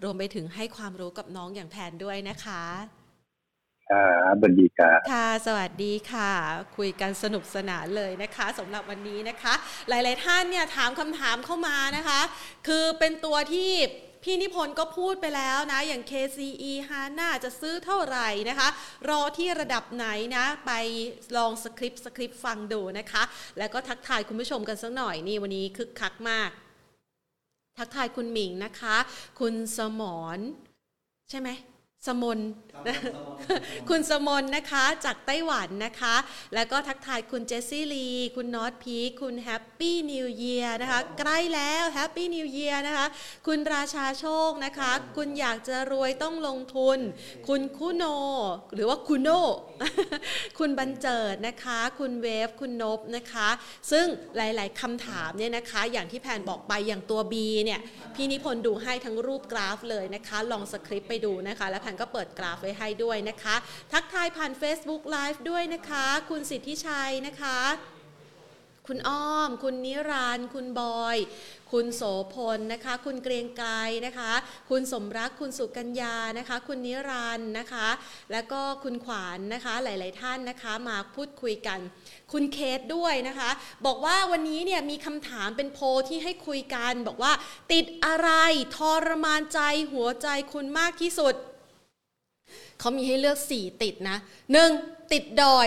รวมไปถึงให้ความรู้กับน้องอย่างแทนด้วยนะคะ อ่าบันดีกา ค่ะ สวัสดีค่ะ คุยกันสนุกสนานเลยนะคะสำหรับวันนี้นะคะ หลาย ๆ ท่านเนี่ยถามคำถามเข้ามานะคะ คือเป็นตัวที่พี่นิพนธ์ก็พูดไปแล้วนะ อย่าง KCE HANA จะซื้อเท่าไหร่นะคะ รอที่ระดับไหนนะ ไปลองสคริปต์สคริปต์ฟังดูนะคะ แล้วก็ทักทายคุณผู้ชมกันสักหน่อยนี่วันนี้คึกคักมาก ทักทายคุณหมิงนะคะ คุณสมรใช่ไหมสมน คุณสมนนะคะจากไต้หวันนะคะ แล้วก็ทักทายคุณเจสซี่ลี คุณนอตพีคคุณแฮปปี้นิวเยียนะคะ ใกล้แล้วแฮปปี้นิวเยียนะคะ คุณราชาโชคนะคะ คุณอยากจะรวยต้องลงทุน คุณคุโน หรือว่าคุโน คุณบันเจิดนะคะ คุณเวฟ คุณนบนะคะ ซึ่งหลาย ๆคำถามเนี่ยนะคะ อย่างที่แผนบอกไปอย่างตัว B เนี่ย พี่นิพนธ์ดูให้ทั้งรูปกราฟเลยนะคะ ลองสคริปต์ไปดูนะคะ แล้วแผนก็เปิดกราฟไว้ให้ด้วยนะคะ ทักทายผ่าน Facebook Live ด้วยนะคะ คุณสิทธิชัยนะคะ คุณอ้อม คุณนิรานดร์คุณบอย คุณโสพลนะคะ คุณเกรียงไกรนะคะ คุณสมรัก คุณสุกัญญานะคะ คุณนิรันดร์นะคะ แล้วก็คุณขวานนะคะ หลาย ๆ ท่านนะคะ มาพูดคุยกัน คุณเคสด้วยนะคะ บอกว่าวันนี้เนี่ยมีคำถามเป็นโพลที่ให้คุยกัน บอกว่า ติดอะไรทรมานใจหัวใจคุณมากที่สุด เขามีให้เลือก 4 ติดนะ 1. ติดดอย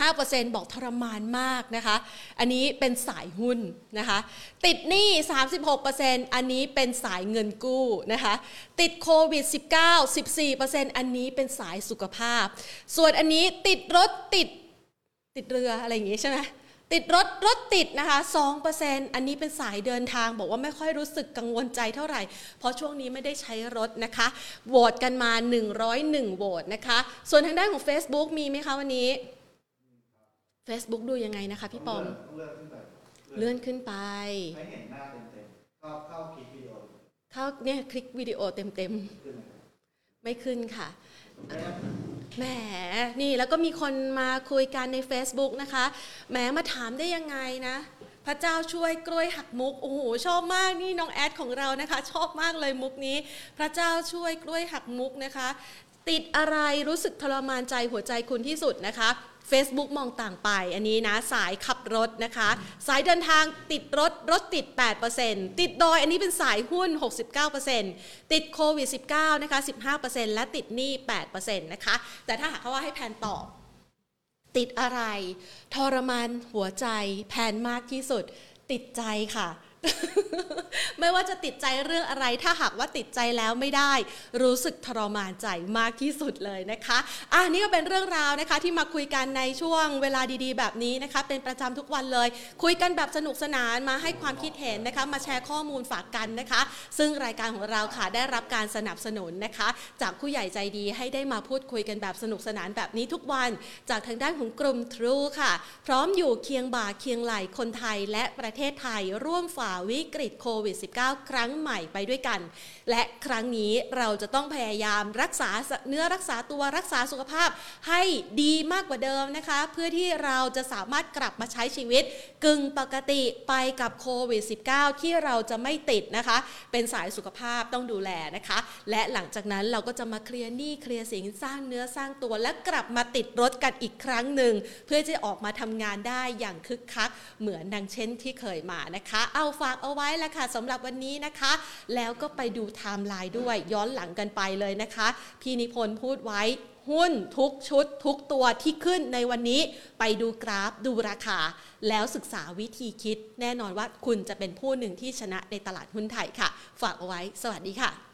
45%บอกทรมานมากนะคะ อันนี้เป็นสายหุ้นนะคะ ติดหนี้ 36%อันนี้เป็นสายเงินกู้นะคะ ติดโควิด -19 14%อันนี้เป็นสายสุขภาพ ส่วนอันนี้ติดรถติด ติดเรืออะไรอย่างงี้ใช่ไหมติดรถรถติดนะคะ2%อันนี้เป็นสายเดินทาง บอกว่าไม่ค่อยรู้สึกกังวลใจเท่าไหร่ เพราะช่วงนี้ไม่ได้ใช้รถนะคะโหวตกันมา 101โหวตนะคะ ส่วนทางด้านของ Facebook มีไหมคะวันนี้ Facebook ดูยังไงนะคะพี่ปอมเลื่อนขึ้นไป เข้าเนี่ยคลิกวิดีโอเต็มๆ ไม่ขึ้นค่ะ แหม นี่แล้วก็มีคนมาคุยกันใน Facebook นะคะ แหม มาถามได้ยังไงนะ พระเจ้าช่วยกล้วยหักมุก โอ้โห ชอบมาก นี่น้องแอดของเรานะคะ ชอบมากเลยมุกนี้ พระเจ้าช่วยกล้วยหักมุกนะคะ ติดอะไรรู้สึกทรมานใจหัวใจคุณที่สุดนะคะ Facebook มองต่างไป อันนี้นะ สายขับรถนะคะ สายเดินทางติดรถ รถติด 8%ติดดอย อันนี้เป็นสายหุ้น 69%ติดโควิด -19 นะคะ 15%และติดหนี้ 8%นะคะ แต่ถ้าหากเขาว่าให้แผนตอบ ติดอะไร ทรมานหัวใจแพนมากที่สุด ติดใจค่ะ ไม่ว่าจะติดใจเรื่องอะไร ถ้าหากว่าติดใจแล้วไม่ได้ รู้สึกทรมานใจมากที่สุดเลยนะคะอ่ะนี่ก็เป็นเรื่องราวนะคะ ที่มาคุยกันในช่วงเวลาดีๆ แบบนี้นะคะ เป็นประจำทุกวันเลย คุยกันแบบสนุกสนานมาให้ความคิดเห็นนะคะ มาแชร์ข้อมูลฝากกันนะคะ ซึ่งรายการของเราค่ะได้รับการสนับสนุนนะคะ จากผู้ใหญ่ใจดีให้ได้มาพูดคุยกันแบบสนุกสนานแบบนี้ทุกวัน จากทางด้านของกลุ่ม True ค่ะ พร้อมอยู่เคียงบ่าเคียงไหลคนไทยและประเทศไทยร่วมฝ่าวิกฤตโควิด -19 ครั้งใหม่ไปด้วยกัน และครั้งนี้เราจะต้องพยายามรักษาเนื้อรักษาตัวรักษาสุขภาพให้ดีมากกว่าเดิมนะคะ เพื่อที่เราจะสามารถกลับมาใช้ชีวิต กึ่งปกติไปกับโควิด -19 ที่เราจะไม่ติดนะคะ เป็นสายสุขภาพต้องดูแลนะคะ และหลังจากนั้นเราก็จะมาเคลียร์หนี้เคลียร์สินสร้างเนื้อสร้างตัวและกลับมาติดรถกันอีกครั้งหนึ่ง เพื่อจะออกมาทำงานได้อย่างคึกคัก เหมือนดังเช่นที่เคยมานะคะ เอาฝากเอาไว้ละค่ะสำหรับวันนี้นะคะ แล้วก็ไปดูไทม์ไลน์ด้วยย้อนหลังกันไปเลยนะคะ พี่นิพนธ์พูดไว้ หุ้นทุกชุดทุกตัวที่ขึ้นในวันนี้ไปดูกราฟดูราคา แล้วศึกษาวิธีคิด แน่นอนว่าคุณจะเป็นผู้หนึ่งที่ชนะในตลาดหุ้นไทยค่ะ ฝากเอาไว้ สวัสดีค่ะ